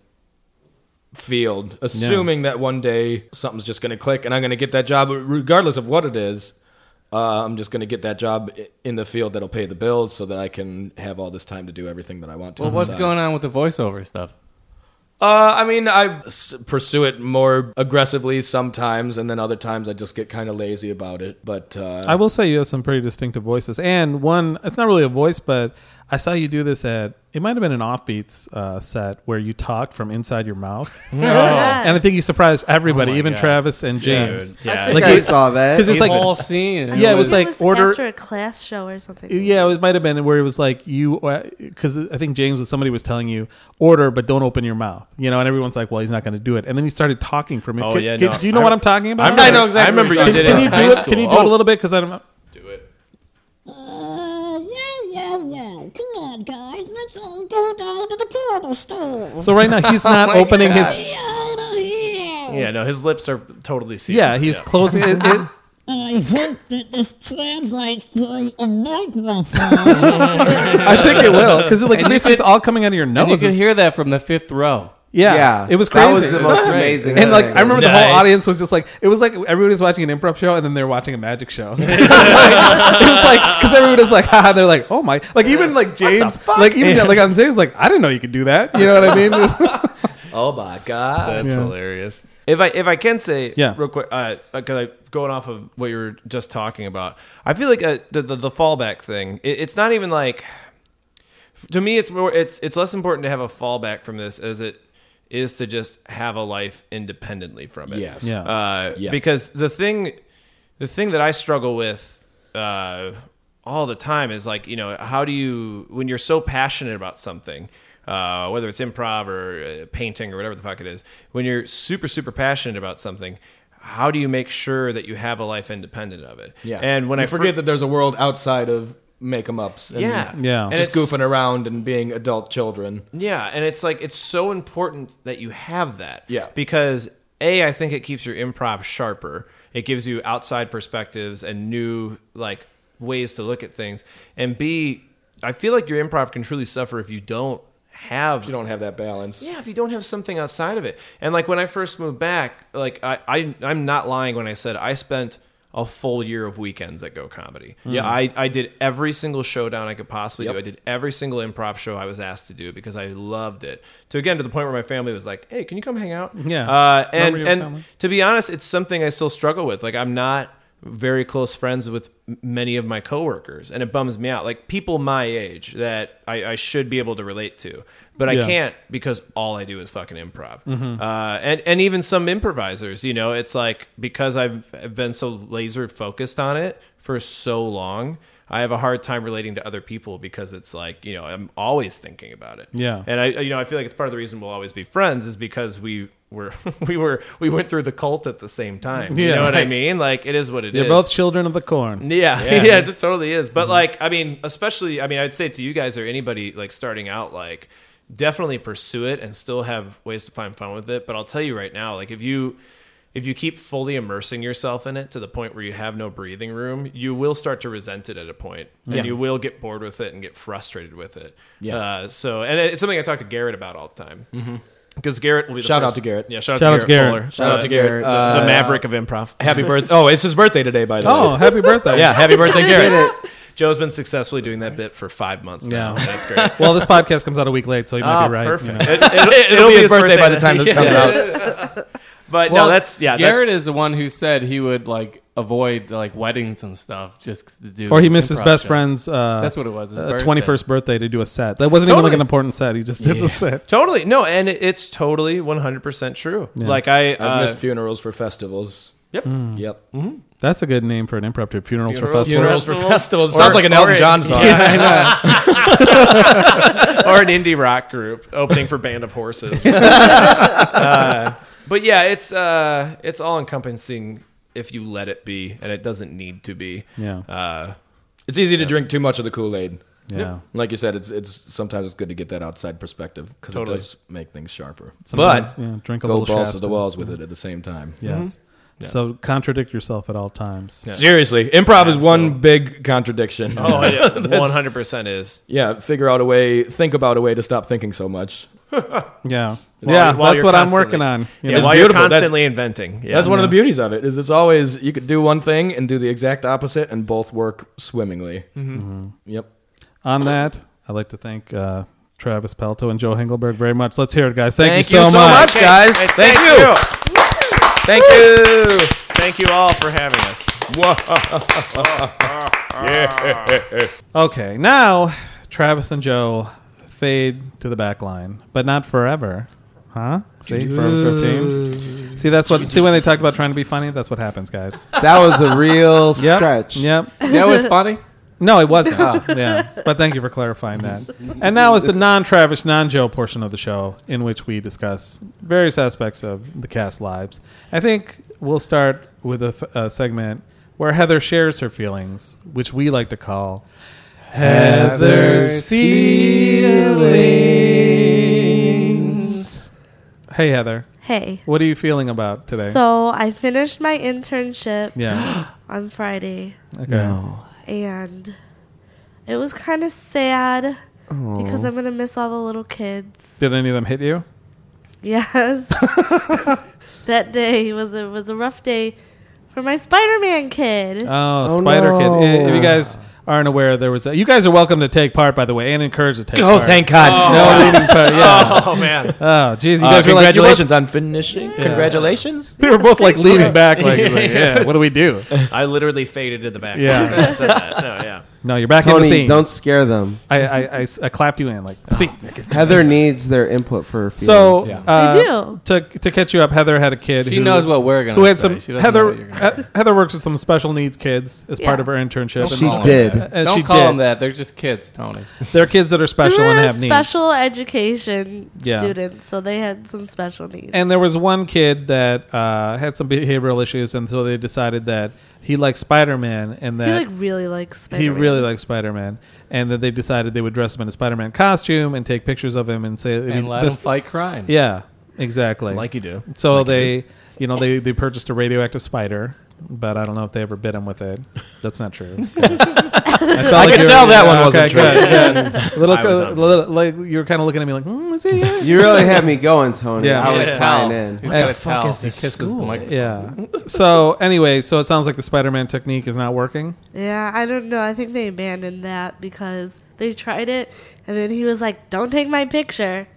[SPEAKER 3] field, assuming that one day something's just going to click and I'm going to get that job, regardless of what it is. Uh, I'm just going to get that job i- in the field that'll pay the bills, so that I can have all this time to do everything that I want to.
[SPEAKER 7] Well, what's
[SPEAKER 3] So-
[SPEAKER 7] going on with the voiceover stuff?
[SPEAKER 3] uh, I mean, I s- pursue it more aggressively sometimes, and then other times I just get kind of lazy about it. But uh,
[SPEAKER 1] I will say you have some pretty distinctive voices, and one it's not really a voice, but I saw you do this at it might have been an offbeats uh, set where you talked from inside your mouth,
[SPEAKER 2] [LAUGHS] Oh.
[SPEAKER 4] Yeah.
[SPEAKER 1] and I think you surprised everybody,
[SPEAKER 7] Oh my
[SPEAKER 1] even
[SPEAKER 7] God.
[SPEAKER 1] Travis and James.
[SPEAKER 2] Dude, yeah.
[SPEAKER 5] I think
[SPEAKER 1] Like
[SPEAKER 5] I
[SPEAKER 1] you-
[SPEAKER 5] saw that.
[SPEAKER 1] 'cause it's
[SPEAKER 7] The
[SPEAKER 1] like-
[SPEAKER 7] whole scene.
[SPEAKER 1] [LAUGHS] Yeah, it was
[SPEAKER 4] I think
[SPEAKER 1] like order-
[SPEAKER 4] after a class show or something.
[SPEAKER 1] Yeah, it might have been where it was like you, because I think James was somebody was telling you order, but don't open your mouth, you know. And everyone's like, "Well, he's not going to do it." And then he started talking from it.
[SPEAKER 2] Oh,
[SPEAKER 1] Can-
[SPEAKER 2] yeah,
[SPEAKER 1] can-
[SPEAKER 2] no.
[SPEAKER 1] do you know
[SPEAKER 2] I-
[SPEAKER 1] what I'm talking about?
[SPEAKER 2] remember-
[SPEAKER 3] I know exactly
[SPEAKER 2] I remember
[SPEAKER 3] what
[SPEAKER 1] Can,
[SPEAKER 2] you did
[SPEAKER 1] can
[SPEAKER 2] it.
[SPEAKER 1] you
[SPEAKER 2] in
[SPEAKER 1] do
[SPEAKER 2] high
[SPEAKER 1] it?
[SPEAKER 2] School.
[SPEAKER 1] Can you do it a
[SPEAKER 2] Oh,
[SPEAKER 1] little bit? Because I'm.
[SPEAKER 2] do it?
[SPEAKER 8] Uh, yeah, yeah, yeah. Come on, guys. Let's all go down to the portal store.
[SPEAKER 1] So right now he's not opening his.
[SPEAKER 8] Get out of here.
[SPEAKER 2] Yeah, no, his lips are totally sealed.
[SPEAKER 1] Yeah, he's closing. It, it,
[SPEAKER 8] And [LAUGHS] I hope that this translates to
[SPEAKER 1] [LAUGHS]
[SPEAKER 8] a microphone.
[SPEAKER 1] I think it will because like
[SPEAKER 7] And you
[SPEAKER 1] basically it's
[SPEAKER 7] could-
[SPEAKER 1] all coming out of your nose.
[SPEAKER 7] and you can
[SPEAKER 1] It's-
[SPEAKER 7] hear that from the fifth row.
[SPEAKER 1] yeah,
[SPEAKER 5] yeah,
[SPEAKER 1] it was crazy.
[SPEAKER 5] That was the most
[SPEAKER 7] great.
[SPEAKER 5] amazing.
[SPEAKER 1] [LAUGHS] and like
[SPEAKER 5] thing.
[SPEAKER 1] I remember the
[SPEAKER 2] Nice.
[SPEAKER 1] whole audience was just like it was like everybody was watching an improv show and then they're watching a magic show. [LAUGHS] it was like because everyone was like, [LAUGHS] haha, they're like, oh my, like even like James, like even like on stage, was like I didn't know you could do that. You know what I mean? [LAUGHS] It was-
[SPEAKER 3] oh my god!
[SPEAKER 2] That's
[SPEAKER 1] Yeah.
[SPEAKER 2] hilarious. If I if I can say
[SPEAKER 1] Yeah.
[SPEAKER 2] real quick, because uh, 'cause I going off of what you were just talking about, I feel like uh the, the the fallback thing. It, it's not even like to me. It's more. It's it's less important to have a fallback from this as it is to just have a life independently from it.
[SPEAKER 3] Yes.
[SPEAKER 1] Yeah.
[SPEAKER 2] Uh,
[SPEAKER 3] Yeah.
[SPEAKER 2] Because the thing, the thing that I struggle with uh, all the time is like, you know, how do you when you're so passionate about something, uh, whether it's improv or uh, painting or whatever the fuck it is, when you're super super passionate about something. How do you make sure that you have a life independent of it?
[SPEAKER 3] Yeah,
[SPEAKER 2] and when
[SPEAKER 3] You
[SPEAKER 2] I fir-
[SPEAKER 3] forget that there's a world outside of make 'em ups, and
[SPEAKER 2] yeah,
[SPEAKER 1] Yeah.
[SPEAKER 2] Mm. And it's-
[SPEAKER 3] just goofing around and being adult children.
[SPEAKER 2] Yeah, and it's like it's so important that you have that.
[SPEAKER 3] Yeah.
[SPEAKER 2] Because A, I think it keeps your improv sharper. It gives you outside perspectives and new like ways to look at things. And B, I feel like your improv can truly suffer if you don't have
[SPEAKER 3] You don't have that balance.
[SPEAKER 2] yeah, if you don't have something outside of it. And like when I first moved back, like I, I I'm not lying when I said I spent a full year of weekends at Go Comedy.
[SPEAKER 1] Hmm.
[SPEAKER 2] Yeah. I, I did every single showdown I could possibly do. I did every single improv show I was asked to do because I loved it. To again to the point where my family was like, Hey, can you come hang out?
[SPEAKER 1] Yeah.
[SPEAKER 2] Uh, and
[SPEAKER 1] Remember your
[SPEAKER 2] and
[SPEAKER 1] family?
[SPEAKER 2] to be honest, it's something I still struggle with. Like I'm not very close friends with m- many of my coworkers, and it bums me out. Like people my age that I, I should be able to relate to, but I
[SPEAKER 1] Yeah.
[SPEAKER 2] can't because all I do is fucking improv. Uh, and and even some improvisers, you know, it's like because I've, I've been so laser focused on it for so long. I have a hard time relating to other people because it's like you know I'm always thinking about it.
[SPEAKER 1] Yeah.
[SPEAKER 2] And I, you know, I feel like it's part of the reason we'll always be friends is because we were, [LAUGHS] we were, we went through the cult at the same time. You
[SPEAKER 1] Yeah.
[SPEAKER 2] know what I mean? Like it is what it
[SPEAKER 1] You're
[SPEAKER 2] is.
[SPEAKER 1] both children of the corn.
[SPEAKER 2] yeah, [LAUGHS] yeah, it totally is.
[SPEAKER 3] Mm-hmm.
[SPEAKER 2] But like, I mean, especially, I mean, I'd say to you guys or anybody like starting out, like definitely pursue it and still have ways to find fun with it. But I'll tell you right now, like if you, if you keep fully immersing yourself in it to the point where you have no breathing room, you will start to resent it at a point, and you will get bored with it and get frustrated with it.
[SPEAKER 3] Yeah. Mm-hmm.
[SPEAKER 2] Uh, so, and it's something I talk to Garrett about all the time. Because Garrett will be the
[SPEAKER 3] Shout
[SPEAKER 2] first-
[SPEAKER 3] out to Garrett.
[SPEAKER 2] Yeah, shout,
[SPEAKER 1] Shout
[SPEAKER 2] out to Garrett. Fuller.
[SPEAKER 1] Garrett.
[SPEAKER 3] Shout out to Garrett.
[SPEAKER 5] Garrett.
[SPEAKER 3] Uh,
[SPEAKER 2] the Maverick of improv.
[SPEAKER 3] happy birthday! Oh, it's his birthday today, by the
[SPEAKER 1] Oh,
[SPEAKER 3] way.
[SPEAKER 1] happy birthday!
[SPEAKER 3] Yeah,
[SPEAKER 2] [LAUGHS]
[SPEAKER 3] happy birthday, Garrett.
[SPEAKER 2] Joe's been successfully doing that bit for five months now.
[SPEAKER 1] Yeah.
[SPEAKER 2] [LAUGHS] That's great.
[SPEAKER 1] Well, this podcast comes out a week late, so you might
[SPEAKER 2] Ah,
[SPEAKER 1] be right. you
[SPEAKER 2] perfect.
[SPEAKER 1] know.
[SPEAKER 2] It, [LAUGHS] will
[SPEAKER 3] It'll be his birthday by the time this comes out.
[SPEAKER 2] But no, that's yeah.
[SPEAKER 7] Garrett
[SPEAKER 2] that's,
[SPEAKER 7] is the one who said he would like avoid like weddings and stuff just to do.
[SPEAKER 1] Or he missed his
[SPEAKER 7] improv
[SPEAKER 1] best
[SPEAKER 7] shows.
[SPEAKER 1] friend's. Uh,
[SPEAKER 7] That's what it was, his
[SPEAKER 1] uh,
[SPEAKER 7] birthday.
[SPEAKER 1] 21st birthday to do a set. That wasn't even like
[SPEAKER 2] Totally.
[SPEAKER 1] an important set. He just did the set.
[SPEAKER 2] totally no, and it, it's totally one hundred percent true. Like I,
[SPEAKER 3] I've Mm.
[SPEAKER 2] uh,
[SPEAKER 3] missed funerals for festivals.
[SPEAKER 2] Yep.
[SPEAKER 3] Yep.
[SPEAKER 1] That's a good name for an impromptu funerals for
[SPEAKER 2] Funeral-
[SPEAKER 1] festival.
[SPEAKER 3] Funerals for
[SPEAKER 2] Festival?
[SPEAKER 3] festivals.
[SPEAKER 2] Or-
[SPEAKER 3] Sounds like an Elton
[SPEAKER 2] or- [LAUGHS]
[SPEAKER 3] John song.
[SPEAKER 2] Yeah, I know. [LAUGHS] or an indie rock group opening for Band of Horses. Uh, but yeah, it's uh, it's all encompassing if you let it be, and it doesn't need to be.
[SPEAKER 1] Yeah.
[SPEAKER 2] Uh,
[SPEAKER 3] It's easy to drink too much of the Kool Aid.
[SPEAKER 1] Yeah.
[SPEAKER 3] Like you said, it's it's sometimes it's good to get that outside perspective because
[SPEAKER 2] Totally.
[SPEAKER 3] it does make things sharper.
[SPEAKER 1] Sometimes,
[SPEAKER 3] but
[SPEAKER 1] yeah, drink a
[SPEAKER 3] go
[SPEAKER 1] little
[SPEAKER 3] balls to
[SPEAKER 1] Shasta.
[SPEAKER 3] the walls with it at the same time.
[SPEAKER 1] Yes. So contradict yourself at all times.
[SPEAKER 2] Yeah.
[SPEAKER 3] Seriously, improv is one big contradiction.
[SPEAKER 2] oh [LAUGHS] yeah, one hundred percent is.
[SPEAKER 3] [LAUGHS] yeah, figure out a way, think about a way to stop thinking so much.
[SPEAKER 1] Yeah.
[SPEAKER 2] While-
[SPEAKER 1] yeah,
[SPEAKER 2] while
[SPEAKER 1] that's
[SPEAKER 2] you're
[SPEAKER 1] what I'm
[SPEAKER 2] constantly-
[SPEAKER 1] working on. you
[SPEAKER 2] Yeah,
[SPEAKER 1] know?
[SPEAKER 3] It's
[SPEAKER 2] while you're
[SPEAKER 3] beautiful. That's-
[SPEAKER 2] constantly inventing. Yeah.
[SPEAKER 3] That's one of the beauties of it. Is it's always you could do one thing and do the exact opposite, and both work swimmingly. Mm-hmm. Yep.
[SPEAKER 1] on that, I'd like to thank uh, Travis Pelto and Joe Hengelberg very much. Let's hear it, guys. Thank,
[SPEAKER 3] Thank
[SPEAKER 1] you so much.
[SPEAKER 3] much, guys.
[SPEAKER 2] Hey,
[SPEAKER 3] Thank you. Thank you.
[SPEAKER 2] Thank you all for having us.
[SPEAKER 1] Okay, now Travis and Joe fade to the back line, but not forever. Huh? See, for 15. See, that's what. See, when they talk about trying to be funny, that's what happens, guys.
[SPEAKER 5] That was
[SPEAKER 1] [LAUGHS]
[SPEAKER 5] a real
[SPEAKER 1] Yep.
[SPEAKER 5] stretch.
[SPEAKER 1] Yep. [LAUGHS]
[SPEAKER 7] That was funny.
[SPEAKER 1] No, it wasn't. Ah, Yeah, but thank you for clarifying that. And now is the non-Travis, non-Joe portion of the show, in which we discuss various aspects of the cast lives. I think we'll start with a, f- a segment where Heather shares her feelings, which we like to call Heather's feelings. Hey, Heather,
[SPEAKER 4] Hey.
[SPEAKER 1] what are you feeling about today?
[SPEAKER 4] So I finished my internship
[SPEAKER 1] yeah.
[SPEAKER 4] on Friday,
[SPEAKER 1] Okay.
[SPEAKER 4] and it was kind of sad because I'm gonna miss all the little kids. [LAUGHS]
[SPEAKER 1] Did any of them hit you? [LAUGHS]
[SPEAKER 4] Yes, that day was it was a rough day for my Spider-Man kid.
[SPEAKER 1] Oh,
[SPEAKER 5] Oh,
[SPEAKER 1] Spider
[SPEAKER 5] no.
[SPEAKER 1] Kid. I- If you guys aren't aware, there was a, you guys are welcome to take part, by the way, and encouraged to take
[SPEAKER 3] Oh,
[SPEAKER 1] part.
[SPEAKER 3] thank God.
[SPEAKER 1] No leading part, yeah.
[SPEAKER 2] Oh man.
[SPEAKER 1] Oh, jeez, you
[SPEAKER 3] Uh,
[SPEAKER 1] guys were like, you
[SPEAKER 3] congratulations on finishing. Congratulations.
[SPEAKER 1] both- they were both like
[SPEAKER 7] [LAUGHS]
[SPEAKER 1] leaning back, like, like, yeah.
[SPEAKER 2] Yes.
[SPEAKER 1] What do we do?
[SPEAKER 2] I literally faded to the back.
[SPEAKER 1] Yeah.
[SPEAKER 2] I said that. No, yeah.
[SPEAKER 1] No, you're back in the
[SPEAKER 5] Tony,
[SPEAKER 1] scene.
[SPEAKER 5] don't scare them.
[SPEAKER 1] I, I, I s- I clapped you in like. See,
[SPEAKER 5] Heather needs their input for her feelings.
[SPEAKER 1] so uh,
[SPEAKER 4] I do.
[SPEAKER 1] to to catch you up. Heather had a kid.
[SPEAKER 7] She
[SPEAKER 1] who,
[SPEAKER 7] knows what we're gonna.
[SPEAKER 1] Who had
[SPEAKER 7] say.
[SPEAKER 1] some
[SPEAKER 7] She doesn't know
[SPEAKER 1] Heather?
[SPEAKER 7] what you're gonna say.
[SPEAKER 1] He- Heather works with some special needs kids as part
[SPEAKER 4] Yeah.
[SPEAKER 1] of her internship.
[SPEAKER 5] She
[SPEAKER 7] Don't call
[SPEAKER 5] did.
[SPEAKER 7] them that.
[SPEAKER 1] And
[SPEAKER 7] Don't
[SPEAKER 1] she
[SPEAKER 7] call
[SPEAKER 1] did.
[SPEAKER 7] them that. They're just kids, Tony.
[SPEAKER 1] They're kids that are
[SPEAKER 4] We
[SPEAKER 1] special
[SPEAKER 4] were
[SPEAKER 1] and
[SPEAKER 4] a
[SPEAKER 1] have needs.
[SPEAKER 4] special education
[SPEAKER 1] Yeah.
[SPEAKER 4] students, so they had some special needs.
[SPEAKER 1] And there was one kid that uh, had some behavioral issues, and so they decided that he liked Spider Man, and
[SPEAKER 4] he
[SPEAKER 1] that
[SPEAKER 4] like really likes
[SPEAKER 1] he,
[SPEAKER 4] Spider-Man.
[SPEAKER 1] really liked Spider Man, and that they decided they would dress him in a Spider Man costume and take pictures of him and say,
[SPEAKER 7] And let
[SPEAKER 1] this-
[SPEAKER 7] them fight crime.
[SPEAKER 1] yeah, exactly.
[SPEAKER 2] Like you do.
[SPEAKER 1] so they, you, know, they they purchased a radioactive spider, but I don't know if they ever bit him with it. That's not true. I,
[SPEAKER 3] I could tell that one wasn't true.
[SPEAKER 1] true. little,
[SPEAKER 2] I was on
[SPEAKER 1] little- like you were kind of looking at me like, mm, is he?
[SPEAKER 5] you really had me going, Tony.
[SPEAKER 1] Yeah.
[SPEAKER 5] I was
[SPEAKER 7] Tell.
[SPEAKER 5] tying in.
[SPEAKER 7] He's got
[SPEAKER 1] the
[SPEAKER 7] a towel. He kisses the mic-
[SPEAKER 1] Yeah. So anyway, so it sounds like the Spider-Man technique is not working.
[SPEAKER 4] Yeah, I don't know. I think they abandoned that because they tried it, and then he was like, "Don't take my picture."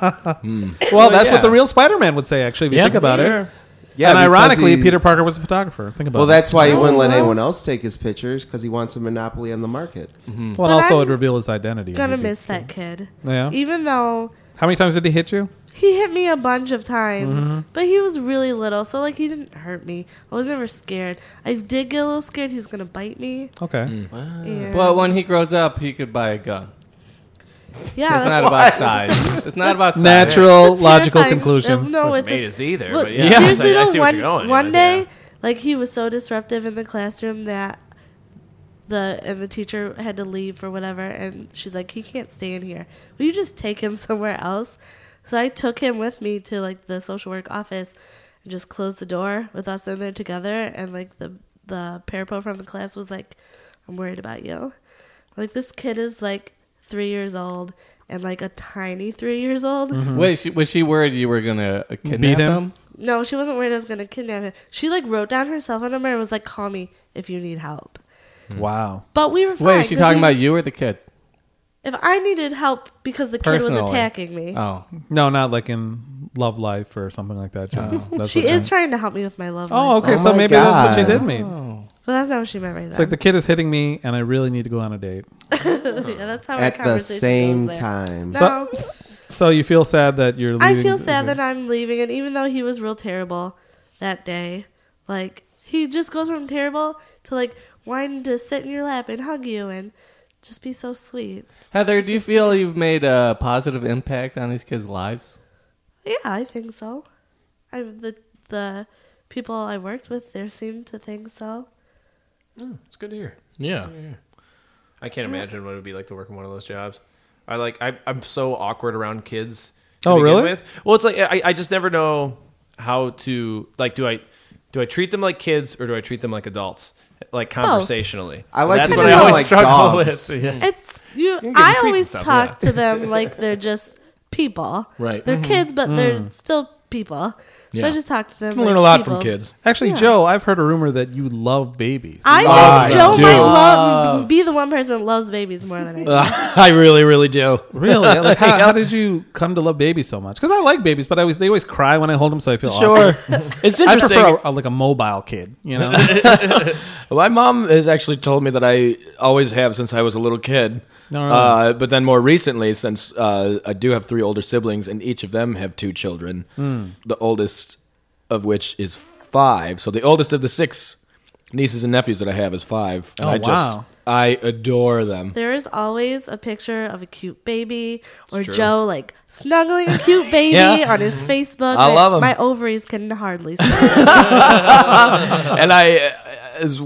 [SPEAKER 1] Well, that's what
[SPEAKER 7] yeah.
[SPEAKER 1] the real Spider-Man would say, actually. If you think about it.
[SPEAKER 5] Yeah,
[SPEAKER 1] and
[SPEAKER 5] because
[SPEAKER 1] ironically,
[SPEAKER 5] he-
[SPEAKER 1] Peter Parker was a photographer. Think about
[SPEAKER 5] Well,
[SPEAKER 1] it.
[SPEAKER 5] that's why he wouldn't let anyone else take his pictures because he wants a monopoly on the market.
[SPEAKER 1] Well, and also
[SPEAKER 4] I'm
[SPEAKER 1] it reveal his identity.
[SPEAKER 4] Gonna
[SPEAKER 1] maybe.
[SPEAKER 4] miss that kid.
[SPEAKER 1] Mm. Yeah.
[SPEAKER 4] Even though
[SPEAKER 1] How many times did he hit you?
[SPEAKER 4] he hit me a bunch of times,
[SPEAKER 1] Mm-hmm.
[SPEAKER 4] but he was really little, so like he didn't hurt me. I was never scared. I did get a little scared he was gonna bite me.
[SPEAKER 1] Okay. Uh,
[SPEAKER 4] and-
[SPEAKER 7] Well, when he grows up, he could buy a gun.
[SPEAKER 4] yeah,
[SPEAKER 7] it's
[SPEAKER 4] that's-
[SPEAKER 7] not about
[SPEAKER 4] [LAUGHS]
[SPEAKER 7] size. It's not about size.
[SPEAKER 1] Natural,
[SPEAKER 4] that's
[SPEAKER 1] logical
[SPEAKER 4] terrifying.
[SPEAKER 1] conclusion.
[SPEAKER 4] Uh, no, it's,
[SPEAKER 2] made
[SPEAKER 4] it's
[SPEAKER 2] us either.
[SPEAKER 4] Look,
[SPEAKER 2] but yeah,
[SPEAKER 4] seriously
[SPEAKER 2] I, I
[SPEAKER 4] though,
[SPEAKER 2] see what
[SPEAKER 4] one,
[SPEAKER 2] you're going.
[SPEAKER 4] one
[SPEAKER 2] with,
[SPEAKER 4] day,
[SPEAKER 2] yeah.
[SPEAKER 4] like he was so disruptive in the classroom that the and the teacher had to leave for whatever, and she's like, "He can't stay in here. Will you just take him [LAUGHS] somewhere else?" So I took him with me to like the social work office, and just closed the door with us in there together, and like the the parapro from the class was like, "I'm worried about you." Like this kid is like three years old. And like a tiny three years old,
[SPEAKER 2] Mm-hmm.
[SPEAKER 7] Wait, she, was she worried you were gonna uh, kidnap
[SPEAKER 1] Beat him?
[SPEAKER 7] him?
[SPEAKER 4] no, she wasn't worried I was gonna kidnap him. She like wrote down her cell phone number and was like, "Call me if you need help."
[SPEAKER 1] Wow.
[SPEAKER 4] But we were fine.
[SPEAKER 7] Wait, is she
[SPEAKER 4] 'cause
[SPEAKER 7] talking
[SPEAKER 4] he-
[SPEAKER 7] about you or the kid?
[SPEAKER 4] If I needed help because the kid was
[SPEAKER 7] Personally.
[SPEAKER 4] attacking me,
[SPEAKER 7] Oh,
[SPEAKER 1] No, not like in Love Life or something like that. John. That's
[SPEAKER 4] she
[SPEAKER 1] what
[SPEAKER 4] is
[SPEAKER 1] John-
[SPEAKER 4] trying to help me with my love.
[SPEAKER 1] Oh,
[SPEAKER 4] life.
[SPEAKER 1] okay.
[SPEAKER 5] Oh
[SPEAKER 1] so
[SPEAKER 5] my
[SPEAKER 1] maybe that's what she
[SPEAKER 5] God.
[SPEAKER 1] did mean.
[SPEAKER 4] But that's not what she meant right
[SPEAKER 1] It's
[SPEAKER 4] there.
[SPEAKER 1] like the kid is hitting me, and I really need to go on a date.
[SPEAKER 4] [LAUGHS] yeah, that's how
[SPEAKER 5] At
[SPEAKER 4] our
[SPEAKER 5] the
[SPEAKER 4] conversation
[SPEAKER 5] same
[SPEAKER 4] goes there.
[SPEAKER 5] time.
[SPEAKER 4] No,
[SPEAKER 1] So you feel sad that you're. leaving
[SPEAKER 4] I feel sad that I'm leaving, and even though he was real terrible that day, Like he just goes from terrible to like wanting to sit in your lap and hug you and just be so sweet.
[SPEAKER 7] Heather, do you feel you've made a positive impact on these kids' lives?
[SPEAKER 4] Yeah, I think so. I the the people I worked with there seemed to think so.
[SPEAKER 2] It's good to hear.
[SPEAKER 3] Yeah.
[SPEAKER 2] I can't imagine what it would be like to work in one of those jobs. I like I, I'm so awkward around kids. to
[SPEAKER 1] Oh,
[SPEAKER 2] begin
[SPEAKER 1] really?
[SPEAKER 2] With. Well, it's like I, I just never know how to like. Do I do I treat them like kids or do I treat them like adults? Like conversationally,
[SPEAKER 5] I like
[SPEAKER 2] that's
[SPEAKER 5] to
[SPEAKER 2] what
[SPEAKER 5] treat
[SPEAKER 2] I
[SPEAKER 5] them
[SPEAKER 2] always
[SPEAKER 5] like
[SPEAKER 2] struggle
[SPEAKER 5] dogs.
[SPEAKER 2] with. Yeah.
[SPEAKER 4] It's you.
[SPEAKER 2] give them
[SPEAKER 4] I
[SPEAKER 2] treats and
[SPEAKER 4] always
[SPEAKER 2] stuff,
[SPEAKER 4] talk
[SPEAKER 2] yeah.
[SPEAKER 4] to
[SPEAKER 3] [LAUGHS]
[SPEAKER 4] them like they're just people.
[SPEAKER 3] Right. Mm-hmm. Mm.
[SPEAKER 4] They're kids, but they're still people. So
[SPEAKER 3] Yeah.
[SPEAKER 4] I just talk to them.
[SPEAKER 3] You can
[SPEAKER 4] like
[SPEAKER 3] learn a lot from
[SPEAKER 4] people.
[SPEAKER 3] kids.
[SPEAKER 1] Actually, Joe, I've heard a rumor that you love babies.
[SPEAKER 4] I
[SPEAKER 3] Love
[SPEAKER 4] think Joe
[SPEAKER 3] them.
[SPEAKER 4] might
[SPEAKER 3] Dude.
[SPEAKER 4] love be the one person that loves babies more than I.
[SPEAKER 3] Uh.
[SPEAKER 4] do.
[SPEAKER 3] I really, really do.
[SPEAKER 1] really? Like, [LAUGHS] how, how did you come to love babies so much? Because I like babies, but I always they always cry when I hold them, so I feel awkward.
[SPEAKER 3] Sure. it's
[SPEAKER 1] I
[SPEAKER 3] interesting.
[SPEAKER 1] prefer a, a- like a mobile kid, you know.
[SPEAKER 3] My mom has actually told me that I always have since I was a little kid.
[SPEAKER 1] No, no, no.
[SPEAKER 3] Uh, but then more recently, since uh, I do have three older siblings, and each of them have two children,
[SPEAKER 1] Hmm.
[SPEAKER 3] the oldest of which is five. So the oldest of the six nieces and nephews that I have is five. And
[SPEAKER 1] Oh,
[SPEAKER 3] I just,
[SPEAKER 1] wow.
[SPEAKER 3] I adore them. [LAUGHS]
[SPEAKER 4] There is always a picture of a cute baby or Joe like snuggling a
[SPEAKER 3] [LAUGHS]
[SPEAKER 4] cute baby
[SPEAKER 3] Yeah.
[SPEAKER 4] on his Facebook.
[SPEAKER 3] I
[SPEAKER 4] My-
[SPEAKER 3] love 'em.
[SPEAKER 4] My ovaries can hardly
[SPEAKER 3] [LAUGHS]
[SPEAKER 4] stand.
[SPEAKER 3] and I, as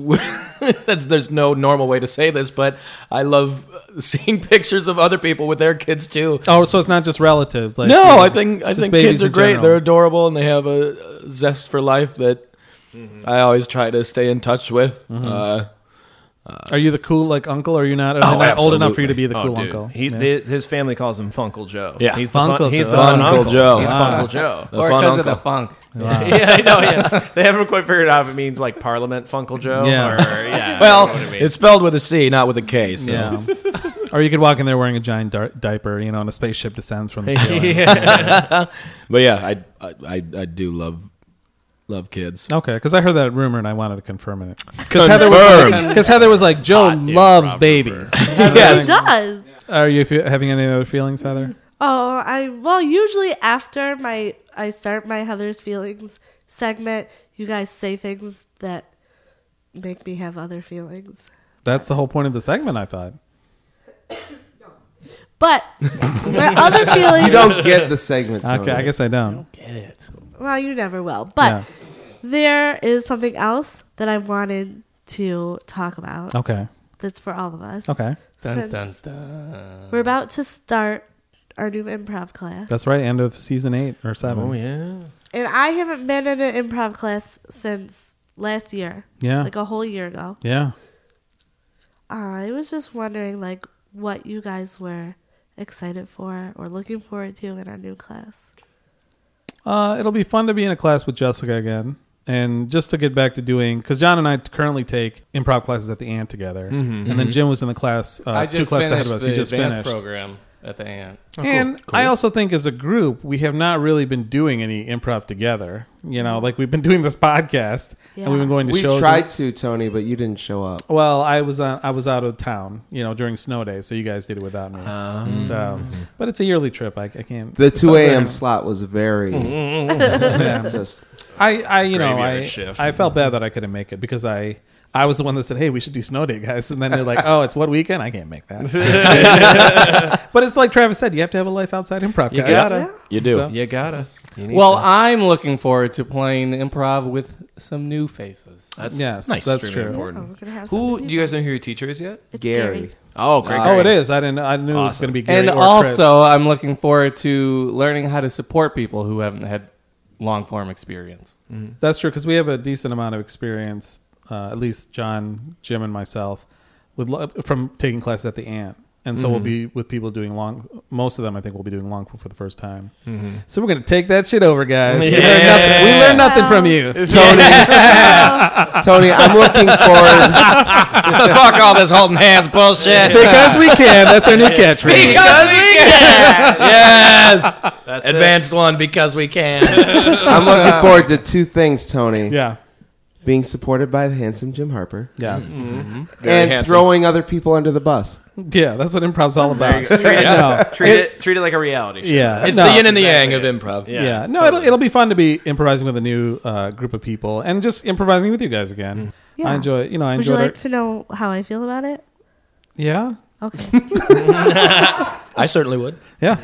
[SPEAKER 3] [LAUGHS] that's, there's no normal way to say this, but I love seeing [LAUGHS] pictures of other people with their kids too.
[SPEAKER 1] [LAUGHS] oh, so it's not just relative. Like, you
[SPEAKER 3] No,
[SPEAKER 1] know,
[SPEAKER 3] I think I
[SPEAKER 1] just
[SPEAKER 3] think
[SPEAKER 1] babies
[SPEAKER 3] kids are
[SPEAKER 1] in
[SPEAKER 3] great.
[SPEAKER 1] general.
[SPEAKER 3] They're adorable and they have a a zest for life that
[SPEAKER 2] Mm-hmm.
[SPEAKER 3] I always try to stay in touch with.
[SPEAKER 1] Mm-hmm.
[SPEAKER 3] Uh,
[SPEAKER 1] Are you the cool like uncle? Or are you not? Are they
[SPEAKER 3] Oh,
[SPEAKER 1] not old enough for you
[SPEAKER 3] absolutely.
[SPEAKER 1] to be the
[SPEAKER 2] Oh,
[SPEAKER 1] cool
[SPEAKER 2] dude.
[SPEAKER 1] uncle?
[SPEAKER 2] He,
[SPEAKER 1] Yeah.
[SPEAKER 2] th- his family calls him Funkle Joe.
[SPEAKER 3] Yeah.
[SPEAKER 2] he's the fun,
[SPEAKER 1] Funkle
[SPEAKER 2] he's
[SPEAKER 1] Joe. Ah.
[SPEAKER 2] the fun
[SPEAKER 3] Funkle
[SPEAKER 2] uncle.
[SPEAKER 3] Joe.
[SPEAKER 2] He's
[SPEAKER 1] Wow.
[SPEAKER 2] Funkle Joe.
[SPEAKER 3] The
[SPEAKER 7] or
[SPEAKER 3] fun
[SPEAKER 7] because of the
[SPEAKER 3] uncle.
[SPEAKER 7] funk?
[SPEAKER 1] Ah.
[SPEAKER 2] [LAUGHS] yeah, I know. Yeah, they haven't quite figured out if it means like Parliament Funkle Joe.
[SPEAKER 1] Yeah.
[SPEAKER 2] Or, yeah.
[SPEAKER 3] well,
[SPEAKER 2] I don't know what it means.
[SPEAKER 3] it's spelled with a C, not with a K. So.
[SPEAKER 1] Yeah. [LAUGHS] or you could walk in there wearing a giant dar- diaper, you know, and a spaceship descends from the ceiling.
[SPEAKER 3] But yeah, I, I I I do love love kids.
[SPEAKER 1] [LAUGHS] Okay, because I heard that rumor and I wanted to confirm it. Because
[SPEAKER 3] Confirmed.
[SPEAKER 1] Heather was like, 'cause Heather was like, Joe
[SPEAKER 2] Hot dude,
[SPEAKER 1] loves
[SPEAKER 2] Robert [LAUGHS]
[SPEAKER 1] babies.
[SPEAKER 4] He
[SPEAKER 3] yes.
[SPEAKER 4] does.
[SPEAKER 1] Are you fe- having any other feelings, Heather?
[SPEAKER 4] Oh, I well usually after my I start my Heather's feelings segment, you guys say things that make me have other feelings.
[SPEAKER 1] That's the whole point of the segment. I thought. [LAUGHS]
[SPEAKER 4] But my other feelings
[SPEAKER 5] You don't get the segment.
[SPEAKER 1] Okay, I
[SPEAKER 5] Tony.
[SPEAKER 1] guess I don't.
[SPEAKER 4] well, you never will. But
[SPEAKER 1] Yeah.
[SPEAKER 4] there is something else that I wanted to talk about
[SPEAKER 1] Okay.
[SPEAKER 4] that's for all of us.
[SPEAKER 1] Oh. Okay.
[SPEAKER 7] Dun, dun,
[SPEAKER 4] Since
[SPEAKER 7] dun.
[SPEAKER 4] We're about to start our new improv class.
[SPEAKER 1] That's right. End of season eight or seven.
[SPEAKER 7] Oh yeah.
[SPEAKER 4] and I haven't been in an improv class since last year,
[SPEAKER 1] yeah.
[SPEAKER 4] like a whole year ago.
[SPEAKER 1] yeah.
[SPEAKER 4] Uh, I was just wondering, like, what you guys were excited for or looking forward to in our new class.
[SPEAKER 1] Uh, it'll be fun to be in a class with Jessica again. And just to get back to doing, because John and I currently take improv classes at the Ant together, and then Jim was in the class uh,
[SPEAKER 7] Mm-hmm. I
[SPEAKER 1] two
[SPEAKER 7] just
[SPEAKER 1] classes ahead
[SPEAKER 7] finished
[SPEAKER 1] of us.
[SPEAKER 7] the
[SPEAKER 1] He just
[SPEAKER 7] advanced
[SPEAKER 1] finished.
[SPEAKER 7] program at the ant.
[SPEAKER 1] and I also think as a group, we have not really been doing any improv together. You know, like we've been doing this podcast
[SPEAKER 4] Yeah.
[SPEAKER 1] and we've been going to
[SPEAKER 5] we
[SPEAKER 1] shows.
[SPEAKER 5] tried to Tony, but you didn't show up.
[SPEAKER 1] well, I was on, I was out of town, you know, during snow day, so you guys did it without me.
[SPEAKER 2] Ah.
[SPEAKER 1] so, but it's a yearly trip. I, I can't.
[SPEAKER 5] The
[SPEAKER 1] it's
[SPEAKER 5] two
[SPEAKER 1] up there.
[SPEAKER 5] a.m. slot
[SPEAKER 1] [LAUGHS]
[SPEAKER 5] was very
[SPEAKER 1] Yeah.
[SPEAKER 5] just.
[SPEAKER 1] I, I you know,
[SPEAKER 2] Graveyard
[SPEAKER 1] I,
[SPEAKER 2] shift.
[SPEAKER 1] I felt bad that I couldn't make it because I, I was the one that said, "Hey, we should do snow day, guys," and then they're like, "Oh, it's what weekend? I can't make that."
[SPEAKER 2] [LAUGHS]
[SPEAKER 1] but it's like Travis said, you have to have a life outside improv. Guys.
[SPEAKER 4] Yeah.
[SPEAKER 3] You do.
[SPEAKER 1] So-
[SPEAKER 2] you gotta. You need
[SPEAKER 7] Well,
[SPEAKER 2] to.
[SPEAKER 7] I'm looking forward to playing improv with some new faces.
[SPEAKER 2] that's
[SPEAKER 1] yes,
[SPEAKER 3] Nice.
[SPEAKER 1] that's
[SPEAKER 2] extremely
[SPEAKER 1] true.
[SPEAKER 4] Oh,
[SPEAKER 2] important.
[SPEAKER 4] we're gonna have some
[SPEAKER 2] Who
[SPEAKER 4] new
[SPEAKER 2] do you guys know who your teacher is yet?
[SPEAKER 4] people. It's
[SPEAKER 5] Gary.
[SPEAKER 2] Oh, great.
[SPEAKER 1] Oh, it is. I didn't. I knew it was
[SPEAKER 2] Awesome.
[SPEAKER 1] going to be Gary
[SPEAKER 7] and
[SPEAKER 1] or
[SPEAKER 7] also, I'm looking forward to learning how to support people who haven't had long form experience.
[SPEAKER 1] Chris. that's true because we have a decent amount of experience, uh, at least John, Jim, and myself, with lo- from taking classes at the Ant. And so we'll be with people doing long. Most of them, I think, will be doing long for the first time. So we're gonna take that shit over, guys. We learned nothing, we learned nothing from you.
[SPEAKER 5] Tony, I'm looking forward
[SPEAKER 3] Fuck all this holding hands bullshit.
[SPEAKER 1] Because we can. That's our new catchphrase.
[SPEAKER 3] Because we can. yes.
[SPEAKER 2] [LAUGHS]
[SPEAKER 3] Advanced one because we can.
[SPEAKER 1] [LAUGHS]
[SPEAKER 5] I'm looking forward to two things, Tony.
[SPEAKER 1] Yeah.
[SPEAKER 5] being supported by the handsome Jim Harper,
[SPEAKER 1] Yes.
[SPEAKER 5] and throwing other people under the bus.
[SPEAKER 1] Yeah, that's what improv's all about. [LAUGHS] No.
[SPEAKER 2] Treat it, treat it like a reality show.
[SPEAKER 1] Yeah,
[SPEAKER 9] It's
[SPEAKER 1] no.
[SPEAKER 9] the yin and the yang of improv.
[SPEAKER 1] Yeah, no, it'll, it'll be fun to be improvising with a new uh, group of people and just improvising with you guys again.
[SPEAKER 4] Yeah.
[SPEAKER 1] I enjoy, you know, I
[SPEAKER 4] Would you
[SPEAKER 1] enjoyed
[SPEAKER 4] like
[SPEAKER 1] it.
[SPEAKER 4] to know how I feel about it?
[SPEAKER 1] Yeah,
[SPEAKER 4] Okay.
[SPEAKER 9] I certainly would.
[SPEAKER 1] yeah,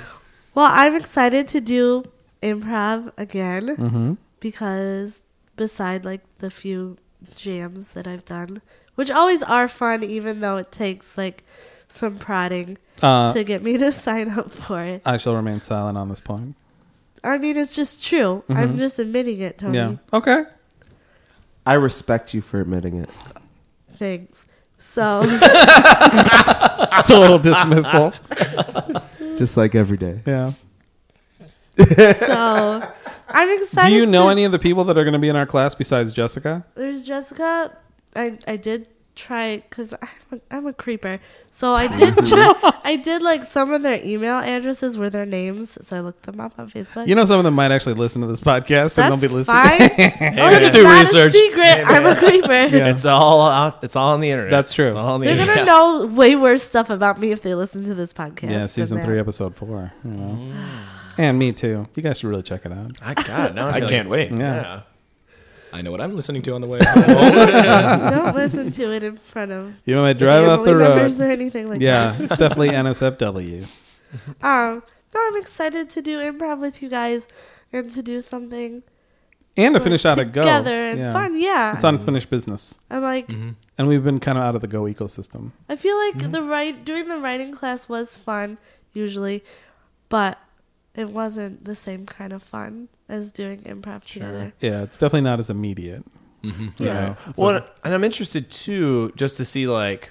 [SPEAKER 4] Well, I'm excited to do improv again because beside like the few jams that I've done, which always are fun, even though it takes like some prodding
[SPEAKER 1] Uh,
[SPEAKER 4] to get me to [LAUGHS] sign up for it.
[SPEAKER 1] I shall remain silent on this point.
[SPEAKER 4] I mean, it's just true. I'm just admitting it, Tony.
[SPEAKER 1] Mm-hmm. Yeah, okay.
[SPEAKER 5] I respect you for admitting it.
[SPEAKER 4] Thanks. So, [LAUGHS]
[SPEAKER 1] Total [LAUGHS] dismissal.
[SPEAKER 5] Just like every day.
[SPEAKER 1] Yeah.
[SPEAKER 4] so I'm excited.
[SPEAKER 1] Do you know
[SPEAKER 4] to-
[SPEAKER 1] any of the people that are going to be in our class besides Jessica?
[SPEAKER 4] There's Jessica. I I did try because I'm a, I'm a creeper,
[SPEAKER 1] [LAUGHS]
[SPEAKER 4] so I did try. I did like some of their email addresses were their names, so I looked them up on Facebook.
[SPEAKER 1] You know, some of them might actually listen to this podcast and
[SPEAKER 4] that's
[SPEAKER 1] they'll be listening. [LAUGHS]
[SPEAKER 4] fine. oh,
[SPEAKER 2] man.
[SPEAKER 4] it's
[SPEAKER 2] Do
[SPEAKER 4] not
[SPEAKER 2] research.
[SPEAKER 4] a secret. I'm a creeper.
[SPEAKER 1] Yeah.
[SPEAKER 2] It's all out, it's all on the internet.
[SPEAKER 1] That's true.
[SPEAKER 2] It's all on the
[SPEAKER 4] They're
[SPEAKER 2] internet.
[SPEAKER 4] gonna [LAUGHS] know way worse stuff about me if they listen to this podcast.
[SPEAKER 1] Yeah,
[SPEAKER 4] than
[SPEAKER 1] season
[SPEAKER 4] that.
[SPEAKER 1] three, episode four. You know. And me too. You guys should really check it out.
[SPEAKER 2] I God, now I,
[SPEAKER 9] I
[SPEAKER 2] feel
[SPEAKER 9] can't wait.
[SPEAKER 2] like-
[SPEAKER 1] Yeah.
[SPEAKER 2] Yeah.
[SPEAKER 9] I know what I'm listening to on the
[SPEAKER 2] [LAUGHS]
[SPEAKER 9] way.
[SPEAKER 4] Don't listen to it in front of
[SPEAKER 1] You want me to [LAUGHS] drive up
[SPEAKER 4] family
[SPEAKER 1] the road?
[SPEAKER 4] members or anything like
[SPEAKER 1] Yeah, it's definitely NSFW.
[SPEAKER 4] that. Um, no, I'm excited to do improv with you guys and to do something
[SPEAKER 1] And to
[SPEAKER 4] like,
[SPEAKER 1] finish out a go.
[SPEAKER 4] together and
[SPEAKER 1] Yeah.
[SPEAKER 4] fun. Yeah,
[SPEAKER 1] It's unfinished business.
[SPEAKER 4] and like
[SPEAKER 1] And we've been kind of out of the go ecosystem.
[SPEAKER 4] I feel like
[SPEAKER 1] Mm-hmm.
[SPEAKER 4] the write doing the writing class was fun usually, but it wasn't the same kind of fun as doing improv together.
[SPEAKER 1] Yeah, it's definitely not as immediate. Mm-hmm.
[SPEAKER 4] Yeah.
[SPEAKER 2] Well, and I'm interested too, just to see like,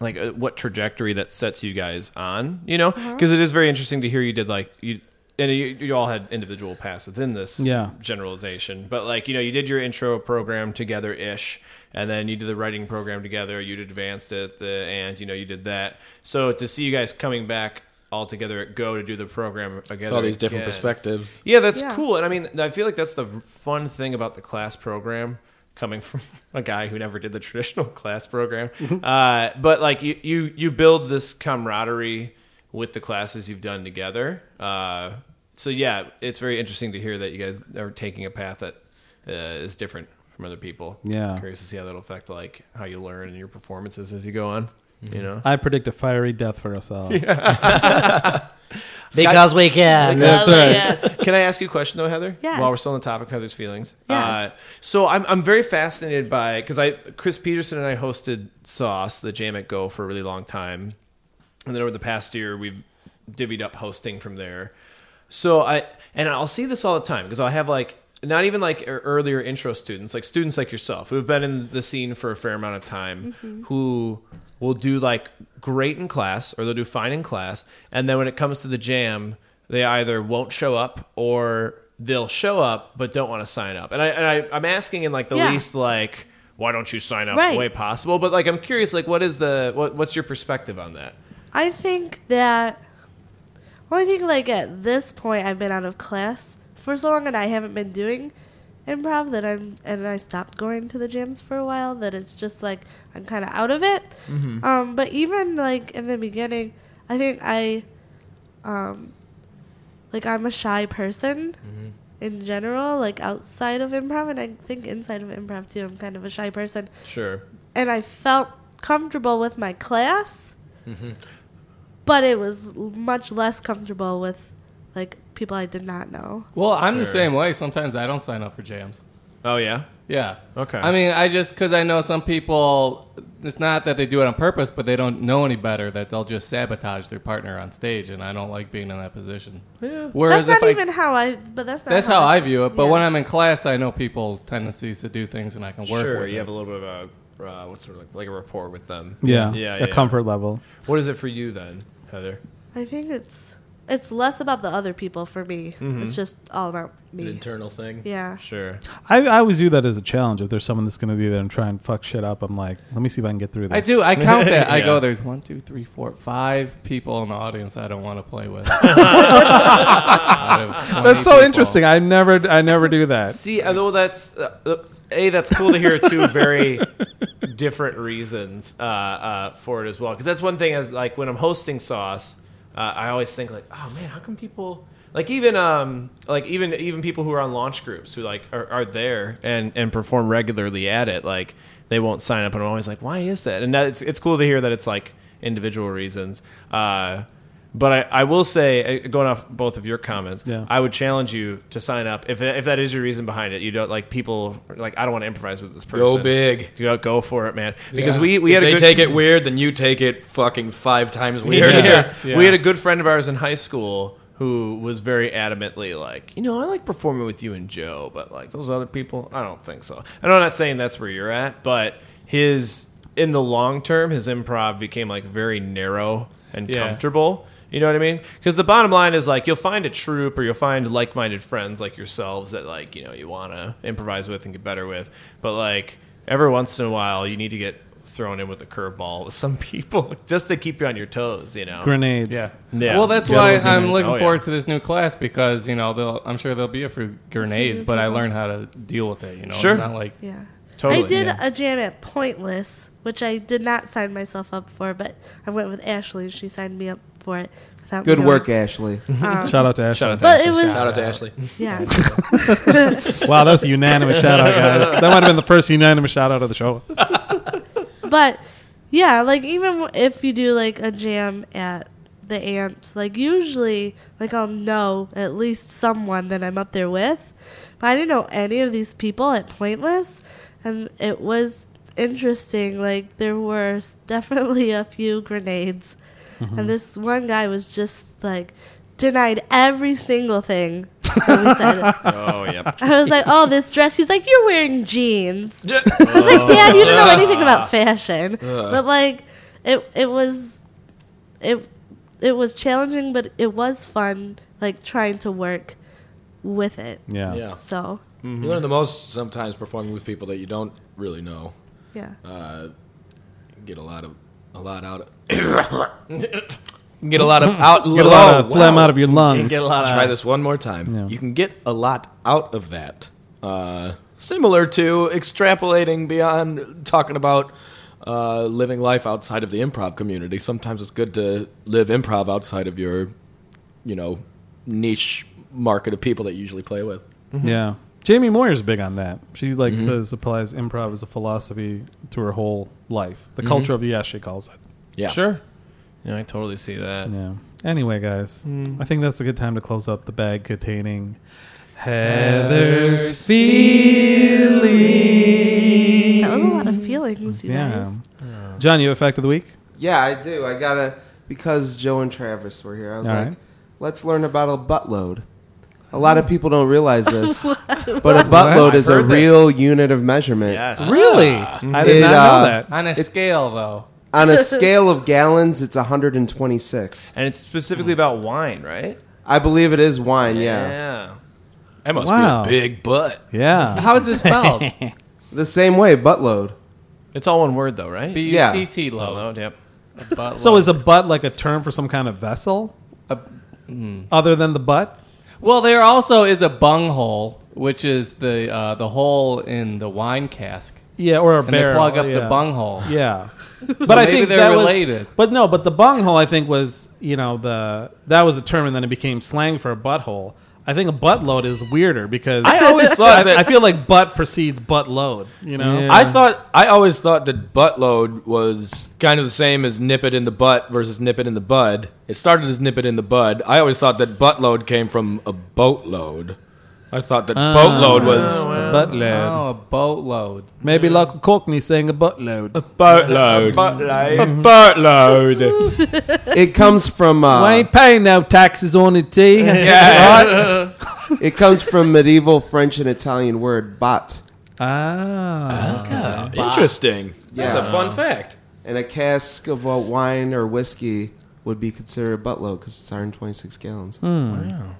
[SPEAKER 2] like uh, what trajectory that sets you guys on, you know, because is very interesting to hear you did like you. And you, you all had individual paths within this
[SPEAKER 1] Yeah.
[SPEAKER 2] generalization, but like you know, you did your intro program together ish, and then you did the writing program together. You did advanced at the and you know you did that. So to see you guys coming back all together at Go to do the program together,
[SPEAKER 9] All these different
[SPEAKER 2] again.
[SPEAKER 9] perspectives.
[SPEAKER 2] Yeah, that's
[SPEAKER 4] Yeah.
[SPEAKER 2] cool. And I mean, I feel like that's the fun thing about the class program coming from [LAUGHS] a guy who never did the traditional [LAUGHS] class program. uh, but like you, you, you build this camaraderie with the classes you've done together. Uh, so yeah, it's very interesting to hear that you guys are taking a path that uh, is different from other people.
[SPEAKER 1] Yeah.
[SPEAKER 2] curious to see how that'll affect like how you learn and your performances as you go on. You know,
[SPEAKER 1] I predict a fiery death for us
[SPEAKER 2] [LAUGHS]
[SPEAKER 1] all.
[SPEAKER 10] Because we can.
[SPEAKER 1] That's right.
[SPEAKER 2] Can I ask you a question though, Heather?
[SPEAKER 4] Yes.
[SPEAKER 2] While we're still on the topic of Heather's feelings. Uh,
[SPEAKER 4] Yes.
[SPEAKER 2] so I'm I'm very fascinated by because I Chris Peterson and I hosted Sauce, the Jam at Go, for a really long time, and then over the past year we've divvied up hosting from there. So I and I'll see this all the time because I'll have like not even like e- earlier intro students, like students like yourself who've been in the scene for a fair amount of time,
[SPEAKER 4] Mm-hmm.
[SPEAKER 2] who will do like great in class or they'll do fine in class, and then when it comes to the jam, they either won't show up or they'll show up but don't want to sign up. And I and I, I'm asking in like the
[SPEAKER 4] Yeah.
[SPEAKER 2] least like why don't you sign up
[SPEAKER 4] Right.
[SPEAKER 2] way possible? But like I'm curious, like what is the what, what's your perspective on that?
[SPEAKER 4] I think that. Well, I think like at this point I've been out of class for so long and I haven't been doing improv that I'm and I stopped going to the gyms for a while that it's just like I'm kind of out of it. Um, but even like in the beginning, I think I, um, like I'm a shy person in general, like outside of improv, and I think inside of improv too. I'm kind of a shy person,
[SPEAKER 2] Sure.
[SPEAKER 4] and I felt comfortable with my class,
[SPEAKER 7] Mm-hmm.
[SPEAKER 4] but it was l- much less comfortable with like people I did not know.
[SPEAKER 7] Well, I'm the same way. Sometimes I don't sign up for jams.
[SPEAKER 2] Oh yeah.
[SPEAKER 7] Yeah.
[SPEAKER 2] Okay.
[SPEAKER 7] I mean, I just because I know some people. It's not that they do it on purpose, but they don't know any better. That they'll just sabotage their partner on stage, and I don't like being in that position. Yeah. Whereas
[SPEAKER 4] that's
[SPEAKER 7] if
[SPEAKER 4] not
[SPEAKER 7] I,
[SPEAKER 4] even how I. But that's not.
[SPEAKER 7] that's how I view it. But
[SPEAKER 4] yeah.
[SPEAKER 7] when I'm in class, I know people's tendencies to do things, and I can work.
[SPEAKER 2] sure
[SPEAKER 7] with
[SPEAKER 2] you
[SPEAKER 7] it.
[SPEAKER 2] have a little bit of a uh, what's sort of like, like a rapport with them
[SPEAKER 1] Yeah.
[SPEAKER 2] yeah,
[SPEAKER 1] a
[SPEAKER 2] yeah.
[SPEAKER 1] comfort level.
[SPEAKER 2] what is it for you then heather
[SPEAKER 4] I think it's it's less about the other people for me.
[SPEAKER 7] Mm-hmm.
[SPEAKER 4] It's just all about
[SPEAKER 9] An
[SPEAKER 4] me.
[SPEAKER 9] internal thing.
[SPEAKER 4] Yeah.
[SPEAKER 2] sure
[SPEAKER 1] I, I always view that as a challenge. If there's someone that's going to be there and try and fuck shit up, I'm like, let me see if I can get through this.
[SPEAKER 7] I do. I count that. I
[SPEAKER 2] [LAUGHS] Yeah.
[SPEAKER 7] go. There's one, two, three, four, five people in the audience I don't want to
[SPEAKER 4] [LAUGHS]
[SPEAKER 7] play with.
[SPEAKER 1] That's so interesting. I never, I never do that.
[SPEAKER 2] see although that's uh, uh, a that's cool to hear two
[SPEAKER 1] [LAUGHS]
[SPEAKER 2] very different reasons uh, uh, for it as well because that's one thing as like when i'm hosting sauce uh, i always think like oh man how come people like even um like even even people who are on launch groups who like are, are there and and perform regularly at it like they won't sign up and i'm always like why is that and that, it's, it's cool to hear that it's like individual reasons uh but I, I will say, uh, going off both of your comments,
[SPEAKER 1] Yeah.
[SPEAKER 2] I would challenge you to sign up if, if that is your reason behind it. You don't like people like I don't want to improvise with this person.
[SPEAKER 3] Go big.
[SPEAKER 2] Go, go for it, man. Because we we had
[SPEAKER 3] if they
[SPEAKER 2] a good, [LAUGHS]
[SPEAKER 3] take it weird, then you take it fucking five times weird.
[SPEAKER 2] yeah.
[SPEAKER 7] Yeah.
[SPEAKER 2] We had a good friend of ours in high school who was very adamantly like, you know, I like performing with you and Joe, but like those other people, I don't think so. And I'm not saying that's where you're at, but his in the long term, his improv became like very narrow and
[SPEAKER 7] Yeah.
[SPEAKER 2] comfortable. You know what I mean? Because the bottom line is like you'll find a troupe or you'll find like-minded friends like yourselves that like you know you want to improvise with and get better with. But like every once in a while, you need to get thrown in with a curveball with some [LAUGHS] people just to keep you on your toes. You know,
[SPEAKER 1] [LAUGHS] Grenades.
[SPEAKER 2] Yeah. yeah.
[SPEAKER 7] Well, that's why I'm looking
[SPEAKER 2] Oh, yeah.
[SPEAKER 7] forward to this new class because you know they'll, I'm sure there'll be a few grenades, but I
[SPEAKER 2] Mm-hmm.
[SPEAKER 7] learned how to deal with it. You know,
[SPEAKER 2] Sure.
[SPEAKER 7] it's not like
[SPEAKER 4] Yeah.
[SPEAKER 2] Totally,
[SPEAKER 4] I did a jam at Pointless, which I did not sign myself up for, but I went with Ashley and she signed me up for it. without me
[SPEAKER 5] Good
[SPEAKER 4] knowing.
[SPEAKER 5] work, Ashley.
[SPEAKER 1] Shout out to Ashley.
[SPEAKER 2] Shout out to
[SPEAKER 4] But
[SPEAKER 2] Ashley.
[SPEAKER 4] it was-
[SPEAKER 2] Shout
[SPEAKER 3] Shout out to Ashley.
[SPEAKER 7] [LAUGHS]
[SPEAKER 4] Yeah.
[SPEAKER 1] Wow, that was a
[SPEAKER 2] [LAUGHS]
[SPEAKER 1] unanimous shout out, guys. That might have been the first unanimous shout out of the show.
[SPEAKER 4] but yeah, like even if you do like a jam at the ant, like usually like I'll know at least someone that I'm up there with. But I didn't know any of these people at Pointless and it was interesting. Like there were s- definitely a few grenades. And this one guy was just like denied every single thing. that we said.
[SPEAKER 2] [LAUGHS] Oh yeah.
[SPEAKER 4] I was like, "Oh, this dress." He's like, "You're wearing jeans." I was like, Dad, you don't
[SPEAKER 1] Uh.
[SPEAKER 4] know anything about fashion. But like, it it was, it it was challenging, but it was fun. Like trying to work with it.
[SPEAKER 1] Yeah.
[SPEAKER 3] Yeah.
[SPEAKER 4] So
[SPEAKER 3] You learn the most sometimes performing with people that you don't really know.
[SPEAKER 4] yeah,
[SPEAKER 3] Uh, get a lot of a lot out of get a lot of out
[SPEAKER 1] [LAUGHS] Get a lot of phlegm out of your lungs.
[SPEAKER 2] Get a lot
[SPEAKER 3] Try
[SPEAKER 2] of
[SPEAKER 3] this one more time.
[SPEAKER 1] Yeah.
[SPEAKER 3] You can get a lot out of that. Uh, similar to extrapolating beyond talking about uh, living life outside of the improv community. Sometimes it's good to live improv outside of your, you know, niche market of people that you usually play with.
[SPEAKER 1] Yeah. Jamie Moyer's big on that. She like
[SPEAKER 2] Mm-hmm.
[SPEAKER 1] says applies improv as a philosophy to her whole life. The
[SPEAKER 2] Mm-hmm.
[SPEAKER 1] culture of yes, she calls it.
[SPEAKER 3] Yeah.
[SPEAKER 2] Sure. Yeah, I totally see that.
[SPEAKER 1] Yeah. Anyway, guys,
[SPEAKER 4] Mm.
[SPEAKER 1] I think that's a good time to close up the bag containing Heather's feelings.
[SPEAKER 4] that was a lot of feelings, you
[SPEAKER 1] Yeah.
[SPEAKER 4] guys.
[SPEAKER 1] John, you have a fact of the week?
[SPEAKER 5] Yeah, I do. I gotta because Joe and Travis were here. I was
[SPEAKER 1] All
[SPEAKER 5] like,
[SPEAKER 1] right.
[SPEAKER 5] let's learn about a buttload. A lot of people don't realize this, but a buttload is a
[SPEAKER 2] heard this.
[SPEAKER 5] real unit of measurement.
[SPEAKER 2] Yes.
[SPEAKER 1] Really?
[SPEAKER 7] Ah.
[SPEAKER 1] I did
[SPEAKER 5] It,
[SPEAKER 1] not
[SPEAKER 5] uh,
[SPEAKER 1] know that.
[SPEAKER 7] on a scale though.
[SPEAKER 5] On a scale of gallons, it's 126.
[SPEAKER 2] And it's specifically about wine, right?
[SPEAKER 5] I believe it is wine. Yeah,
[SPEAKER 2] Yeah.
[SPEAKER 3] That must
[SPEAKER 1] Wow.
[SPEAKER 3] be a big butt.
[SPEAKER 1] [LAUGHS] Yeah.
[SPEAKER 7] [LAUGHS] How is it spelled?
[SPEAKER 5] the same way buttload.
[SPEAKER 2] It's all one word though, right?
[SPEAKER 7] B
[SPEAKER 2] B-
[SPEAKER 7] U C T
[SPEAKER 2] oh,
[SPEAKER 7] low.
[SPEAKER 2] yep.
[SPEAKER 1] So is a butt like a term for some kind of vessel?
[SPEAKER 7] A- hmm.
[SPEAKER 1] Other than the butt?
[SPEAKER 7] well, there also is a bunghole, which is the uh, the hole in the wine cask,
[SPEAKER 1] Yeah, or a
[SPEAKER 7] and
[SPEAKER 1] barrel.
[SPEAKER 7] they plug up
[SPEAKER 1] yeah.
[SPEAKER 7] the bunghole.
[SPEAKER 3] [LAUGHS]
[SPEAKER 1] Yeah, but I
[SPEAKER 7] maybe
[SPEAKER 1] think
[SPEAKER 7] they're
[SPEAKER 1] that
[SPEAKER 7] related.
[SPEAKER 1] was. But no, but the bunghole I think was you know the that was a term and then it became slang for a butthole. I think a buttload is weirder because
[SPEAKER 3] I
[SPEAKER 1] [LAUGHS]
[SPEAKER 3] always thought
[SPEAKER 1] I,
[SPEAKER 3] that
[SPEAKER 1] I feel like butt precedes buttload. You know,
[SPEAKER 3] I thought I always thought that buttload was kind of the same as nip it in the butt versus nip it in the bud. It started as nip it in the bud. I always thought that buttload came from a boatload. I thought that
[SPEAKER 1] Oh.
[SPEAKER 3] boatload was
[SPEAKER 1] buttload.
[SPEAKER 7] Oh, a boatload.
[SPEAKER 1] Maybe local Cockney saying a buttload.
[SPEAKER 3] boatload. A boatload.
[SPEAKER 5] It comes from
[SPEAKER 1] I
[SPEAKER 5] uh,
[SPEAKER 1] ain't paying no taxes on the tea.
[SPEAKER 3] [LAUGHS] yeah.
[SPEAKER 5] it comes from medieval French and Italian word bot,
[SPEAKER 1] ah,
[SPEAKER 3] [LAUGHS] Interesting. That's
[SPEAKER 5] Yeah.
[SPEAKER 3] a fun fact.
[SPEAKER 5] and a cask of uh, wine or whiskey would be considered a buttload because it's 126 gallons.
[SPEAKER 1] all right.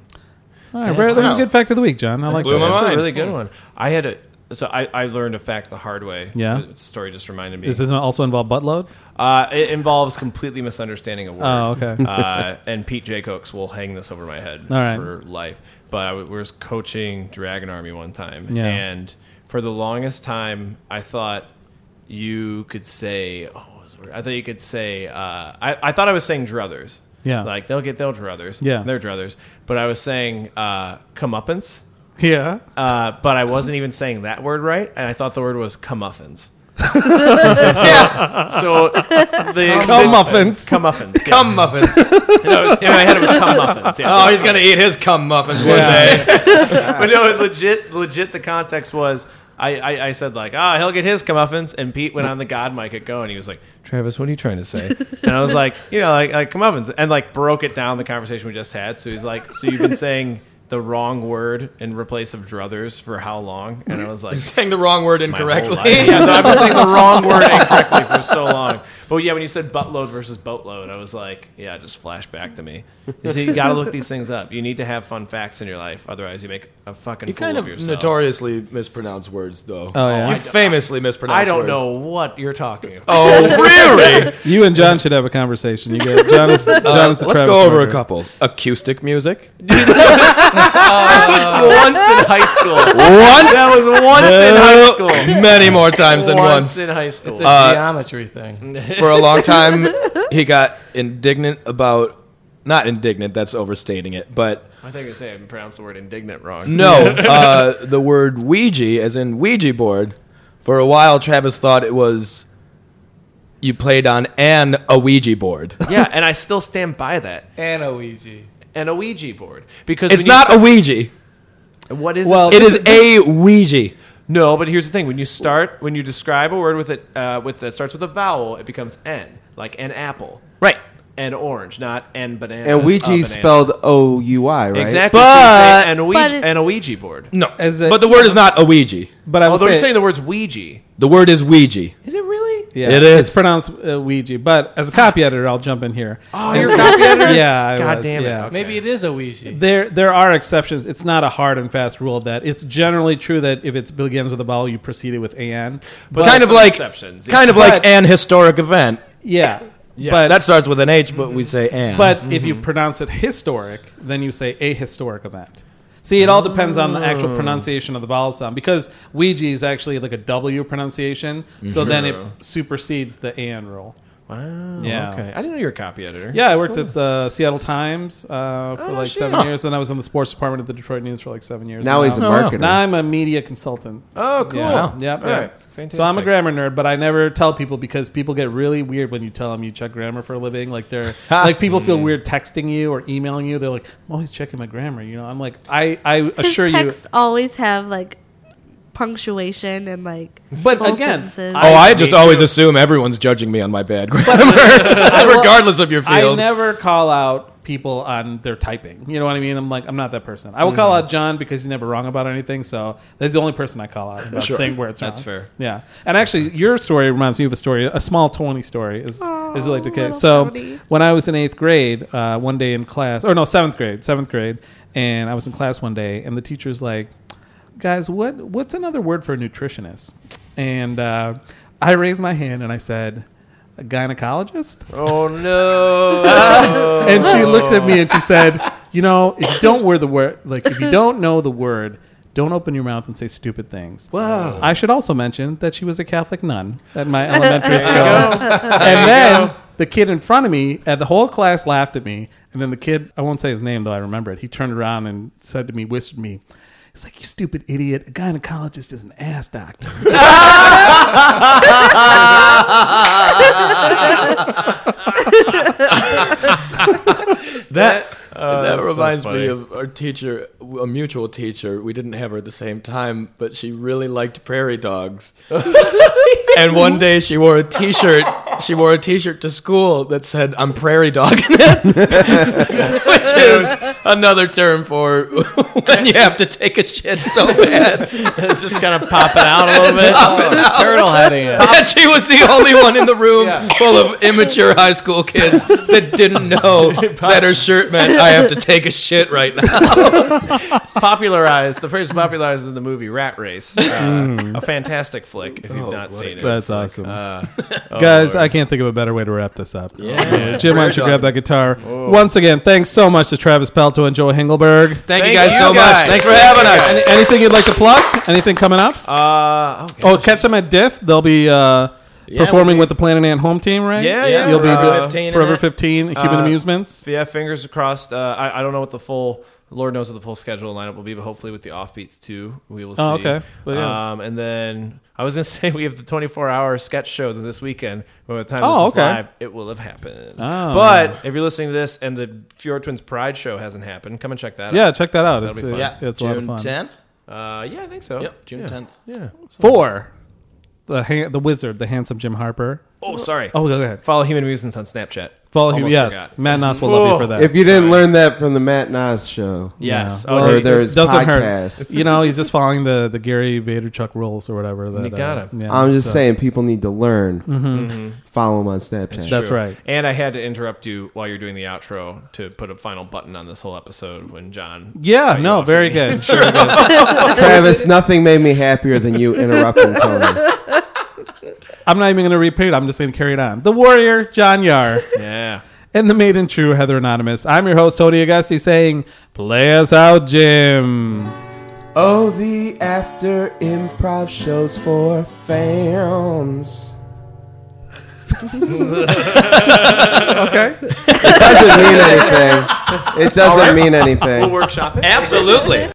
[SPEAKER 1] That was a good fact of the week, John. I like
[SPEAKER 3] Blew my
[SPEAKER 1] that.
[SPEAKER 2] That's a
[SPEAKER 3] mind.
[SPEAKER 2] really good one. I had a so I, I learned a fact the hard way.
[SPEAKER 1] Yeah.
[SPEAKER 2] The story just reminded me.
[SPEAKER 1] Does this also involve buttload?
[SPEAKER 2] Uh, it involves completely misunderstanding a word.
[SPEAKER 1] Oh, okay.
[SPEAKER 2] Uh, and Pete Jacobs will hang this over my head
[SPEAKER 1] All right.
[SPEAKER 2] for life. But I was coaching Dragon Army one time,
[SPEAKER 1] Yeah.
[SPEAKER 2] and for the longest time, I thought you could say, oh, what was the word? I thought you could say, uh, I, I thought I was saying druthers.
[SPEAKER 1] Yeah.
[SPEAKER 2] Like they'll get their druthers.
[SPEAKER 1] Yeah.
[SPEAKER 2] They're druthers. But I was saying uh, comeuppance.
[SPEAKER 1] Yeah.
[SPEAKER 2] Uh, but I wasn't even saying that word right, and I thought the word was [LAUGHS] comeuffins. so, so the
[SPEAKER 1] Comeuppance.
[SPEAKER 2] Comeuffins. Yeah.
[SPEAKER 11] Cum muffins.
[SPEAKER 3] [LAUGHS]
[SPEAKER 2] No, in my head it was comeuffins. Yeah.
[SPEAKER 11] oh, he's gonna eat his cum muffins one day.
[SPEAKER 2] but no, it legit, legit. The context was I, I, I said like, ah, he'll get his comeuppance, and Pete went on the God mic at Go, and he was like, Travis, what are you trying to say? And I was like, [LAUGHS] you know, like, like comeuppance, and like broke it down the conversation we just had. So he's like, so you've been saying the wrong word in replace of druthers for how long? And I was like,
[SPEAKER 11] Saying the wrong word
[SPEAKER 2] my whole life.
[SPEAKER 11] incorrectly.
[SPEAKER 2] Yeah, no, I've been saying the wrong word incorrectly for so long. But yeah, when you said buttload versus boatload, I was like, yeah, it just flashed back to me. So you got to look these things up. You need to have fun facts in your life, otherwise you make a fucking
[SPEAKER 3] [LAUGHS] You
[SPEAKER 2] fool
[SPEAKER 3] kind
[SPEAKER 2] of,
[SPEAKER 3] of
[SPEAKER 2] yourself.
[SPEAKER 3] notoriously mispronounce words, though.
[SPEAKER 1] Oh, yeah.
[SPEAKER 3] You famously mispronounce
[SPEAKER 2] I don't
[SPEAKER 3] words.
[SPEAKER 2] know what you're talking about.
[SPEAKER 3] [LAUGHS] Oh, really?
[SPEAKER 1] You and John should have a conversation. You go, John
[SPEAKER 3] [LAUGHS]
[SPEAKER 1] is, John
[SPEAKER 3] Uh,
[SPEAKER 1] is
[SPEAKER 3] let's
[SPEAKER 1] a Travis
[SPEAKER 3] go over
[SPEAKER 1] Barker.
[SPEAKER 3] a couple. Acoustic music.
[SPEAKER 2] once in high school.
[SPEAKER 3] Once?
[SPEAKER 2] That was once in high school.
[SPEAKER 3] Many more times than once.
[SPEAKER 2] in high
[SPEAKER 7] It's
[SPEAKER 2] school.
[SPEAKER 7] a
[SPEAKER 3] Uh,
[SPEAKER 1] [LAUGHS]
[SPEAKER 7] geometry thing.
[SPEAKER 3] For a long time, he got indignant about. Not indignant, that's overstating it, but
[SPEAKER 2] I think I say I pronounced the word indignant wrong.
[SPEAKER 3] No, uh, the word Ouija, as in Ouija board, for a while Travis thought it was you played on an a Ouija
[SPEAKER 2] [LAUGHS]
[SPEAKER 3] board.
[SPEAKER 2] Yeah, and I still stand by that.
[SPEAKER 7] And Ouija.
[SPEAKER 2] And a Ouija board because
[SPEAKER 3] It's
[SPEAKER 2] when you
[SPEAKER 3] not a
[SPEAKER 2] start-
[SPEAKER 3] Ouija.
[SPEAKER 2] What is
[SPEAKER 1] Well,
[SPEAKER 2] it?
[SPEAKER 3] It is a Ouija.
[SPEAKER 2] No, but here's the thing: when you start, when you describe a word with it, uh, with that starts with a vowel, it becomes n, like an apple,
[SPEAKER 3] Right.
[SPEAKER 2] an orange, not an banana.
[SPEAKER 5] And
[SPEAKER 2] a banana.
[SPEAKER 5] Ouija spelled O U I, right?
[SPEAKER 2] exactly, but, so you say an
[SPEAKER 4] But
[SPEAKER 2] Ouija,
[SPEAKER 4] it's-
[SPEAKER 2] an a Ouija board.
[SPEAKER 3] No.
[SPEAKER 1] As a-
[SPEAKER 3] but the word is not a Ouija.
[SPEAKER 1] But I was
[SPEAKER 2] Although
[SPEAKER 1] saying,
[SPEAKER 2] you're saying the words Ouija,
[SPEAKER 3] The word is Ouija.
[SPEAKER 2] is it really?
[SPEAKER 1] yeah,
[SPEAKER 3] It is.
[SPEAKER 1] It's pronounced uh, Ouija. But as a copy editor, I'll jump in here.
[SPEAKER 2] Oh, you're a copy
[SPEAKER 1] [LAUGHS]
[SPEAKER 2] editor?
[SPEAKER 1] Yeah, I
[SPEAKER 2] God
[SPEAKER 1] was,
[SPEAKER 2] damn it.
[SPEAKER 1] yeah.
[SPEAKER 2] Okay.
[SPEAKER 7] Maybe it is a
[SPEAKER 1] [LAUGHS]
[SPEAKER 7] Ouija.
[SPEAKER 1] There, there are exceptions. It's not a hard and fast rule that it's generally true that if it begins with a vowel, you precede it with an. But
[SPEAKER 3] kind of
[SPEAKER 2] some
[SPEAKER 3] like
[SPEAKER 2] exceptions, yeah.
[SPEAKER 3] kind of
[SPEAKER 1] But-
[SPEAKER 3] like an historic event.
[SPEAKER 1] yeah, but
[SPEAKER 3] That starts with an H, but we say an.
[SPEAKER 1] But if
[SPEAKER 3] Mm-hmm.
[SPEAKER 1] you pronounce it historic, then you say a historic event. See, it all depends on the
[SPEAKER 3] Oh.
[SPEAKER 1] actual pronunciation of the vowel sound because Ouija is actually like a W pronunciation, so then it supersedes the AN rule.
[SPEAKER 2] Wow.
[SPEAKER 1] Yeah.
[SPEAKER 2] Okay. I didn't know you were a copy editor.
[SPEAKER 1] Yeah, I worked at the Seattle Times uh,
[SPEAKER 2] Oh,
[SPEAKER 1] for like seven years. Then I was in the sports department at the Detroit News for like seven years.
[SPEAKER 5] Now
[SPEAKER 1] And
[SPEAKER 5] he's a marketer.
[SPEAKER 1] Now I'm a media consultant.
[SPEAKER 2] Oh, cool.
[SPEAKER 1] Yeah. Yep,
[SPEAKER 2] All
[SPEAKER 1] yeah.
[SPEAKER 2] right. Fantastic.
[SPEAKER 1] So I'm a grammar nerd, but I never tell people because people get really weird when you tell them you check grammar for a living. Like
[SPEAKER 2] [LAUGHS]
[SPEAKER 1] they're like people
[SPEAKER 2] Mm.
[SPEAKER 1] feel weird texting you or emailing you. They're like, "I'm always checking my grammar." You know, I'm like, I I
[SPEAKER 4] His
[SPEAKER 1] assure you,
[SPEAKER 4] texts always have like punctuation and like
[SPEAKER 1] but
[SPEAKER 4] full
[SPEAKER 1] again,
[SPEAKER 4] sentences.
[SPEAKER 3] oh, I,
[SPEAKER 2] I
[SPEAKER 3] just
[SPEAKER 2] do
[SPEAKER 3] always assume everyone's judging me on my bad grammar, regardless of your
[SPEAKER 1] I
[SPEAKER 3] field.
[SPEAKER 1] never call out people on their typing. You know what I mean? I'm like, I'm not that person. I will call out John because he's never wrong about anything. So that's the only person I call out about saying where it's
[SPEAKER 2] That's
[SPEAKER 1] wrong.
[SPEAKER 2] fair.
[SPEAKER 1] Yeah, and actually, your story reminds me of a story, a small Tony story. Is is like the
[SPEAKER 4] little
[SPEAKER 1] case. So
[SPEAKER 4] Tony.
[SPEAKER 1] when I was in eighth grade, uh, one day in class, or no, seventh grade, seventh grade, and I was in class one day, and the teacher's like, "Guys, what what's another word for a nutritionist?" And uh, I raised my hand and I said, "A gynecologist."
[SPEAKER 2] Oh no.
[SPEAKER 1] [LAUGHS] and she looked at me and she said, "You know, if you don't wear the word, like if you don't know the word." Don't open your mouth and say stupid things.
[SPEAKER 3] [LAUGHS]
[SPEAKER 1] Wow! I should also mention that she was a Catholic nun at my elementary school, and then the kid in front of me, and the whole class laughed at me. And then the kid, I won't say his name though, I remember it. He turned around and said to me, whispered me, "He's like, you stupid idiot! A gynecologist is an ass doctor."
[SPEAKER 3] That that
[SPEAKER 2] that's so
[SPEAKER 3] reminds me
[SPEAKER 2] funny.
[SPEAKER 3] of our teacher, a mutual teacher. We didn't have her at the same time, but she really liked prairie dogs. and one day she wore a T-shirt. She wore a T-shirt to school that said "I'm prairie dogging it," [LAUGHS] which is another term for [LAUGHS] when you have to take a shit so bad.
[SPEAKER 2] it's just kind of popping out a little bit.
[SPEAKER 7] Turtle heading it.
[SPEAKER 3] And she was the only one in the room full of immature high school kids that didn't know that her shirt meant "I have to take a shit right now."
[SPEAKER 2] popularized the phrase popularized in the movie Rat Race, uh, a fantastic flick. If you've not seen it,
[SPEAKER 1] That's awesome,
[SPEAKER 2] Uh, oh,
[SPEAKER 1] guys.
[SPEAKER 2] Lord.
[SPEAKER 1] I I can't think of a better way to wrap this up.
[SPEAKER 2] Yeah.
[SPEAKER 1] Jim, why don't you grab that guitar? Once again, thanks so much to Travis Pelto and Joel Hingelberg.
[SPEAKER 3] Thank,
[SPEAKER 2] Thank
[SPEAKER 3] you guys
[SPEAKER 2] you
[SPEAKER 3] so
[SPEAKER 2] guys.
[SPEAKER 3] much. Thanks for having us.
[SPEAKER 1] Any, anything you'd like to plug? Anything coming up?
[SPEAKER 2] Uh, okay.
[SPEAKER 1] oh, catch them at Diff. They'll be uh, performing with the Planet Ant home team, right?
[SPEAKER 2] Yeah, yeah.
[SPEAKER 1] You'll be
[SPEAKER 2] Forever
[SPEAKER 1] uh,
[SPEAKER 3] 15 in
[SPEAKER 1] Forever
[SPEAKER 3] it.
[SPEAKER 1] 15, Human
[SPEAKER 2] Uh,
[SPEAKER 1] Amusements.
[SPEAKER 2] yeah, fingers crossed. Uh, I, I don't know what the full Lord knows what the full schedule lineup will be, but hopefully with the offbeats too, we will see.
[SPEAKER 1] Oh, okay. But yeah.
[SPEAKER 2] Um, and then I was gonna [LAUGHS] say we have the 24 hour sketch show this weekend. By the time
[SPEAKER 1] Oh,
[SPEAKER 2] this
[SPEAKER 1] okay.
[SPEAKER 2] is live, it will have happened.
[SPEAKER 1] Oh.
[SPEAKER 2] But if you're listening to this and the Fjord Twins Pride show hasn't happened, come and check that.
[SPEAKER 1] Yeah,
[SPEAKER 2] out.
[SPEAKER 1] check that out.
[SPEAKER 2] That'll
[SPEAKER 1] It's,
[SPEAKER 2] be
[SPEAKER 1] uh,
[SPEAKER 2] fun.
[SPEAKER 1] yeah, it's a lot of
[SPEAKER 3] June
[SPEAKER 1] fun.
[SPEAKER 3] 10th.
[SPEAKER 2] Uh, yeah, I think so.
[SPEAKER 3] Yep, June 10th.
[SPEAKER 2] Yeah.
[SPEAKER 1] Four, the, ha- the wizard, the handsome Jim Harper.
[SPEAKER 2] Oh, sorry.
[SPEAKER 1] Oh, go ahead.
[SPEAKER 2] Follow Human Musings on Snapchat.
[SPEAKER 1] Follow him.
[SPEAKER 2] Almost
[SPEAKER 1] Yes,
[SPEAKER 2] forgot.
[SPEAKER 1] Matt Noss will love you for that.
[SPEAKER 5] If you didn't learn that from the Matt Nas show,
[SPEAKER 2] Yes.
[SPEAKER 1] Yeah.
[SPEAKER 2] Oh,
[SPEAKER 5] or
[SPEAKER 2] dude.
[SPEAKER 5] there is
[SPEAKER 1] doesn't
[SPEAKER 5] podcast.
[SPEAKER 1] hurt. [LAUGHS] You know, he's just following the, the Gary Vaynerchuk rules or whatever. That,
[SPEAKER 2] You got
[SPEAKER 1] uh,
[SPEAKER 2] him.
[SPEAKER 1] yeah,
[SPEAKER 5] I'm just
[SPEAKER 1] so- Mm-hmm.
[SPEAKER 5] saying people need to learn. Mm-hmm. Follow him on Snapchat.
[SPEAKER 1] That's right.
[SPEAKER 2] And I had to interrupt you while you're doing the outro to put a final button on this whole episode when John.
[SPEAKER 1] Yeah,
[SPEAKER 2] cut you
[SPEAKER 1] no,
[SPEAKER 2] off.
[SPEAKER 1] very
[SPEAKER 2] [LAUGHS]
[SPEAKER 1] good. Very good.
[SPEAKER 5] Travis, nothing made me happier than you interrupting Tony.
[SPEAKER 1] I'm not even going to repeat it. I'm just going to carry it on. The Warrior, John Yar,
[SPEAKER 2] Yeah.
[SPEAKER 1] and the Maiden True, Heather Anonymous. I'm your host, Tony Augusti, saying, play us out, Jim.
[SPEAKER 5] Oh, the after improv shows for
[SPEAKER 1] [LAUGHS]
[SPEAKER 5] fans.
[SPEAKER 1] Okay.
[SPEAKER 5] It doesn't mean anything. It doesn't mean anything.
[SPEAKER 2] Workshop it.
[SPEAKER 3] Absolutely.